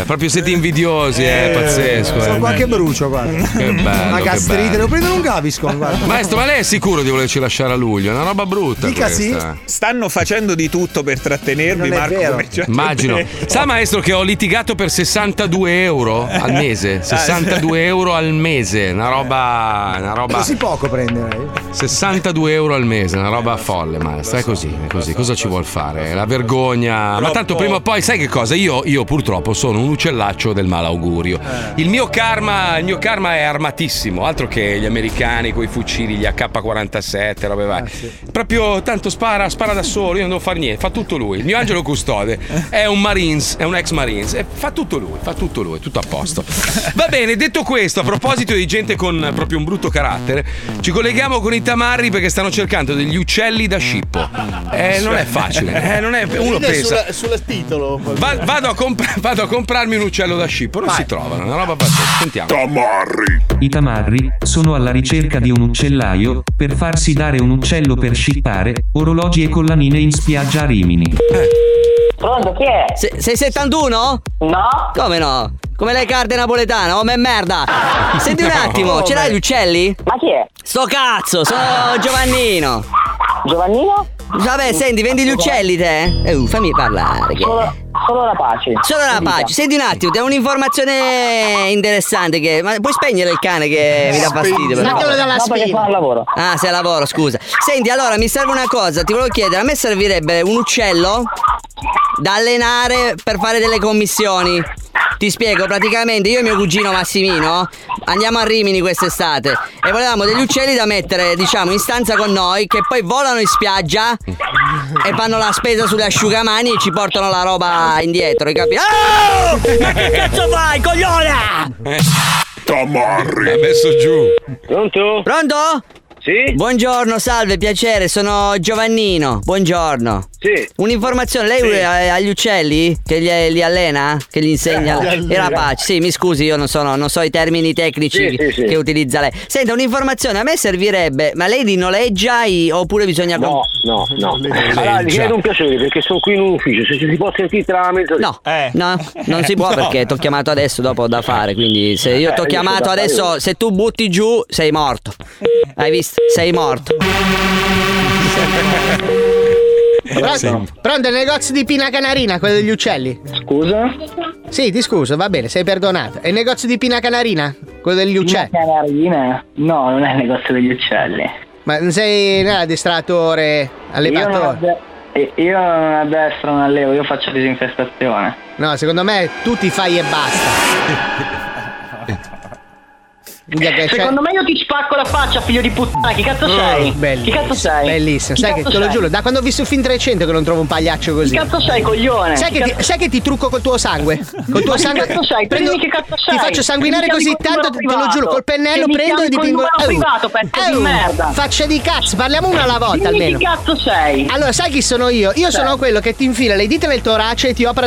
Speaker 3: Eh, proprio siete invidiosi, è pazzesco.
Speaker 7: Sono
Speaker 3: eh.
Speaker 7: qua che brucio, guarda. [laughs]
Speaker 3: Che bello,
Speaker 7: Una
Speaker 3: che
Speaker 7: gastrite,
Speaker 3: bello.
Speaker 7: devo prendere un Gaviscon, guarda.
Speaker 3: Maestro, ma lei è sicuro di volerci lasciare a luglio? È una roba brutta. questa.
Speaker 5: Stanno facendo di tutto per trattenermi,
Speaker 3: Non è
Speaker 5: Marco.
Speaker 3: vero.
Speaker 5: come già ti ho [laughs]
Speaker 3: Immagino.
Speaker 5: detto.
Speaker 3: Sa maestro che ho litigato per 62 euro al mese. 62 euro al mese, una roba. Una roba
Speaker 7: Così poco prendere.
Speaker 3: 62 euro al mese, una roba folle, maestro. È così, è così. Cosa ci vuol fare? La vergogna. Ma tanto prima o poi, sai che cosa? Io, io purtroppo sono un uccellaccio del malaugurio. Il mio karma, il mio karma è armatissimo, altro che gli americani con i fucili, gli AK-47, robe vai. Proprio tanto spara, spara da solo, io non devo fare niente, fa tutto lui. Il mio angelo custode è un Marines, è un ex Marines, e fa tutto lui, fa tutto lui, tutto a posto. Va bene, detto questo, a proposito di gente con eh, proprio un brutto carattere, ci colleghiamo con i tamarri perché stanno cercando degli uccelli da scippo. Eh, non è
Speaker 9: [laughs]
Speaker 3: facile, eh, non è, uno
Speaker 9: Ride
Speaker 3: pensa.
Speaker 9: Sulla, sul titolo.
Speaker 3: Va- vado, a comp- [laughs] vado a comprarmi un uccello da scippo, non si trovano, è una roba pazzesca. Sentiamo.
Speaker 28: I tamarri sono alla ricerca di un uccellaio per farsi dare un uccello per scippare orologi e collanine in spiaggia a Rimini.
Speaker 3: Eh,
Speaker 27: Pronto, chi è? sei 71? No. Come no? Come le carte napoletane, oh me merda! Senti un No. attimo, ce l'hai gli uccelli? Ma chi è? Sto cazzo, sono Giovannino! Giovannino? Vabbè, senti, vendi gli uccelli te? Eh, uh, fammi parlare. Che... Solo, solo la pace. Solo la pace, senti un attimo, ti ho un'informazione interessante che. Ma puoi spegnere il cane che mi dà fastidio? per No, favore? no, perché sono al lavoro. Ah, sei al lavoro, scusa. Senti, allora mi serve una cosa, ti volevo chiedere, a me servirebbe un uccello da allenare per fare delle commissioni. Ti spiego, praticamente io e mio cugino Massimino andiamo a Rimini quest'estate e volevamo degli uccelli da mettere, diciamo, in stanza con noi che poi volano in spiaggia e fanno la spesa sulle asciugamani e ci portano la roba indietro, hai capito? Oh! Ma che cazzo fai, cogliona?
Speaker 11: Tamarri.
Speaker 3: Ha messo giù.
Speaker 27: Pronto? Pronto? Sì. Buongiorno, salve, piacere, sono Giovannino. Buongiorno. Sì. Un'informazione, lei eh, ha agli uccelli che li, li allena? Che gli insegna? Eh, li E allena. la pace. Sì, mi scusi, io non, sono, non so i termini tecnici Sì, sì, sì. che utilizza lei. Senta, un'informazione, a me servirebbe, ma lei li noleggia i- oppure bisogna... No, no, no. Allora, gli chiedo un piacere perché sono qui in un ufficio, se ci si può sentire tra la mezz'ora. No, no, non si può [laughs] No. perché ti ho chiamato adesso, dopo ho da fare, quindi se io Eh, ti ho io c'ho chiamato da fare adesso, io. se tu butti giù sei morto. Hai visto? Sei morto.
Speaker 12: [laughs] Pronto? Pronto, il negozio di Pina Canarina, quello degli uccelli. Scusa? Sì, ti scuso, va bene, sei perdonata. È il negozio di Pina Canarina, quello degli uccelli. Pina Canarina? No, non è il negozio degli uccelli. Ma non sei né, addestrattore, allevatore? Io non adde-
Speaker 17: E- Io non addestro, non allevo, io faccio disinfestazione.
Speaker 12: No, secondo me tu ti fai e [laughs] basta.
Speaker 17: Secondo me io ti spacco la faccia, figlio di puttana. Chi
Speaker 12: Mm. Ah,
Speaker 17: cazzo sei? Chi
Speaker 12: Bellissimo.
Speaker 17: cazzo sei?
Speaker 12: Bellissimo.
Speaker 17: Chi
Speaker 12: Sai che
Speaker 17: cazzo
Speaker 12: te lo
Speaker 17: sei?
Speaker 12: giuro, da quando ho visto il film 300 che non trovo un pagliaccio così.
Speaker 17: Chi cazzo sei, coglione?
Speaker 12: Sai
Speaker 17: Chi
Speaker 12: che, ti,
Speaker 17: cazzo-
Speaker 12: sai che ti trucco col tuo sangue? Col tuo
Speaker 17: Ma chi
Speaker 12: sangue.
Speaker 17: cazzo sei?
Speaker 12: prendo-
Speaker 17: Dimmi che cazzo
Speaker 12: Ti
Speaker 17: sei.
Speaker 12: faccio sanguinare
Speaker 17: Se mi
Speaker 12: così
Speaker 17: chiami col
Speaker 12: tanto, te
Speaker 17: numero
Speaker 12: lo giuro,
Speaker 17: privato.
Speaker 12: col pennello
Speaker 17: Se mi chiami
Speaker 12: prendo e
Speaker 17: col
Speaker 12: dipingo.
Speaker 17: numero privato, pezzo di merda.
Speaker 12: Faccia di cazzo, parliamo una alla volta
Speaker 17: Dimmi
Speaker 12: almeno.
Speaker 17: chi cazzo sei.
Speaker 12: Allora, sai chi sono io? Io
Speaker 17: Sì.
Speaker 12: sono quello che ti infila le dita nel torace e ti opera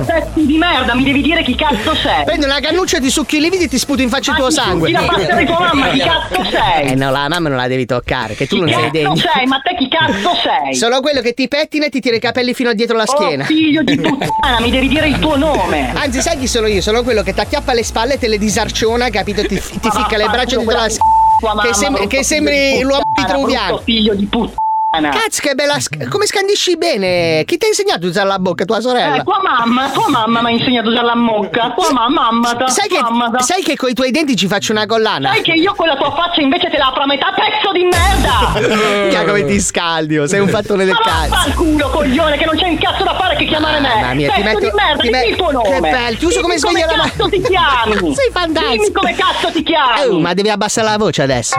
Speaker 17: Oh, pezzo di merda, mi devi dire chi cazzo sei. Ah,
Speaker 12: Prendo una cannuccia, ti succhi i lividi e ti sputo in faccia il tuo
Speaker 17: ti succhi
Speaker 12: sangue.
Speaker 17: la faccia di tua mamma, chi cazzo sei?
Speaker 12: Eh no, la mamma non la devi toccare, che tu
Speaker 17: Chi
Speaker 12: non sei degno.
Speaker 17: cazzo sei? Ma te chi cazzo sei?
Speaker 12: Sono quello che ti pettina e ti tira i capelli fino a dietro la
Speaker 17: Oh,
Speaker 12: schiena.
Speaker 17: figlio di puttana, mi devi dire il tuo nome.
Speaker 12: Anzi, sai chi sono io? Sono quello che ti acchiappa le spalle e te le disarciona, capito? Ti, ti
Speaker 17: Ma
Speaker 12: ficca le
Speaker 17: vaffanculo,
Speaker 12: braccia dietro la
Speaker 17: quella
Speaker 12: schiena.
Speaker 17: tua mamma,
Speaker 12: Che, sembri-
Speaker 17: brutto
Speaker 12: che
Speaker 17: figlio
Speaker 12: sembri
Speaker 17: di
Speaker 12: l'uomo di
Speaker 17: puttana,
Speaker 12: Truviano.
Speaker 17: brutto figlio di puttana.
Speaker 12: Cazzo, che bella. sc- Come scandisci bene? Chi ti ha insegnato a usare la bocca? Tua sorella?
Speaker 17: Eh, tua mamma, tua mamma mi ha insegnato a usare la mocca. Tua mamma, mamma, ta-
Speaker 12: sai, che,
Speaker 17: mamma, ta-
Speaker 12: sai che con i tuoi denti ci faccio una collana?
Speaker 17: Sai che io con la tua faccia invece te la apro a metà, pezzo di merda!
Speaker 12: [laughs] Minchia, come ti scaldi, oh, sei un fattone del
Speaker 17: Ma
Speaker 12: cazzo.
Speaker 17: il culo, coglione, che non c'è un cazzo da fare che chiamare me!
Speaker 12: Mamma mia, ti
Speaker 17: Pezzo
Speaker 12: metto-
Speaker 17: di merda,
Speaker 12: ti
Speaker 17: dimmi
Speaker 12: met-
Speaker 17: il tuo nome!
Speaker 12: che bello, chiuso come
Speaker 17: Dimmi
Speaker 12: sveglia la
Speaker 17: come cazzo ti chiami!
Speaker 12: [laughs] Sei fantastico.
Speaker 17: Dimmi come cazzo ti chiami!
Speaker 12: Oh, ma devi abbassare la voce adesso.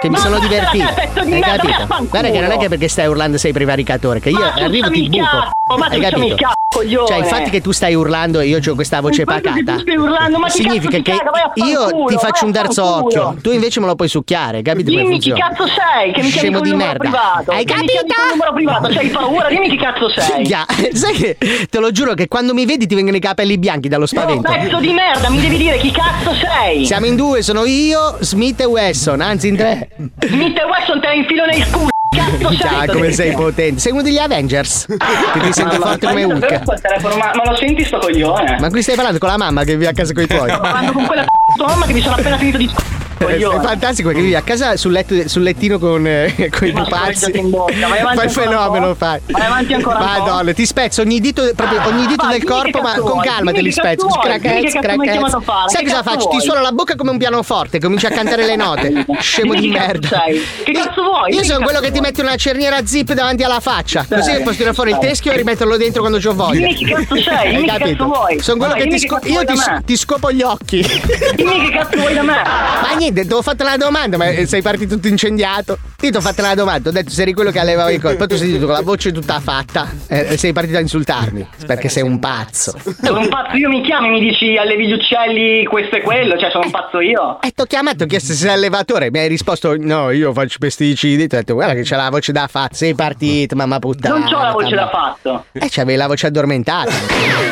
Speaker 12: Che mi
Speaker 17: Ma
Speaker 12: sono
Speaker 17: abbassala
Speaker 12: divertito.
Speaker 17: te, pezzo di
Speaker 12: Hai
Speaker 17: merda,
Speaker 12: capito?
Speaker 17: vai a fanculo.
Speaker 12: Guarda che non è che perché stai urlando sei prevaricatore, che io
Speaker 17: Ma
Speaker 12: arrivo
Speaker 17: ciucciami
Speaker 12: e ti
Speaker 17: il
Speaker 12: buco.
Speaker 17: cazzo, ma
Speaker 12: Hai
Speaker 17: ciucciami
Speaker 12: capito?
Speaker 17: il cazzo, coglione.
Speaker 12: Cioè, il fatto che tu stai urlando e io ho questa voce
Speaker 17: Il fatto che tu
Speaker 12: pacata.
Speaker 17: stai urlando, ma chi
Speaker 12: significa
Speaker 17: cazzo ti
Speaker 12: che
Speaker 17: caga? Vai a
Speaker 12: io
Speaker 17: fanculo,
Speaker 12: ti
Speaker 17: vai
Speaker 12: faccio
Speaker 17: a
Speaker 12: un terzo
Speaker 17: fanculo.
Speaker 12: occhio, tu invece me lo puoi succhiare, capito come
Speaker 17: Dimmi chi
Speaker 12: funziona?
Speaker 17: cazzo sei, che mi chiami
Speaker 12: Scemo
Speaker 17: col
Speaker 12: di
Speaker 17: numero
Speaker 12: merda.
Speaker 17: privato!
Speaker 12: Hai
Speaker 17: Che mi chiami
Speaker 12: capito?
Speaker 17: col numero privato, c'hai paura? Dimmi chi cazzo sei!
Speaker 12: Minchia, [laughs] sai che te lo giuro che quando mi vedi ti vengono i capelli bianchi dallo
Speaker 17: Oh,
Speaker 12: spavento.
Speaker 17: pezzo di merda, mi devi dire chi cazzo sei!
Speaker 12: Siamo in due, sono io, Smith e Wesson, anzi in tre.
Speaker 17: Smith e Wesson te la infilo nel culo!
Speaker 12: [laughs]
Speaker 17: Cazzo
Speaker 12: Ciao,
Speaker 17: sei!
Speaker 12: come sei potente. Sei uno degli Avengers. Che ti senti
Speaker 17: Mamma,
Speaker 12: forte
Speaker 17: ma
Speaker 12: come
Speaker 17: io davvero
Speaker 12: Hulk.
Speaker 17: col telefono, ma, ma lo senti sto coglione?
Speaker 12: Ma qui stai parlando con la mamma che vive a casa con
Speaker 17: [laughs]
Speaker 12: i tuoi.
Speaker 17: Sto parlando con quella tua mamma che mi sono appena finito di sc***o,
Speaker 12: È
Speaker 17: coglione.
Speaker 12: fantastico perché vivi a casa sul, letto- sul lettino con, eh, con i
Speaker 17: Ma
Speaker 12: pupazzi.
Speaker 17: scorreggiati in bocca, vai avanti
Speaker 12: Fai il
Speaker 17: ancora un
Speaker 12: fenomeno,
Speaker 17: po'.
Speaker 12: fai.
Speaker 17: Vai avanti ancora un po'. Ah,
Speaker 12: Madonna, ti spezzo ogni dito, proprio ogni dito
Speaker 17: Vai, dimmi
Speaker 12: del
Speaker 17: che
Speaker 12: corpo, ma
Speaker 17: cazzo
Speaker 12: con
Speaker 17: vuoi,
Speaker 12: calma te
Speaker 17: dimmi
Speaker 12: li
Speaker 17: che cazzo
Speaker 12: spezzo.
Speaker 17: vuoi, dimmi che
Speaker 12: Scraquez,
Speaker 17: cazzo mi hai chiamato a
Speaker 12: scraquez.
Speaker 17: fare,
Speaker 12: Sai
Speaker 17: che
Speaker 12: cosa
Speaker 17: cazzo
Speaker 12: faccio? Ti
Speaker 17: vuoi?
Speaker 12: suono la bocca come un pianoforte, cominci a cantare
Speaker 17: [laughs]
Speaker 12: le note. Scemo
Speaker 17: Dimmi
Speaker 12: di
Speaker 17: che cazzo
Speaker 12: merda.
Speaker 17: sei, che cazzo vuoi?
Speaker 12: Io
Speaker 17: Dimmi
Speaker 12: sono
Speaker 17: che
Speaker 12: quello
Speaker 17: cazzo
Speaker 12: che
Speaker 17: vuoi.
Speaker 12: ti mette una cerniera zip davanti alla faccia.
Speaker 17: Stai,
Speaker 12: Così che posso tirare fuori il
Speaker 17: stai.
Speaker 12: teschio e rimetterlo dentro quando ho voglia.
Speaker 17: Dimmi che cazzo sei,
Speaker 12: [laughs] Hai
Speaker 17: dimmi che
Speaker 12: capito?
Speaker 17: cazzo vuoi.
Speaker 12: Sono quello
Speaker 17: Dai,
Speaker 12: che ti,
Speaker 17: dimmi che
Speaker 12: sco-
Speaker 17: cazzo
Speaker 12: io
Speaker 17: vuoi
Speaker 12: ti,
Speaker 17: da
Speaker 12: s-
Speaker 17: me.
Speaker 12: ti scopo gli occhi.
Speaker 17: [laughs] Dimmi che cazzo vuoi da me?
Speaker 12: Ma niente, ti ho fatto una domanda, ma sei partito tutto incendiato. Io ti ho fatto una domanda, ho detto se eri quello che allevava i colpi. Poi tu sei detto con la voce tutta fatta. eh, sei partito a insultarmi. Perché sei un pazzo.
Speaker 17: Sono un pazzo, io mi chiami e mi dici allevi gli uccelli, questo e quello, cioè sono un pazzo io.
Speaker 12: E ti ho chiamato, ho chiesto se sei allevatore. Mi hai risposto: No, io faccio pesticidi. Ti ho detto: Guarda, che c'è la voce da fatto. Sei partito, mamma puttana.
Speaker 17: Non c'ho la voce da fatto.
Speaker 12: Eh, c'avevi la voce addormentata.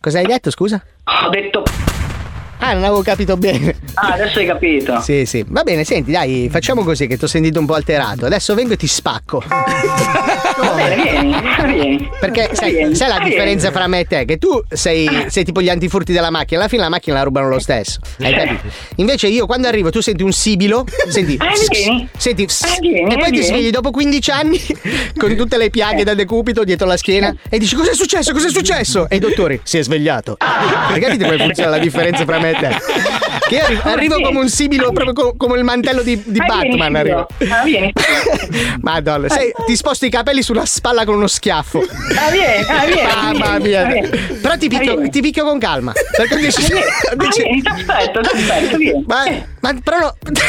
Speaker 12: Cosa hai detto, scusa?
Speaker 17: Ho detto
Speaker 12: Ah, non avevo capito bene.
Speaker 17: Ah, adesso hai capito.
Speaker 12: Sì, sì. Va bene, senti, dai, facciamo così che ti ho sentito un po' alterato. Adesso vengo e ti spacco.
Speaker 17: Va bene, vieni, vieni.
Speaker 12: Perché sai, sai la
Speaker 17: Vieni.
Speaker 12: differenza fra me e te? Che tu
Speaker 17: Ah.
Speaker 12: sei, sei tipo gli antifurti della macchina, alla fine la macchina la rubano lo stesso. Hai capito? Invece io quando arrivo tu senti un sibilo, senti,
Speaker 17: Ah, vieni.
Speaker 12: senti
Speaker 17: vieni,
Speaker 12: e poi ti
Speaker 17: vieni.
Speaker 12: svegli dopo 15 anni [laughs] con tutte le piaghe da decupito dietro la schiena e dici cos'è successo, cos'è successo? E i dottori si è svegliato. Hai capito come funziona la differenza fra me e te? Che io arri- arrivo come un sibilo, proprio co- come il mantello di, di
Speaker 17: Ah, vieni,
Speaker 12: Batman.
Speaker 17: sibilo.
Speaker 12: Arrivo.
Speaker 17: Ah, vieni.
Speaker 12: Madonna, sei- ti sposti i capelli sulla spalla con uno schiaffo.
Speaker 17: Ah, vieni, ah, vieni,
Speaker 12: Mamma
Speaker 17: vieni,
Speaker 12: mia.
Speaker 17: ah, vieni. Ah,
Speaker 12: Però ti picchio, ti picchio con calma. Perché dici. dici-
Speaker 17: Aspetta, aspetta, vieni.
Speaker 12: Ma, ma però no, te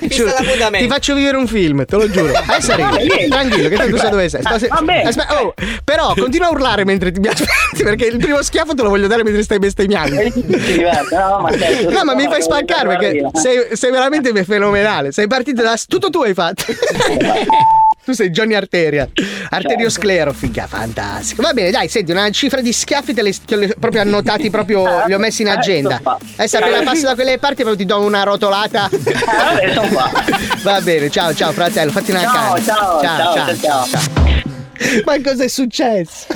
Speaker 12: lo giuro, ti faccio vivere un film, te lo
Speaker 17: Ah,
Speaker 12: giuro. Adesso arrivo.
Speaker 17: Vabbè, vieni.
Speaker 12: Tranquillo, che tanto so dove sei. Sto se-
Speaker 17: Ah, Va bene.
Speaker 12: Aspetta, oh, però continua a urlare mentre ti mi aspetti, perché il primo schiaffo te lo voglio dare mentre stai bestemmiando.
Speaker 17: Eh, No, ma adesso-
Speaker 12: No, ma mi fai spaccare perché
Speaker 17: Guarda,
Speaker 12: sei, sei veramente fenomenale. Sei partito da. Tutto tu hai fatto. [laughs] Tu sei Johnny Arteria.
Speaker 17: Certo.
Speaker 12: Arteriosclero, figa, fantastico. Va bene, dai, senti, una cifra di schiaffi te le, te le- proprio
Speaker 17: [laughs]
Speaker 12: annotati, proprio li ho messi in
Speaker 17: Certo,
Speaker 12: agenda. Adesso appena passi da quelle parti proprio ti do
Speaker 17: [laughs]
Speaker 12: una rotolata.
Speaker 17: Adesso Eh, qua.
Speaker 12: [laughs] Va bene, ciao, ciao fratello, fatti una
Speaker 17: Ciao,
Speaker 12: canna.
Speaker 17: ciao, ciao, ciao,
Speaker 12: Ma cos'è successo?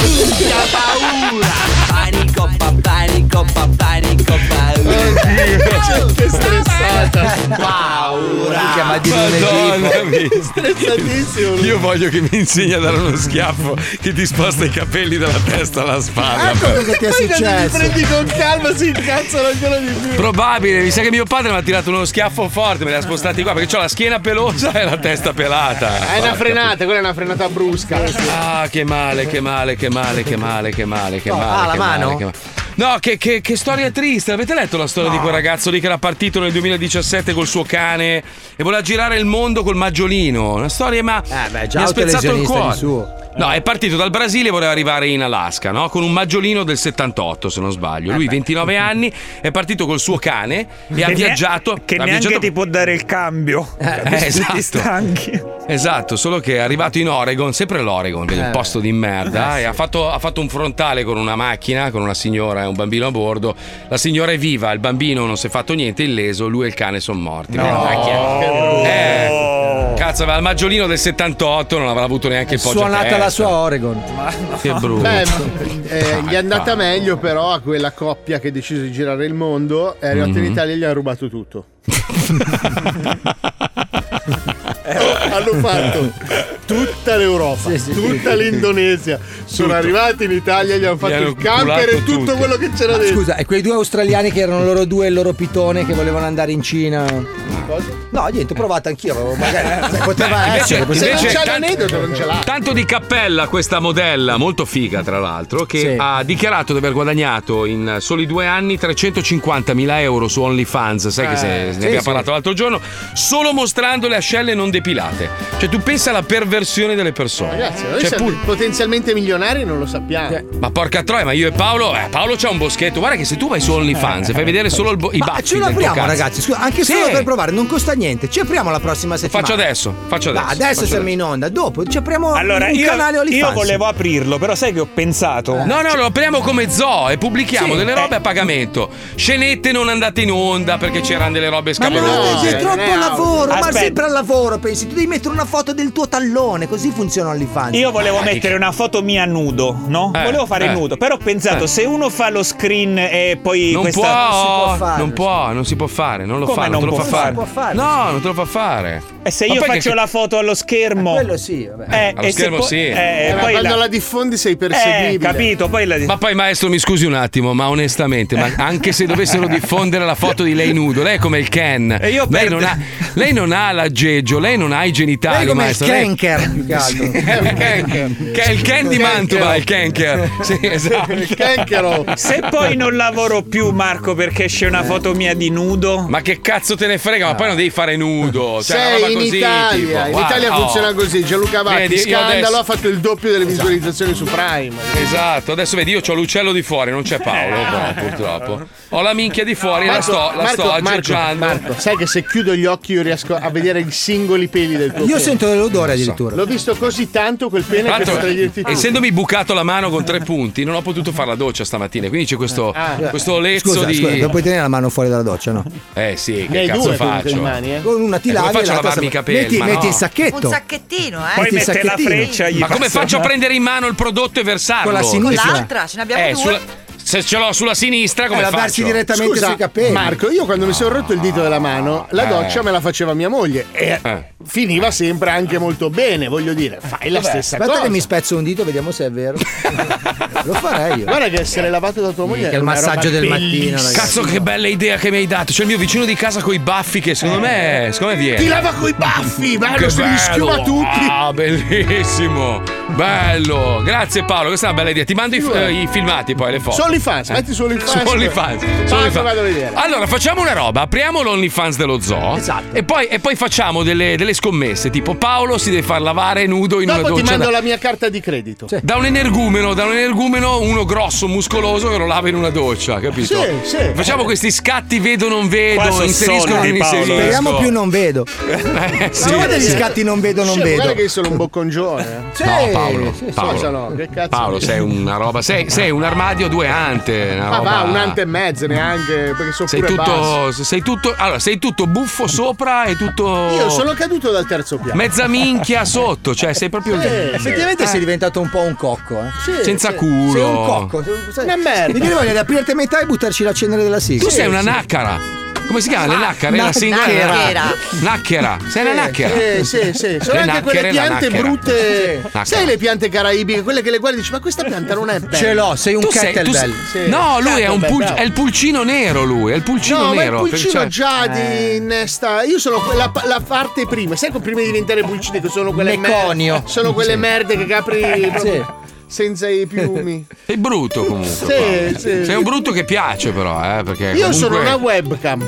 Speaker 15: paura! Panico, pa, panico, pa, panico, paura!
Speaker 12: che stressata!
Speaker 15: Paura!
Speaker 3: Madonna mia. Stressatissimo. Io voglio che mi insegni a dare uno schiaffo che ti sposta i capelli dalla testa alla spalla.
Speaker 29: Ecco cosa ti è
Speaker 3: Poi non li
Speaker 29: successo.
Speaker 3: prendi
Speaker 29: con calma, si incazzano ancora di più.
Speaker 3: Probabile, mi sa che mio padre mi ha tirato uno schiaffo forte, me li ha spostati qua perché ho la schiena pelosa e la testa pelata.
Speaker 9: È una
Speaker 3: Porca
Speaker 9: frenata, quella è una frenata brusca.
Speaker 3: Ah, che male, che male, che male, che male, che male, che
Speaker 9: Oh,
Speaker 3: male.
Speaker 9: ah, la
Speaker 3: che male,
Speaker 9: mano?
Speaker 3: che male. No, che, che- che storia triste. Avete letto la storia di quel ragazzo lì che era partito nel 2017 col suo cane e voleva girare il mondo col maggiolino? Una storia, ma
Speaker 7: già
Speaker 3: mi ha spezzato il
Speaker 7: autolesionista
Speaker 3: cuore.
Speaker 7: di suo.
Speaker 3: No, è partito dal Brasile e voleva arrivare in Alaska, no? Con un maggiolino del 78, se non sbaglio. Lui, 29 anni, è partito col suo cane e ha
Speaker 5: Che ne-
Speaker 3: viaggiato.
Speaker 5: Che
Speaker 3: ha
Speaker 5: neanche
Speaker 3: viaggiato-
Speaker 5: ti può dare il cambio.
Speaker 3: eh, esatto.
Speaker 5: Ti stanchi.
Speaker 3: Esatto, solo che è arrivato in Oregon, sempre l'Oregon, vedi,
Speaker 5: Eh.
Speaker 3: un posto di merda,
Speaker 5: Eh,
Speaker 3: e
Speaker 5: sì.
Speaker 3: ha fatto, ha fatto un frontale con una macchina, con una signora e un bambino a bordo. La signora è viva, il bambino non si è fatto niente, illeso, lui e il cane sono morti.
Speaker 5: No.
Speaker 3: Nella macchina. Eh, cazzo, aveva il maggiolino del 78, non avrà avuto neanche il poggio
Speaker 7: Suonata la
Speaker 3: testa.
Speaker 7: sua Oregon.
Speaker 3: Che brutto.
Speaker 9: Beh, eh, gli è andata
Speaker 3: Dai.
Speaker 9: meglio però a quella coppia che ha deciso di girare il mondo, è arrivata in
Speaker 3: Mhm.
Speaker 9: Italia e gli hanno rubato
Speaker 5: [laughs]
Speaker 9: tutto. Eh, hanno fatto tutta l'Europa, tutta l'Indonesia. Sono
Speaker 7: Tutto.
Speaker 9: arrivati in Italia, gli hanno fatto il camper e tutto, quello che c'era
Speaker 7: Ma
Speaker 9: dentro.
Speaker 7: Scusa, e quei due australiani che erano loro due e il loro pitone che volevano andare in Cina. No, niente, ho provato anch'io,
Speaker 3: [laughs]
Speaker 7: avevo magari sai, poteva
Speaker 3: Beh,
Speaker 7: essere.
Speaker 3: invece-
Speaker 7: poteva-
Speaker 3: invece-
Speaker 9: C'è
Speaker 3: Tanto-
Speaker 9: l'aneddoto, non ce l'ha.
Speaker 3: Tanto di cappella questa modella, molto figa tra l'altro, che ha dichiarato di aver guadagnato in soli due anni 350.000 euro su OnlyFans, sai che se ne
Speaker 7: Eh,
Speaker 1: sì,
Speaker 3: abbiamo
Speaker 1: sì.
Speaker 3: parlato l'altro giorno, solo mostrando le ascelle non depilate. Cioè tu pensa alla perversione delle persone.
Speaker 9: Ragazzi, noi
Speaker 3: Cioè,
Speaker 9: siamo
Speaker 3: pur-
Speaker 9: potenzialmente milionari non lo sappiamo.
Speaker 5: Cioè,
Speaker 3: ma porca troia, ma io e Paolo, eh, Paolo c'ha un boschetto, guarda che se tu vai su OnlyFans e fai vedere solo il bo- i
Speaker 7: Ma
Speaker 3: baffi
Speaker 7: Eh, ce
Speaker 3: del tuo
Speaker 7: l'apriamo,
Speaker 3: cazzo.
Speaker 7: ragazzi. Scusa, ah. anche
Speaker 3: Sì.
Speaker 7: solo per provare, non costa niente. Ci apriamo la prossima settimana.
Speaker 3: Faccio adesso, faccio
Speaker 7: Ma
Speaker 3: adesso.
Speaker 7: adesso
Speaker 3: faccio
Speaker 7: siamo in onda, dopo ci apriamo
Speaker 5: Allora,
Speaker 7: un
Speaker 5: io,
Speaker 7: canale OnlyFans.
Speaker 5: io volevo aprirlo, però sai che ho pensato.
Speaker 9: Eh.
Speaker 3: No, no, lo apriamo come zoo e pubblichiamo
Speaker 5: Sì,
Speaker 3: delle
Speaker 5: eh.
Speaker 3: robe a pagamento. Scenette non andate in onda perché c'erano delle robe
Speaker 7: Ma no,
Speaker 3: scabellose.
Speaker 7: c'è troppo lavoro, ma
Speaker 5: Eh, Aspetta.
Speaker 7: sempre al lavoro, pensi. Tu devi mettere una foto del tuo tallone, così funziona OnlyFans.
Speaker 5: Io volevo mettere una foto mia nudo, no? volevo fare
Speaker 3: eh.
Speaker 5: nudo, però ho pensato
Speaker 3: Eh.
Speaker 5: se uno fa lo screen e poi
Speaker 3: Non
Speaker 5: questa
Speaker 3: può, non può, non si può fare, non lo
Speaker 5: Come
Speaker 3: fa, non,
Speaker 5: non
Speaker 3: te lo
Speaker 5: può
Speaker 3: fa fare.
Speaker 5: farlo?
Speaker 3: No, non te lo fa fare.
Speaker 5: E se
Speaker 3: Ma
Speaker 5: io
Speaker 3: poi che-
Speaker 5: faccio la foto allo schermo, quello
Speaker 7: sì, vabbè.
Speaker 5: Eh,
Speaker 3: Allo
Speaker 5: e se
Speaker 3: schermo
Speaker 5: poi-
Speaker 3: sì.
Speaker 5: eh,
Speaker 9: Eh, ma
Speaker 5: poi
Speaker 9: quando
Speaker 5: la-
Speaker 9: la diffondi sei
Speaker 5: Eh,
Speaker 9: perseguibile.
Speaker 5: capito, poi la Eh.
Speaker 3: Ma poi maestro mi scusi un attimo, ma onestamente, ma anche se dovessero diffondere la foto di lei nudo, lei è come il Ken.
Speaker 5: E io
Speaker 3: lei,
Speaker 5: perdo-
Speaker 3: non ha, lei non ha l'aggeggio, lei non ha i genitali,
Speaker 7: Lei come il
Speaker 3: maestro. lei- [laughs]
Speaker 7: canker, più che altro.
Speaker 3: Sì, è un canker. Che è il Ken di Mantova, il Kenker.
Speaker 9: [laughs]
Speaker 3: Sì, esatto.
Speaker 5: Se poi non lavoro più, Marco, perché esce una foto mia di nudo.
Speaker 3: Ma che cazzo te ne frega? Ma poi non devi fare nudo. Cioè, una roba
Speaker 9: Sei in
Speaker 3: così,
Speaker 9: Italia,
Speaker 3: tipo,
Speaker 9: in
Speaker 3: guarda,
Speaker 9: Italia
Speaker 3: oh.
Speaker 9: funziona così. Gianluca Vacchi,
Speaker 3: Vedi, io
Speaker 9: scandalo,
Speaker 3: adesso-
Speaker 9: ha fatto il doppio delle visualizzazioni su Prime.
Speaker 3: Esatto, adesso vedi, io ho l'uccello di fuori, non c'è
Speaker 9: [laughs]
Speaker 3: Paolo, però, purtroppo. Ho la minchia di fuori, la
Speaker 9: Marco,
Speaker 3: sto, la
Speaker 9: Marco,
Speaker 3: sto
Speaker 9: Marco,
Speaker 3: aggeggiando.
Speaker 9: Marco, sai che se chiudo gli occhi io riesco a vedere i singoli peli del tuo
Speaker 7: Io
Speaker 9: pene.
Speaker 7: sento l'odore addirittura.
Speaker 9: L'ho visto così tanto quel pene
Speaker 3: Tra
Speaker 9: che
Speaker 3: l'altro,
Speaker 9: potrei dirti tutto.
Speaker 3: essendomi bucato la mano con tre punti, non ho potuto fare la doccia stamattina. Quindi c'è questo,
Speaker 9: Ah,
Speaker 3: questo lezzo
Speaker 7: Eh, Scusa,
Speaker 3: di.
Speaker 7: scusa, la puoi tenere la mano fuori dalla doccia, no?
Speaker 3: Eh sì,
Speaker 9: Ne
Speaker 3: che
Speaker 9: hai
Speaker 3: cazzo
Speaker 9: due comunque
Speaker 3: faccio?
Speaker 9: in mani, eh?
Speaker 7: Con una ti
Speaker 3: Eh, come
Speaker 7: lavi e
Speaker 3: faccio a
Speaker 7: l'altra
Speaker 3: lavarmi
Speaker 7: se-
Speaker 3: i capelli?
Speaker 7: Metti,
Speaker 3: Ma
Speaker 7: metti
Speaker 3: no.
Speaker 7: il sacchetto.
Speaker 4: Un sacchettino, eh?
Speaker 7: Poi Metti il mette la sacchettino. freccia, gli
Speaker 3: Ma come
Speaker 7: passa-
Speaker 3: faccio a prendere in mano il prodotto e versarlo?
Speaker 7: Con la sinistra.
Speaker 4: Con l'altra, ce ne abbiamo
Speaker 3: Eh,
Speaker 4: due.
Speaker 3: sulla- se ce l'ho sulla sinistra, come
Speaker 9: Eh,
Speaker 3: faccio?
Speaker 9: Scusa, Marco, io quando mi sono rotto il dito della mano, la
Speaker 3: Eh.
Speaker 9: doccia me la faceva mia moglie e finiva sempre anche molto bene, voglio dire, fai la
Speaker 7: Vabbè,
Speaker 9: stessa
Speaker 7: Aspetta
Speaker 9: cosa.
Speaker 7: che mi spezzo un dito, vediamo se è vero. [laughs] Lo farei io.
Speaker 9: Guarda che essere lavato da tua moglie
Speaker 7: Minchia,
Speaker 9: è
Speaker 7: il
Speaker 9: una roba
Speaker 7: massaggio del mattino,
Speaker 9: bellissima.
Speaker 7: ragazzi.
Speaker 3: Cazzo, che bella idea che mi hai dato. C'è il mio vicino di casa con i baffi che secondo me,
Speaker 9: Eh.
Speaker 3: secondo me viene.
Speaker 9: Ti lava coi baffi, bello,
Speaker 3: Che
Speaker 9: se li schiuma tutti.
Speaker 3: Ah, bellissimo. Bello. Grazie Paolo, questa è una bella idea. Ti mando i, eh, i filmati poi, le foto. Eh.
Speaker 9: Solo i fans, metti
Speaker 3: [laughs]
Speaker 9: solo i fans.
Speaker 3: Su OnlyFans. Su
Speaker 9: Basta,
Speaker 3: OnlyFans.
Speaker 9: vado a vedere.
Speaker 3: Allora, facciamo una roba. Apriamo l'OnlyFans dello zoo.
Speaker 9: Esatto.
Speaker 3: E poi, e poi facciamo delle, delle scommesse. Tipo, Paolo si deve far lavare nudo in una
Speaker 9: Dopo
Speaker 3: doccia.
Speaker 9: ti mando
Speaker 3: cioè, da-
Speaker 9: la mia carta di credito.
Speaker 3: da un energumeno, da un energumeno, uno grosso, muscoloso che lo lava in una doccia, capito?
Speaker 9: Sì, sì.
Speaker 3: Facciamo questi scatti vedo non
Speaker 7: Qua
Speaker 3: vedo,
Speaker 7: sono
Speaker 3: inserisco non
Speaker 7: soldi, Paolo,
Speaker 3: inserisco.
Speaker 7: eh. Speriamo più non vedo.
Speaker 3: Eh,
Speaker 7: Ma guarda gli scatti non vedo, non
Speaker 9: Scemo, Guarda
Speaker 7: vedo.
Speaker 9: che io sono un boccongione.
Speaker 7: Sì,
Speaker 3: No, Paolo,
Speaker 9: sì, sì,
Speaker 3: Paolo.
Speaker 9: cioè no, che cazzo.
Speaker 3: Paolo, sei una roba. Sei, sei un armadio a due ante. Una
Speaker 9: Ma
Speaker 3: roba...
Speaker 9: Ah, va, un ante e mezzo neanche, perché sono
Speaker 3: Sei
Speaker 9: pure basso.
Speaker 3: tutto, sei tutto. Allora, sei tutto buffo sopra e tutto.
Speaker 9: Io sono caduto dal terzo piano.
Speaker 3: Mezza minchia sotto, cioè sei proprio.
Speaker 7: Effettivamente
Speaker 3: Eh.
Speaker 7: sei diventato un po' un cocco, eh.
Speaker 3: Sì, Senza sì. culo.
Speaker 7: Sei un cocco. Sai,
Speaker 9: Una merda.
Speaker 7: Mi viene voglia di aprirti a metà e buttarci la cenere della sigla.
Speaker 3: Tu sei una nacara. Come si chiama? Le nacchere?
Speaker 9: Ah,
Speaker 3: la singola?
Speaker 9: nacchera.
Speaker 3: Nacchera. Sei la nacchera?
Speaker 9: Eh, Sì, sì, sì. Sono
Speaker 3: Le
Speaker 9: anche quelle
Speaker 3: nacchere e la
Speaker 9: piante
Speaker 3: nacchera.
Speaker 9: brutte.
Speaker 3: Nacchera.
Speaker 9: Sai le piante caraibiche, quelle che le guardi e dici, ma questa pianta non è bella.
Speaker 7: Ce l'ho, sei un
Speaker 3: Tu sei- tu sei-
Speaker 7: kettlebell.
Speaker 3: No, lui è, un pul-
Speaker 9: Kettlebell.
Speaker 3: è il pulcino nero. Lui è il pulcino
Speaker 9: No, ma il
Speaker 3: nero. cioè-
Speaker 9: pulcino
Speaker 3: perché-
Speaker 9: già
Speaker 7: Eh.
Speaker 9: di innesta. Io sono la, la parte prima. Sai che prima di diventare pulcino che sono quelle
Speaker 3: Meconio.
Speaker 9: merde. Sono quelle
Speaker 3: Sì.
Speaker 9: merde che apri proprio senza i
Speaker 12: [laughs]
Speaker 9: piumi.
Speaker 3: Sei brutto comunque.
Speaker 9: Sì,
Speaker 3: Paolo.
Speaker 9: sì.
Speaker 3: Sei un brutto che piace, però, eh, perché
Speaker 9: Io
Speaker 3: comunque-
Speaker 9: sono
Speaker 3: [laughs]
Speaker 9: una webcam.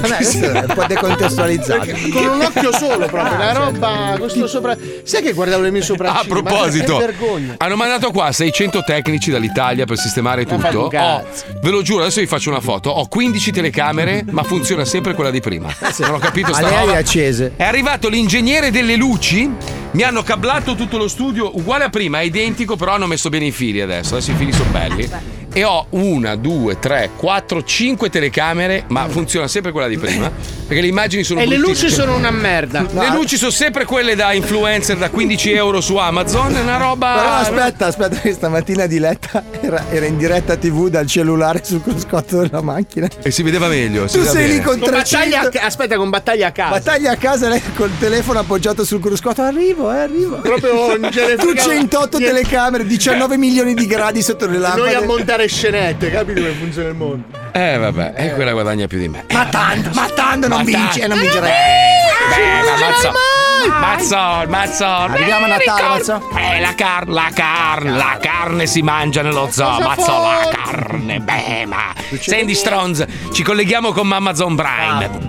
Speaker 7: questo è un po' decontestualizzato.
Speaker 9: Perché Con un occhio solo proprio,
Speaker 7: Ah,
Speaker 9: la roba,
Speaker 7: certo.
Speaker 9: questo sopra. Sai che guardavo le mie sopracciglia?
Speaker 3: A proposito,
Speaker 9: Ma che vergogna.
Speaker 3: hanno mandato qua 600 tecnici dall'Italia per sistemare
Speaker 9: Ma fate
Speaker 3: tutto.
Speaker 9: un cazzo.
Speaker 3: Ho- ve lo giuro, adesso vi faccio una foto. Ho 15 telecamere, ma funziona sempre quella di prima. Eh Non ho capito sta
Speaker 7: Ale ali
Speaker 3: roba.
Speaker 7: accese.
Speaker 3: È arrivato l'ingegnere delle luci. Mi hanno cablato tutto lo studio uguale a prima, è identico, però hanno messo bene i fili adesso. Adesso i fili sono belli. E ho una, due, tre, quattro, cinque telecamere, ma funziona sempre quella di prima. Perché le immagini sono
Speaker 9: E le luci
Speaker 3: bruttissime.
Speaker 9: sono una merda.
Speaker 3: Le luci sono sempre quelle da influencer da 15 euro su Amazon, è una roba.
Speaker 7: Però aspetta, aspetta, che stamattina Diletta era, era in diretta TV dal cellulare sul cruscotto della macchina.
Speaker 3: E si vedeva meglio. si
Speaker 7: Tu
Speaker 3: vedeva
Speaker 7: sei lì
Speaker 3: bene.
Speaker 7: con
Speaker 9: Con
Speaker 7: 300
Speaker 9: battaglia a ca- aspetta, con battaglia a casa.
Speaker 7: Battaglia a casa lei col telefono appoggiato sul cruscotto. Arrivo, eh, arrivo.
Speaker 9: Proprio non ce ne
Speaker 7: Tu
Speaker 9: frega
Speaker 7: 108
Speaker 9: niente.
Speaker 7: telecamere, 19 milioni di gradi sotto le
Speaker 9: Noi a
Speaker 7: lampade.
Speaker 9: montare scenette, capito come funziona il mondo?
Speaker 3: Eh vabbè, e quella guadagna più di me. Eh,
Speaker 7: Ma tanto, ma tanto non
Speaker 3: Ma Eh,
Speaker 7: vince,
Speaker 3: tanto.
Speaker 7: non vincerei.
Speaker 11: Eh,
Speaker 3: Bella,
Speaker 7: non
Speaker 3: mazzo.
Speaker 7: vincerai mai.
Speaker 3: Mazzol, mazzol.
Speaker 7: Arriviamo a
Speaker 3: Eh,
Speaker 7: Natale,
Speaker 3: ricor-
Speaker 7: Mazzol.
Speaker 3: Eh, la carne, la carne, la carne si mangia nello zoo,
Speaker 7: cosa
Speaker 3: mazzol, la
Speaker 7: forte.
Speaker 3: carne, beh, ma. Sandy Stronz, ci colleghiamo con Amazon
Speaker 7: Ah.
Speaker 3: Prime.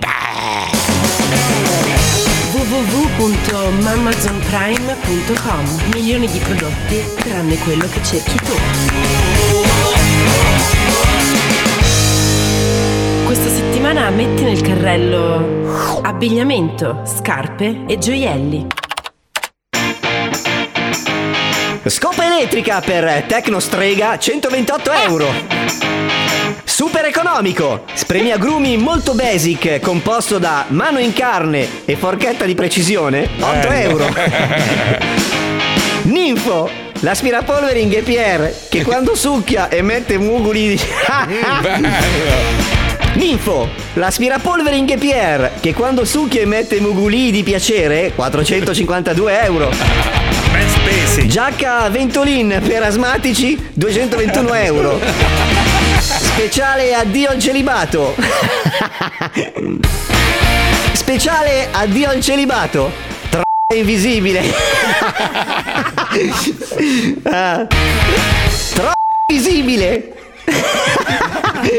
Speaker 30: www.mamazonprime.com Milioni di prodotti tranne quello che cerchi tu. Questa settimana metti nel carrello abbigliamento, scarpe e gioielli.
Speaker 19: Scopa elettrica per Tecnostrega 128 euro. Super economico, spremi agrumi molto basic composto da mano in carne e forchetta di precisione 8
Speaker 5: Eh.
Speaker 3: Eh. [laughs]
Speaker 19: euro.
Speaker 5: [laughs]
Speaker 19: Ninfo, l'aspirapolvere in GPR che quando succhia emette mugoli [laughs] di... Ninfo, l'aspirapolvere in GPR che quando succhia emette muguli di piacere 452 euro. Ben spesi. Giacca Ventolin per asmatici 221 euro. Speciale addio al celibato. Speciale addio al celibato. Tra invisibile. Ah. Tra invisibile.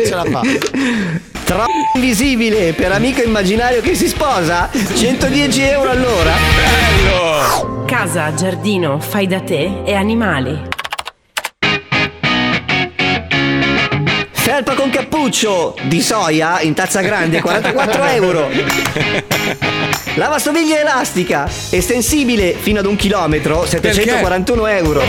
Speaker 7: Ce la fa.
Speaker 19: Tra invisibile per amico immaginario che si sposa 110 euro all'ora.
Speaker 30: Casa, giardino, fai da te e animali.
Speaker 19: Felpa con cappuccio di soia in tazza
Speaker 3: [laughs]
Speaker 19: grande 44 euro. Lavastoviglie elastica estensibile fino ad un chilometro 741 euro.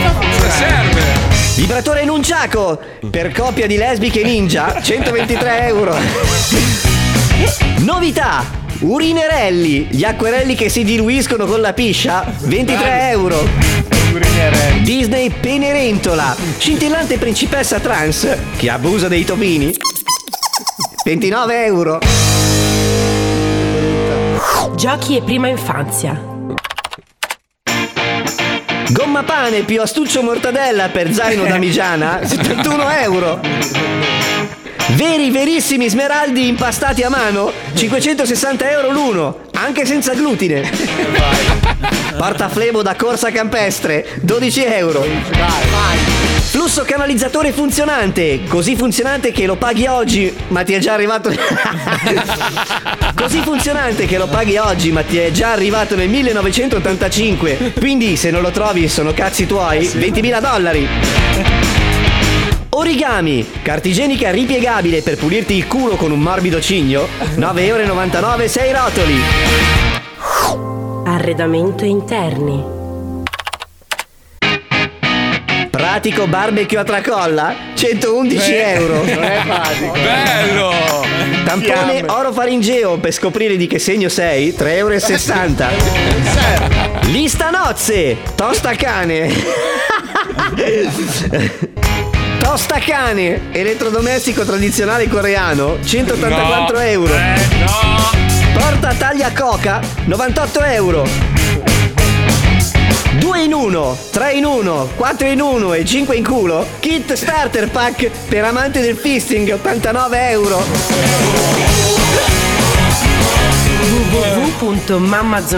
Speaker 19: Vibratore in unciaco per coppia di lesbiche ninja 123 euro. Novità! Urinerelli, gli acquerelli che si diluiscono con la piscia 23 euro. Disney Penerentola, scintillante principessa trans che abusa dei topini 29 euro.
Speaker 30: Giochi e prima infanzia.
Speaker 19: Gomma pane più astuccio mortadella per zaino damigiana 71 euro. Veri verissimi smeraldi impastati a mano 560 euro l'uno, anche senza glutine. Portaflebo da corsa campestre 12 euro. Flusso canalizzatore funzionante, così funzionante che lo paghi oggi, ma ti è già arrivato. Così funzionante che lo paghi oggi, ma ti è già arrivato nel 1985. Quindi, se non lo trovi, sono cazzi tuoi. 20.000 dollari. Origami, cartigenica ripiegabile per pulirti il culo con un morbido cigno. 9,99€, 6 rotoli.
Speaker 30: Arredamento interni.
Speaker 19: Pratico barbecue a tracolla, 111 euro.
Speaker 11: eh.
Speaker 3: Bello!
Speaker 19: Tampone orofaringeo per scoprire di che segno sei, 3,60
Speaker 11: [laughs] [laughs]
Speaker 19: euro. Lista nozze, tosta cane. Tostacane, elettrodomestico tradizionale coreano, 184
Speaker 11: No.
Speaker 19: euro.
Speaker 11: Eh,
Speaker 19: Porta taglia coca, 98 euro. 2 in 1, 3 in 1, 4 in 1 e 5 in culo. Kit starter pack per amante del fisting, 89 euro.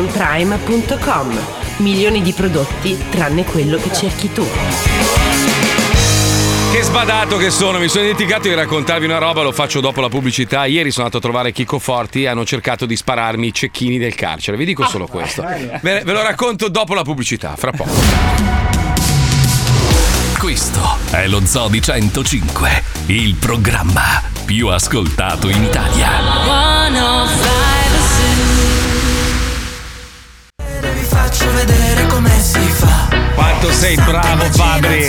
Speaker 18: www.mamazonprime.com Milioni di prodotti tranne quello che cerchi tu.
Speaker 3: Che sbadato che sono, mi sono dimenticato di raccontarvi una roba, lo faccio dopo la pubblicità. Ieri sono andato a trovare Chico Forti e hanno cercato di spararmi i cecchini del carcere. Vi dico solo questo. Ve, ve lo racconto dopo la pubblicità, fra poco.
Speaker 1: Questo è lo Zoo di 105, il programma più ascoltato in Italia.
Speaker 11: Vi faccio vedere come si fa.
Speaker 3: Quanto sei bravo, Fabri!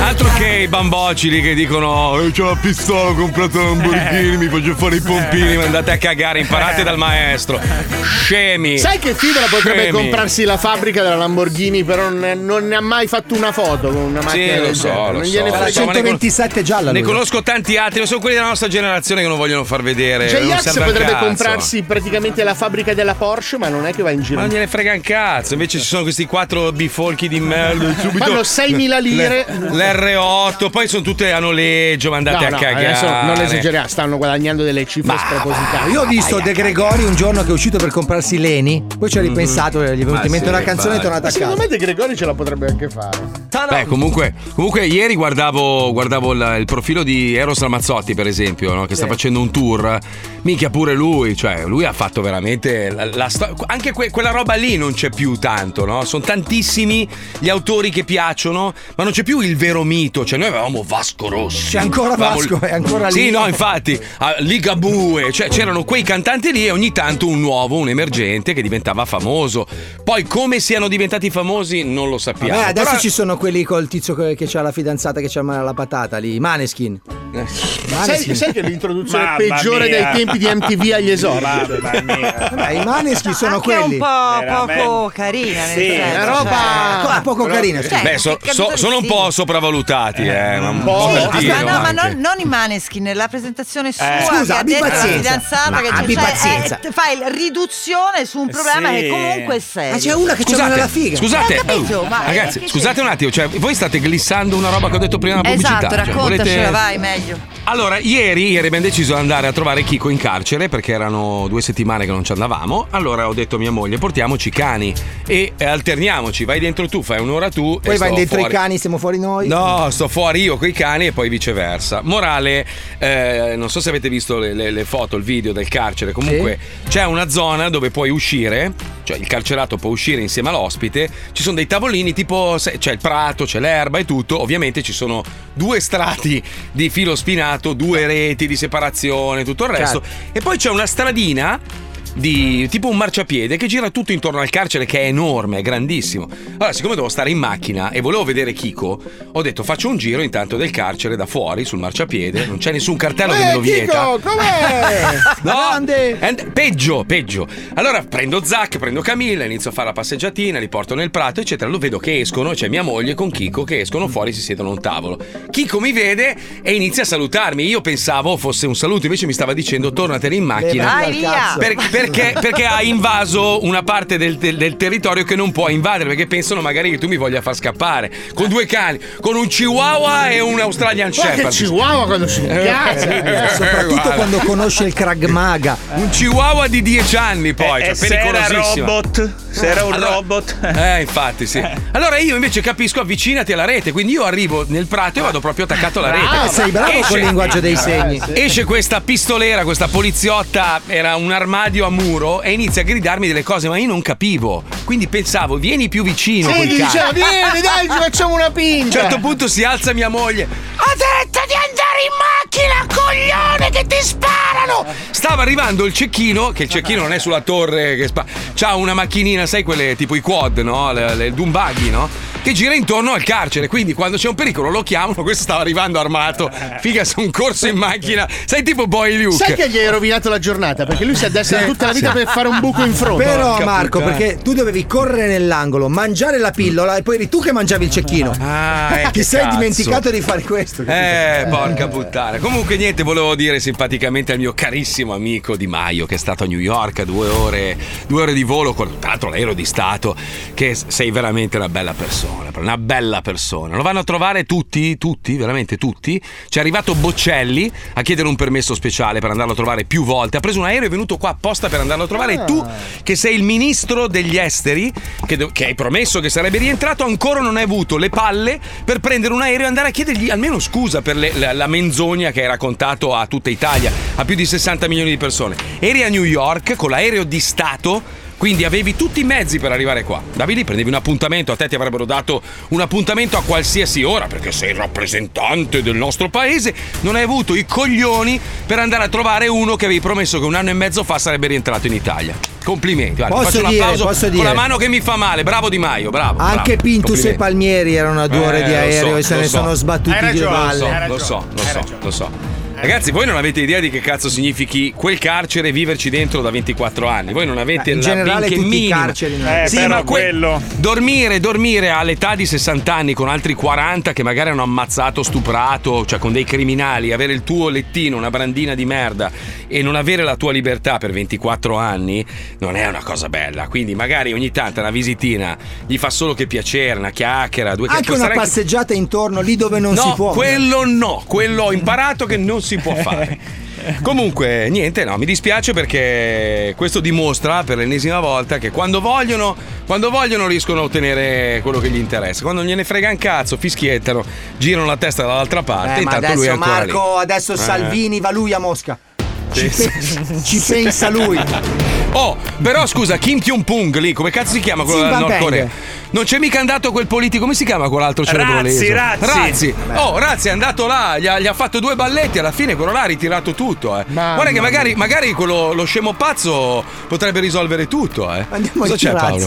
Speaker 3: Altro che i bambocili che dicono: "Eh, C'ho la pistola, ho comprato un Lamborghini, mi faccio fare i pompini, ma andate a cagare, imparate dal maestro. Scemi!
Speaker 9: Sai che Fibra potrebbe
Speaker 3: Scemi.
Speaker 9: comprarsi la fabbrica della Lamborghini, però non, non ne ha mai fatto una foto con una
Speaker 3: Sì,
Speaker 9: macchina.
Speaker 3: lo
Speaker 9: del
Speaker 3: so,
Speaker 9: genere.
Speaker 3: lo
Speaker 9: non
Speaker 3: so.
Speaker 9: gliene frega.
Speaker 3: Insomma, ne con-
Speaker 7: 127 gialla.
Speaker 3: Ne
Speaker 7: lui.
Speaker 3: conosco tanti altri, ma sono quelli della nostra generazione che non vogliono far vedere. Eh, non
Speaker 9: J-Ax
Speaker 3: serve un
Speaker 9: potrebbe
Speaker 3: cazzo.
Speaker 9: comprarsi praticamente la fabbrica della Porsche, ma non è che va in giro.
Speaker 3: Ma non gliene frega un cazzo, invece ci sono questi quattro bifolchi di
Speaker 9: [laughs]
Speaker 3: merda. Subito
Speaker 9: Fanno 6.000 lire.
Speaker 3: L- L'R8, poi sono tutte a noleggio, ma andate
Speaker 9: No,
Speaker 3: a
Speaker 9: no,
Speaker 3: cagare.
Speaker 9: adesso non esageriamo, stanno guadagnando delle cifre spropositate.
Speaker 7: Io ho visto De Gregori un giorno che è uscito per comprarsi Leni, poi ci ho ripensato, gli è venuta in mente una canzone e è tornata a casa.
Speaker 9: Secondo me De Gregori ce la potrebbe anche fare.
Speaker 3: Beh, comunque, comunque ieri guardavo, guardavo il, il profilo di Eros Ramazzotti, per esempio, no? che sta
Speaker 9: Sì.
Speaker 3: facendo un tour. Minchia pure lui, cioè, lui ha fatto veramente la, la sto- Anche que- quella roba lì non c'è più tanto, no? Sono tantissimi gli autori che piacciono, ma non c'è più il vero mito. Cioè, noi avevamo Vasco Rossi.
Speaker 7: C'è ancora
Speaker 3: Avevamo-
Speaker 7: Vasco, è ancora
Speaker 3: Sì,
Speaker 7: lì.
Speaker 3: no, infatti, a Ligabue, cioè c'erano quei cantanti lì e ogni tanto un nuovo, un emergente che diventava famoso. Poi come siano diventati famosi non lo sappiamo.
Speaker 7: Vabbè, adesso
Speaker 3: Però-
Speaker 7: ci sono quelli col tizio che, che ha la fidanzata che c'ha male alla patata lì, Maneskin.
Speaker 9: Sai, sai che l'introduzione
Speaker 7: Mamma
Speaker 9: peggiore
Speaker 7: mia.
Speaker 9: dai tempi di MTV agli esordi?
Speaker 7: [laughs] Mamma Vabbè, i Maneskin sono
Speaker 6: Anche un
Speaker 7: quelli.
Speaker 6: po' poco Oh, carina. Nel
Speaker 7: Sì,
Speaker 6: senso,
Speaker 7: la roba-
Speaker 6: cioè-
Speaker 7: Ah, poco carina, sì.
Speaker 3: eh, Beh, so- so- sono un po' sopravvalutati, eh, ma un po'
Speaker 6: Sì,
Speaker 3: per dire.
Speaker 6: ma no, ma
Speaker 3: anche. Eh.
Speaker 6: non, non i Maneskin, la presentazione sua
Speaker 7: scusa,
Speaker 6: che ha
Speaker 7: abbi
Speaker 6: detto alla
Speaker 7: pazienza.
Speaker 6: fidanzata
Speaker 7: Ma
Speaker 6: che
Speaker 7: abbi pazienza.
Speaker 6: eh, fai il- riduzione su un
Speaker 3: Eh,
Speaker 6: problema
Speaker 7: Sì.
Speaker 6: che comunque è serio.
Speaker 7: Ma c'è una che c'ha male alla figa.
Speaker 3: Scusate,
Speaker 6: Eh, ho capito,
Speaker 3: oh,
Speaker 6: ma-
Speaker 3: ragazzi,
Speaker 6: eh,
Speaker 3: scusate un attimo, cioè, voi state glissando una roba che ho detto prima nella pubblicità.
Speaker 6: Esatto,
Speaker 3: cioè,
Speaker 6: raccontacela,
Speaker 3: volete-
Speaker 6: vai meglio.
Speaker 3: Allora, ieri, ieri abbiamo deciso di andare a trovare Chico in carcere perché erano due settimane che non ci andavamo. Allora ho detto a mia moglie: portiamoci cani e eh, alterniamoci. Vai dentro tu, fai un'ora tu. e
Speaker 7: Poi
Speaker 3: sto
Speaker 7: vai dentro
Speaker 3: fuori.
Speaker 7: i cani, siamo fuori noi.
Speaker 3: No, sto fuori io coi cani e poi viceversa. Morale, eh, non so se avete visto le, le- le foto, il video del carcere. Comunque c'è una zona dove puoi uscire, cioè il carcerato può uscire insieme all'ospite. Ci sono dei tavolini tipo sai, c'è il prato, c'è l'erba e tutto. Ovviamente ci sono due strati di filo spinato, due reti di separazione, tutto il resto. E poi c'è una stradina di tipo un marciapiede che gira tutto intorno al carcere che è enorme, è grandissimo. Allora, siccome devo stare in macchina e volevo vedere Kiko, ho detto faccio un giro intanto del carcere da fuori sul marciapiede, non c'è nessun
Speaker 11: Eh,
Speaker 3: cartello che me lo vieta. [laughs]
Speaker 11: com'è?
Speaker 3: No, and- peggio, peggio. Allora prendo Zac, prendo Camilla, inizio a fare la passeggiatina, li porto nel prato, eccetera. Lo vedo che escono, c'è mia moglie con Chico che escono fuori, si siedono a un tavolo. Chico mi vede e inizia a salutarmi. Io pensavo fosse un saluto, invece mi stava dicendo tornatene in macchina.
Speaker 11: Vai Vai via. cazzo.
Speaker 3: Per- perché, perché ha invaso una parte del, del- del territorio che non può invadere, perché pensano magari che tu mi voglia far scappare. Con due cani, con un chihuahua e un Australian
Speaker 9: Guarda
Speaker 3: Shepherd.
Speaker 9: che chihuahua quando si piazza.
Speaker 7: Eh, Soprattutto
Speaker 3: Guarda.
Speaker 7: quando conosce il Krag Maga.
Speaker 3: Un chihuahua di 10 anni poi,
Speaker 7: Eh,
Speaker 3: cioè
Speaker 7: eh, se era
Speaker 3: pericolosissimo.
Speaker 7: robot, se era un
Speaker 3: robot. [laughs] Eh, infatti, sì. Allora io invece capisco avvicinati alla rete, quindi io arrivo nel prato e vado proprio attaccato alla rete.
Speaker 7: Ah, sei bravo
Speaker 3: Esce- Eh,
Speaker 7: col linguaggio dei segni.
Speaker 3: Esce questa pistolera, questa poliziotta, era un armadio a muro e inizia a gridarmi delle cose, ma io non capivo. Quindi pensavo, vieni più vicino
Speaker 9: Sì,
Speaker 3: col
Speaker 9: gli diceva,
Speaker 3: cane.
Speaker 9: vieni, dai, ci facciamo una
Speaker 3: A un
Speaker 9: pinta.
Speaker 3: certo punto si alza mia moglie.
Speaker 11: Ho detto di andare in macchina, coglione, che ti sparano!
Speaker 3: Stava arrivando il cecchino, che il cecchino non è sulla torre che spa. C'ha una macchinina, sai quelle tipo i quad, no? Le, le il dune buggy, no? che gira intorno al carcere. Quindi quando c'è un pericolo lo chiamano. [laughs] Questo stava arrivando armato. Figa, sono corso in macchina. Sei tipo Boy Luke.
Speaker 9: Sai che gli hai rovinato la giornata? Perché lui si addestra
Speaker 7: Sì.
Speaker 9: tutta la vita
Speaker 7: Sì.
Speaker 9: per fare un buco in fronte.
Speaker 7: Però
Speaker 9: Porca
Speaker 7: Marco,
Speaker 9: puttana.
Speaker 7: perché tu dovevi correre nell'angolo, mangiare la pillola e poi eri tu che mangiavi il cecchino.
Speaker 3: Ah, eh,
Speaker 7: Ti
Speaker 3: che
Speaker 7: sei
Speaker 3: cazzo.
Speaker 7: dimenticato di fare questo.
Speaker 3: Eh, porca puttana. Comunque, niente, volevo dire simpaticamente al mio carissimo amico Di Maio, che è stato a New York a due ore, due ore di volo, con tra l'altro l'aereo di Stato, che sei veramente una bella persona. Una bella persona. Lo vanno a trovare tutti, tutti, veramente tutti. C'è arrivato Boccelli a chiedere un permesso speciale per andarlo a trovare più volte. Ha preso un aereo e è venuto qua apposta per andarlo a trovare. E tu, Eh. che sei il ministro degli esteri, che, do- che hai promesso che sarebbe rientrato, ancora non hai avuto le palle per prendere un aereo e andare a chiedergli almeno scusa per le- la, la menzogna che hai raccontato a tutta Italia, a più di 60 milioni di persone. Eri a New York con l'aereo di Stato. Quindi avevi tutti i mezzi per arrivare qua. Davi lì, prendevi un appuntamento, a te ti avrebbero dato un appuntamento a qualsiasi ora, perché sei il rappresentante del nostro paese. Non hai avuto i coglioni per andare a trovare uno che avevi promesso che un anno e mezzo fa sarebbe rientrato in Italia. Complimenti, guarda,
Speaker 7: Posso
Speaker 3: faccio un
Speaker 7: dire,
Speaker 3: applauso
Speaker 7: posso
Speaker 3: con
Speaker 7: dire.
Speaker 3: la mano che mi fa male. Bravo Di Maio, bravo.
Speaker 7: Anche
Speaker 3: bravo.
Speaker 7: Pintus e
Speaker 3: Complimenti.
Speaker 7: Palmieri erano a due ore
Speaker 3: Eh,
Speaker 7: di
Speaker 3: lo
Speaker 7: aereo
Speaker 3: so,
Speaker 7: e se
Speaker 3: lo
Speaker 7: ne
Speaker 3: so.
Speaker 7: sono sbattuti due palle.
Speaker 3: Lo so, lo so, lo so, lo so. Ragazzi, voi non avete idea di che cazzo significhi quel carcere e viverci dentro da 24 anni. Voi non avete
Speaker 7: Eh, In
Speaker 3: la
Speaker 7: generale
Speaker 3: benché
Speaker 7: tutti i
Speaker 3: minima.
Speaker 7: carceri, no? Eh,
Speaker 3: sì,
Speaker 7: però
Speaker 3: ma que- dormire, dormire all'età di 60 anni con altri 40 che magari hanno ammazzato, stuprato, cioè con dei criminali, avere il tuo lettino, una brandina di merda e non avere la tua libertà per 24 anni non è una cosa bella. Quindi magari ogni tanto una visitina gli fa solo che piacere, una chiacchiera, due
Speaker 7: Anche
Speaker 3: chiacchiere.
Speaker 7: una
Speaker 3: Sarà
Speaker 7: passeggiata intorno lì dove non
Speaker 3: no,
Speaker 7: si può.
Speaker 3: quello no, quello ho imparato che non si può fare. Comunque, niente, no, mi dispiace perché questo dimostra per l'ennesima volta che quando vogliono, quando vogliono riescono a ottenere quello che gli interessa. Quando non gliene frega un cazzo, fischiettano, girano la testa dall'altra parte.
Speaker 7: Eh, ma
Speaker 3: intanto lui è
Speaker 7: adesso
Speaker 3: ancora
Speaker 7: Marco,
Speaker 3: lì.
Speaker 7: adesso
Speaker 3: Eh.
Speaker 7: Salvini va lui a Mosca. Ci,
Speaker 3: Sì.
Speaker 7: pe- ci pensa lui.
Speaker 3: Oh, però scusa, Kim Pyong-Pung lì, come cazzo si chiama quello
Speaker 7: Xi
Speaker 3: del Nord
Speaker 7: Jinping.
Speaker 3: Corea? Non c'è mica andato quel politico, come si chiama quell'altro
Speaker 5: Razzi,
Speaker 3: cerebrolese?
Speaker 5: Razzi.
Speaker 3: Razzi. Oh, Razzi è andato là, gli ha, gli ha fatto due balletti, alla fine quello là ha ritirato tutto, eh.
Speaker 11: Ah,
Speaker 3: Guarda che magari, magari quello, lo scemo pazzo potrebbe risolvere tutto, eh.
Speaker 7: Andiamo
Speaker 3: Cosa c'è Paolo?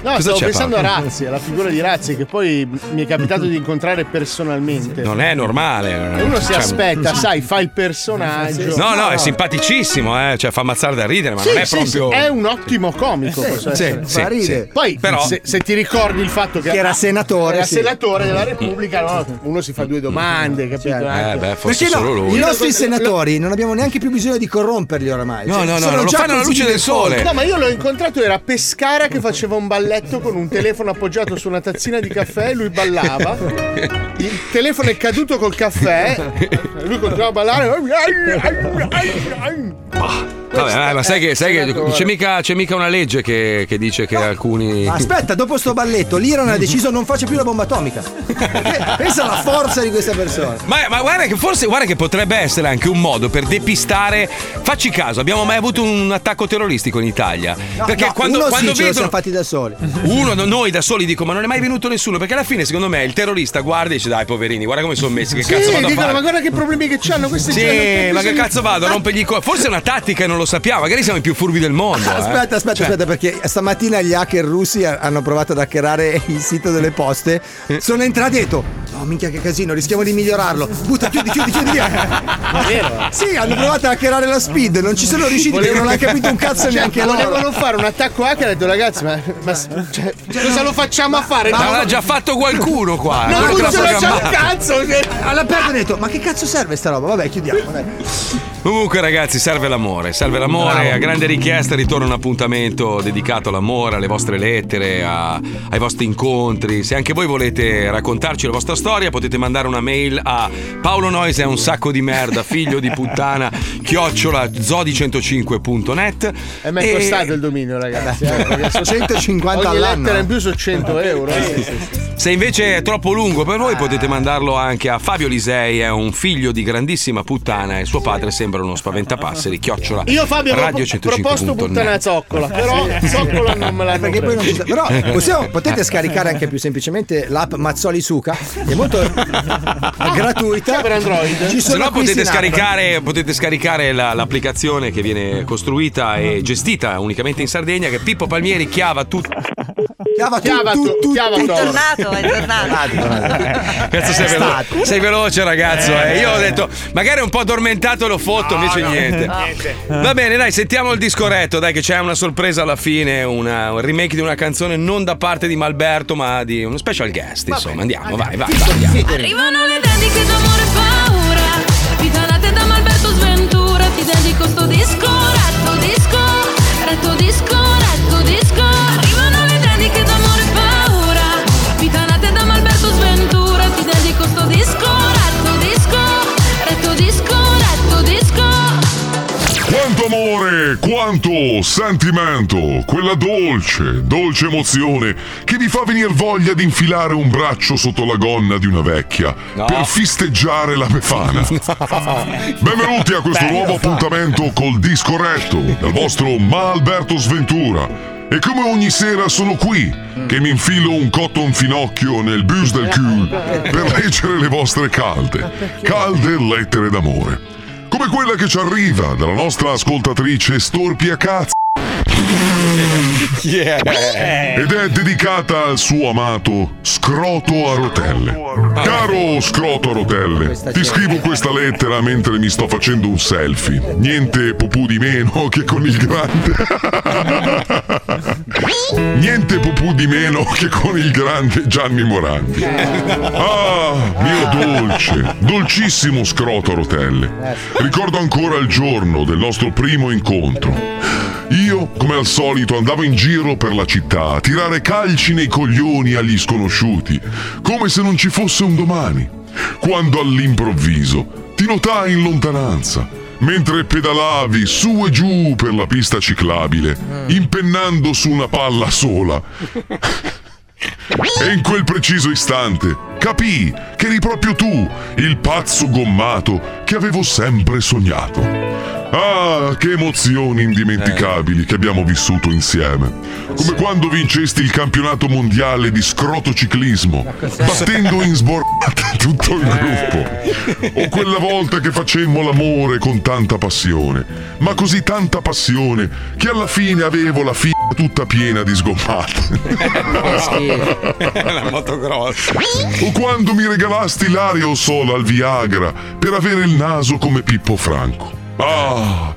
Speaker 9: No,
Speaker 3: Cosa
Speaker 9: stavo
Speaker 3: c'è,
Speaker 9: pensando
Speaker 3: Paolo?
Speaker 9: a Razzi, alla figura di Razzi, che poi mi è capitato di incontrare personalmente.
Speaker 3: Non è normale. non
Speaker 9: E
Speaker 3: è-
Speaker 9: uno si
Speaker 3: cioè-
Speaker 9: aspetta, sai, fa il personaggio.
Speaker 3: No, no, è simpaticissimo, eh. Cioè, fa ammazzare da ridere, ma
Speaker 9: Sì,
Speaker 3: non è
Speaker 9: sì,
Speaker 3: proprio.
Speaker 9: sì, Eh, è un ottimo comico.
Speaker 3: Sì,
Speaker 9: posso
Speaker 3: sì,
Speaker 9: essere.
Speaker 3: sì, Fa ridere. sì.
Speaker 9: Poi,
Speaker 3: Però-
Speaker 9: se, se ti ricordi il fatto che,
Speaker 7: Che era senatore,
Speaker 9: era
Speaker 7: sì.
Speaker 9: senatore della Repubblica, no? uno si fa due domande, capito? Anche-
Speaker 3: Eh, beh, [laughs] forse
Speaker 7: Perché no,
Speaker 3: solo lui.
Speaker 7: I nostri senatori non abbiamo neanche più bisogno di corromperli oramai.
Speaker 3: No,
Speaker 7: Cioè,
Speaker 3: no, no,
Speaker 7: sono
Speaker 3: non lo
Speaker 7: già
Speaker 3: fanno alla
Speaker 7: consigli
Speaker 3: luce del sole.
Speaker 9: No, ma io l'ho incontrato, era a Pescara che faceva un balletto con un telefono appoggiato su una tazzina di caffè, lui ballava. Il telefono è caduto col caffè, lui continuava a ballare.
Speaker 3: Vabbè, eh, ma sai che, sai che
Speaker 7: senatore.
Speaker 3: c'è, mica, c'è mica una legge che, che dice che alcuni.
Speaker 7: Ma Aspetta, dopo sto balletto, l'Iran ha deciso non faccio più la bomba atomica. Pensa alla forza di questa persona.
Speaker 3: Ma, ma guarda che forse guarda che potrebbe essere anche un modo per depistare. Facci caso, abbiamo mai avuto un attacco terroristico in Italia?
Speaker 7: No,
Speaker 3: Perché
Speaker 7: no,
Speaker 3: quando,
Speaker 7: uno sì,
Speaker 3: quando
Speaker 7: ce lo siamo
Speaker 3: vedono.
Speaker 7: fatti da soli.
Speaker 3: Uno, no- noi da soli dico, ma non è mai venuto nessuno. Perché alla fine, secondo me, il terrorista guarda e dice: Dai, poverini, guarda come sono messi. Che
Speaker 9: Sì,
Speaker 3: cazzo vado a
Speaker 9: dicono,
Speaker 3: fare?
Speaker 9: ma guarda che problemi che c'hanno questi
Speaker 3: Sì,
Speaker 9: giorni.
Speaker 3: ma che cazzo vado? a Rompergli i co- Forse è una tattica e non lo sappiamo. Magari siamo i più furbi del mondo. eh.
Speaker 7: Aspetta, aspetta,
Speaker 3: Cioè,
Speaker 7: aspetta, perché stamattina gli hacker russi ha- hanno provato ad hackerare il sito delle poste. Sono entrati e ho detto: No, minchia, che casino, rischiamo di migliorarlo. Butta, chiudi, chiudi, chiudi via. Sì, hanno provato a hackerare la speed, non ci sono riusciti perché non hanno capito un cazzo
Speaker 9: [laughs] Cioè,
Speaker 7: neanche loro.
Speaker 9: Volevano fare un attacco hacker e ho detto, ragazzi, ma, ma- cioè, cosa lo facciamo a fare?
Speaker 3: Ma
Speaker 9: No,
Speaker 3: l'ha già fatto qualcuno qua.
Speaker 9: Non
Speaker 3: l'ha già
Speaker 7: Cioè,
Speaker 9: funziona, c'è un
Speaker 3: programmato.
Speaker 9: cazzo!
Speaker 7: All'aperto ho detto: Ma che cazzo serve sta roba? Vabbè, chiudiamo. dai."
Speaker 3: Comunque, ragazzi, serve l'amore. Serve l'amore.
Speaker 7: Bravo.
Speaker 3: A grande richiesta ritorna un appuntamento dedicato all'amore, alle vostre lettere, a- ai vostri incontri. Se anche voi volete raccontarci la vostra storia, potete mandare una mail a Paolo Noise è un sacco di
Speaker 9: [laughs]
Speaker 3: merda, figlio di puttana, chiocciola zodi105.net.
Speaker 9: E
Speaker 7: Eh,
Speaker 9: mi è costato il dominio, ragazzi. eh, perché sono
Speaker 7: 150
Speaker 9: ogni
Speaker 7: all'anno.
Speaker 9: lettera in più sono 100 euro. eh.
Speaker 3: Se invece è troppo lungo per
Speaker 9: Ah.
Speaker 3: voi, potete mandarlo anche a Fabio Lisei, è un figlio di grandissima puttana e suo padre sembra uno spaventapasseri. Chiocciola.
Speaker 9: Io Fabio
Speaker 3: Radio
Speaker 9: avevo pro- proposto
Speaker 3: 105.net.
Speaker 9: puttana zoccola, però zoccola non me l'hanno
Speaker 7: Eh, Perché poi non ci sta- Però
Speaker 9: [laughs]
Speaker 7: possiamo- potete scaricare anche più semplicemente l'app Mazzoli Suca, che è
Speaker 9: [laughs]
Speaker 7: molto è gratuita. per Android. Ci
Speaker 3: Se
Speaker 7: sono
Speaker 3: no
Speaker 7: acquisti
Speaker 3: potete
Speaker 7: in app.
Speaker 3: scaricare, potete scaricare la- l'applicazione che viene costruita e gestita unicamente in Sardegna che Pippo Palmieri chiava tutto.
Speaker 7: Chiava tu, tu, tu,
Speaker 6: È
Speaker 7: tu.
Speaker 6: tornato, è tornato.
Speaker 3: Cazzo, sei, velo- sei veloce, ragazzo. eh. Io ho detto, magari un po' addormentato e lo fotto, invece [laughs] niente. Va bene, dai, sentiamo il disco retto. Dai, che c'è una sorpresa alla fine. una- un remake di una canzone non da parte di Malberto, ma di uno special guest. Insomma, andiamo, vai, vai. vai.
Speaker 2: Arrivano le dediche d'amore e paura Vita alla tenda ma Alberto sventura Ti dedico sto disco, retto disco Retto disco, retto disco Arrivano le dediche d'amore e paura Vita alla tenda ma Alberto sventura Ti dedico sto disco, retto disco Retto disco, retto disco
Speaker 24: Quanto amore, quanto sentimento, quella dolce, dolce emozione che vi fa venire voglia di infilare un braccio sotto la gonna di una vecchia per fisteggiare la befana. Benvenuti a questo Beh, nuovo lo fa. appuntamento col disco retto dal vostro Malberto Sventura. E come ogni sera sono qui che mi infilo un cotton finocchio nel bus del cul per leggere le vostre calde, calde lettere d'amore. Come quella che ci arriva dalla nostra ascoltatrice Storpia Cazzo.
Speaker 11: Eh.
Speaker 24: Ed è dedicata al suo amato Scroto a rotelle. Caro Scroto a rotelle, ti scrivo questa lettera mentre mi sto facendo un selfie. Niente pupù di meno [laughs] che con il grande. Niente pupù di meno che con il grande Gianni Morandi. Ah, mio dolce, dolcissimo Scroto a rotelle. Ricordo ancora il giorno del nostro primo incontro. Io, come al solito, andavo in giro per la città a tirare calci nei coglioni agli sconosciuti, come se non ci fosse un domani, quando all'improvviso ti notai in lontananza, mentre pedalavi su e giù per la pista ciclabile, impennando su una palla sola. E in quel preciso istante capii che eri proprio tu, il pazzo gommato che avevo sempre sognato. Ah, che emozioni indimenticabili che abbiamo vissuto insieme. Come quando vincesti il campionato mondiale di scrotociclismo, battendo in sborrata tutto il
Speaker 11: Eh.
Speaker 24: gruppo. O quella volta che facemmo l'amore con tanta passione, ma così tanta passione che alla fine avevo la figlia tutta piena di sgommate.
Speaker 3: la moto grossa.
Speaker 24: O quando mi regalasti l'aria o sola al Viagra per avere il naso come Pippo Franco. Ah,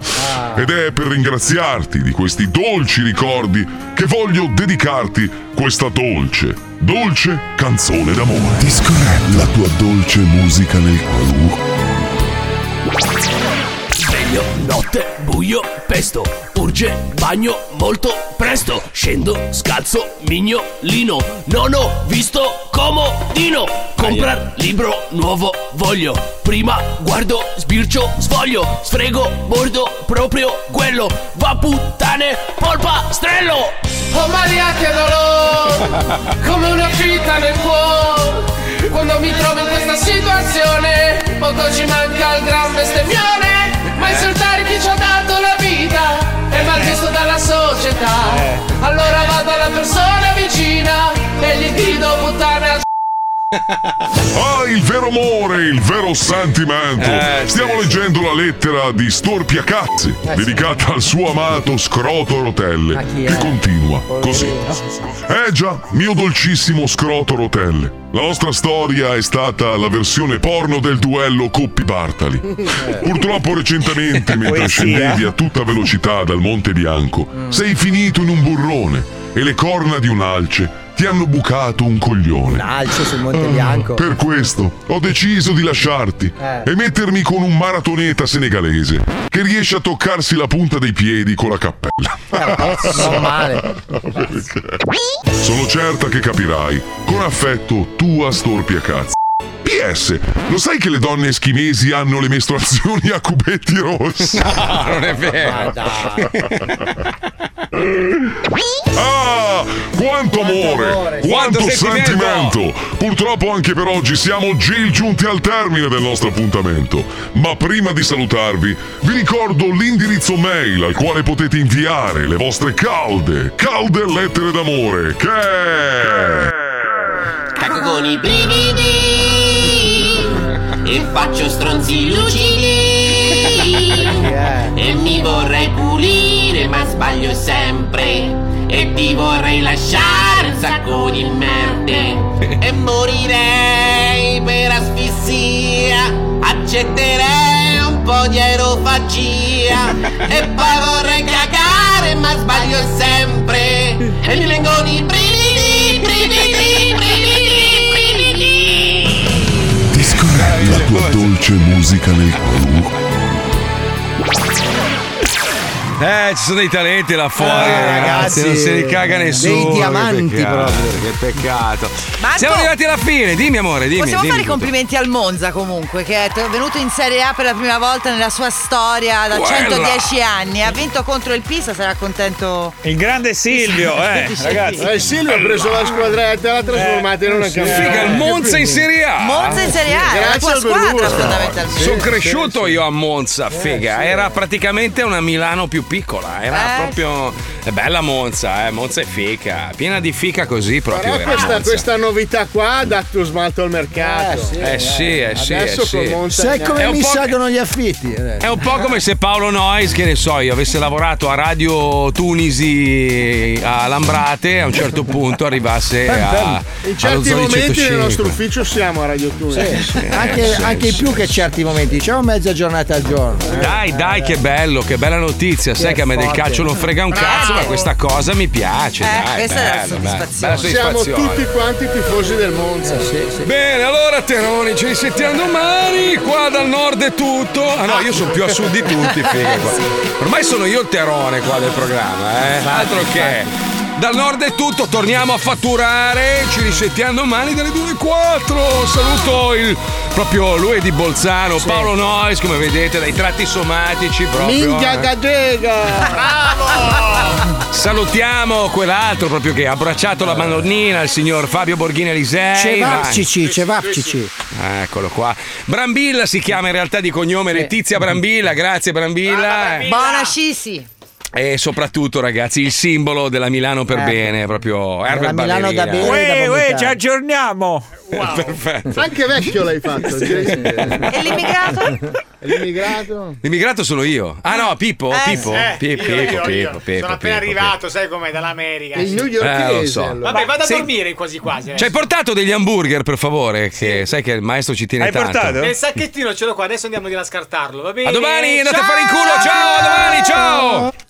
Speaker 24: ed è per ringraziarti di questi dolci ricordi che voglio dedicarti questa dolce, dolce canzone d'amore. Disco la tua dolce musica nel cuore.
Speaker 4: Sveglio, notte, buio, pesto. Urge, bagno, molto presto. Scendo, scalzo, mignolino. Non ho visto comodino. Comprar libro nuovo, voglio. Prima guardo, sbircio, svoglio. Sfrego, mordo, proprio quello. Va puttane, polpa, strello.
Speaker 20: Oh Maria che dolore, come una fitta nel cuore Quando mi trovo in questa situazione, poco ci manca il gran bestemmione Ma insultare chi ci ha dato la vita, è malvisto dalla società Allora vado alla persona vicina e gli dico puttana al
Speaker 24: Ah, il vero amore, il vero sentimento. Stiamo leggendo la lettera di Storpia Cazzi, dedicata al suo amato Scroto Rotelle, che continua così. Eh già, mio dolcissimo Scroto Rotelle. La nostra storia è stata la versione porno del duello Coppi Bartali.
Speaker 7: Eh.
Speaker 24: Purtroppo
Speaker 7: [laughs]
Speaker 24: recentemente, mentre
Speaker 21: Poesia.
Speaker 24: scendevi a tutta velocità dal Monte Bianco,
Speaker 7: Mm.
Speaker 24: sei finito in un burrone e le corna di un alce ti hanno bucato un coglione. Un
Speaker 7: alce sul Monte Bianco.
Speaker 24: Per questo ho deciso di lasciarti
Speaker 7: Eh.
Speaker 24: e mettermi con un maratoneta senegalese che riesce a toccarsi la punta dei piedi con la cappella.
Speaker 7: Eh, Non
Speaker 24: [laughs]
Speaker 7: male.
Speaker 24: Sono certa che capirai. Con affetto, tua storpia cazzo. PS, lo sai che le donne eschimesi hanno le mestruazioni a cubetti rossi?
Speaker 11: [laughs] No, non è vero.
Speaker 24: Ma Ah, quanto amore, quanto,
Speaker 11: Quanto sentimento.
Speaker 24: sentimento. Purtroppo anche per oggi siamo già giunti al termine del nostro appuntamento. Ma prima di salutarvi, vi ricordo l'indirizzo mail al quale potete inviare le vostre calde, calde lettere d'amore, che
Speaker 11: Cacco Ecco con i brividi e faccio stronzi lucidi e mi vorrei pulire ma sbaglio sempre e ti vorrei lasciare sacco di merde e morirei per asfissia. Accetterei un po' di aerofagia e poi vorrei cagare, ma sbaglio sempre e mi vengono i brividi, brividi, brividi.
Speaker 24: Discorre la tua dolce musica nel culo.
Speaker 3: Eh, ci sono dei talenti là fuori,
Speaker 24: Eh,
Speaker 3: ragazzi,
Speaker 24: ragazzi,
Speaker 3: non se li caga
Speaker 24: dei
Speaker 3: nessuno. che
Speaker 24: diamanti
Speaker 3: peccato,
Speaker 24: proprio.
Speaker 3: Che peccato.
Speaker 6: Marco?
Speaker 3: Siamo arrivati alla fine, dimmi amore, dimmi.
Speaker 6: Possiamo
Speaker 3: dimmi
Speaker 6: fare i
Speaker 3: tutto.
Speaker 6: complimenti al Monza comunque, che è t- venuto in Serie A per la prima volta nella sua storia da
Speaker 5: Quella!
Speaker 6: 110 anni. Ha vinto contro il Pisa, sarà contento.
Speaker 5: Il grande Silvio, eh, ragazzi. Eh,
Speaker 9: Eh, Silvio ha preso la squadretta e l'ha
Speaker 3: Eh,
Speaker 9: trasformata in una
Speaker 5: sì.
Speaker 9: campagna.
Speaker 5: Figa, il Monza in Serie A.
Speaker 6: Monza in Serie A, è la tua
Speaker 9: Grazie al
Speaker 6: squadra
Speaker 9: Berlusconi.
Speaker 6: fondamentalmente.
Speaker 3: Sono cresciuto io a Monza, figa. Era praticamente una Milano più piccola. Era
Speaker 6: Eh.
Speaker 3: proprio. È bella Monza, eh. Monza è fica. Piena di fica così proprio.
Speaker 9: Però
Speaker 3: era
Speaker 9: questa,
Speaker 3: Monza.
Speaker 9: questa novità qua ha dato smalto al mercato.
Speaker 3: Eh sì, eh sì,
Speaker 9: Adesso
Speaker 3: eh sì.
Speaker 9: con Monza
Speaker 3: Sai come
Speaker 9: È un
Speaker 3: mi
Speaker 9: po'
Speaker 3: sa-
Speaker 31: Pagano gli affitti.
Speaker 7: Eh,
Speaker 3: È un po' come se Paolo Noyes, che ne so io, avesse lavorato a Radio Tunisi a Lambrate e a un certo punto arrivasse a.
Speaker 9: Eh, In certi
Speaker 3: allo Zoni
Speaker 9: momenti nel
Speaker 3: 105.
Speaker 9: nostro ufficio siamo a Radio Tune.
Speaker 3: Eh,
Speaker 7: anche, anche in più che certi momenti, diciamo mezza giornata al giorno.
Speaker 3: Dai, dai, che bello, che bella notizia. Sai
Speaker 7: Che
Speaker 3: che a me del
Speaker 7: forte.
Speaker 3: calcio non frega un cazzo, ma questa cosa mi piace. dai,
Speaker 9: Eh,
Speaker 3: bella, bella, bella
Speaker 9: Siamo
Speaker 3: soddisfazione. Eh,
Speaker 9: tutti quanti tifosi del Monza.
Speaker 3: Bene, allora Teroni, ci risentiamo domani. Qua dal nord è tutto. Ah no, io sono più a sud di tutti, figa qua. Ormai sono io il Terone qua del programma, eh. Altro che. Dal nord è tutto, torniamo a fatturare. Ci risentiamo domani dalle 2.4. Saluto il proprio lui di Bolzano, Paolo Nois, come vedete, dai tratti somatici proprio.
Speaker 9: Minchia
Speaker 3: eh. [laughs]
Speaker 9: Gadega!
Speaker 3: Salutiamo quell'altro proprio che ha abbracciato la madonnina, il signor Fabio Borghini
Speaker 9: Eh,
Speaker 3: Elisei. Vai.
Speaker 7: Cevapcici, cevapcici.
Speaker 3: Ah, Eccolo qua. Brambilla si chiama in realtà di cognome Letizia Brambilla, grazie
Speaker 22: Ah,
Speaker 3: Brambilla.
Speaker 6: Buona Sisi.
Speaker 3: E soprattutto ragazzi il simbolo della Milano per
Speaker 6: Eh.
Speaker 3: bene, proprio Herbert Ballerina.
Speaker 5: Uè, uè, ci aggiorniamo.
Speaker 3: Perfetto.
Speaker 9: Anche vecchio l'hai fatto.
Speaker 6: E l'immigrato?
Speaker 9: L'immigrato?
Speaker 3: L'immigrato sono io. Ah no, Pippo, Pippo,
Speaker 22: Eh,
Speaker 3: Pippo,
Speaker 22: io, io,
Speaker 3: Pippo,
Speaker 22: io.
Speaker 3: Pippo, Pippo.
Speaker 22: Sono appena
Speaker 3: Pippo,
Speaker 22: arrivato, sai com'è, dall'America.
Speaker 9: Il
Speaker 22: sì.
Speaker 9: New
Speaker 3: Eh, lo so.
Speaker 22: Vabbè, vado a
Speaker 3: Sei-
Speaker 22: dormire quasi quasi.
Speaker 3: Ci hai
Speaker 22: adesso.
Speaker 3: portato degli hamburger, per favore, che sai che il maestro ci tiene tanto.
Speaker 22: Nel sacchettino ce l'ho qua, adesso andiamo di là a scartarlo, va bene?
Speaker 3: A domani, andate a
Speaker 22: Ciao!
Speaker 3: fare in culo, ciao, a domani, ciao!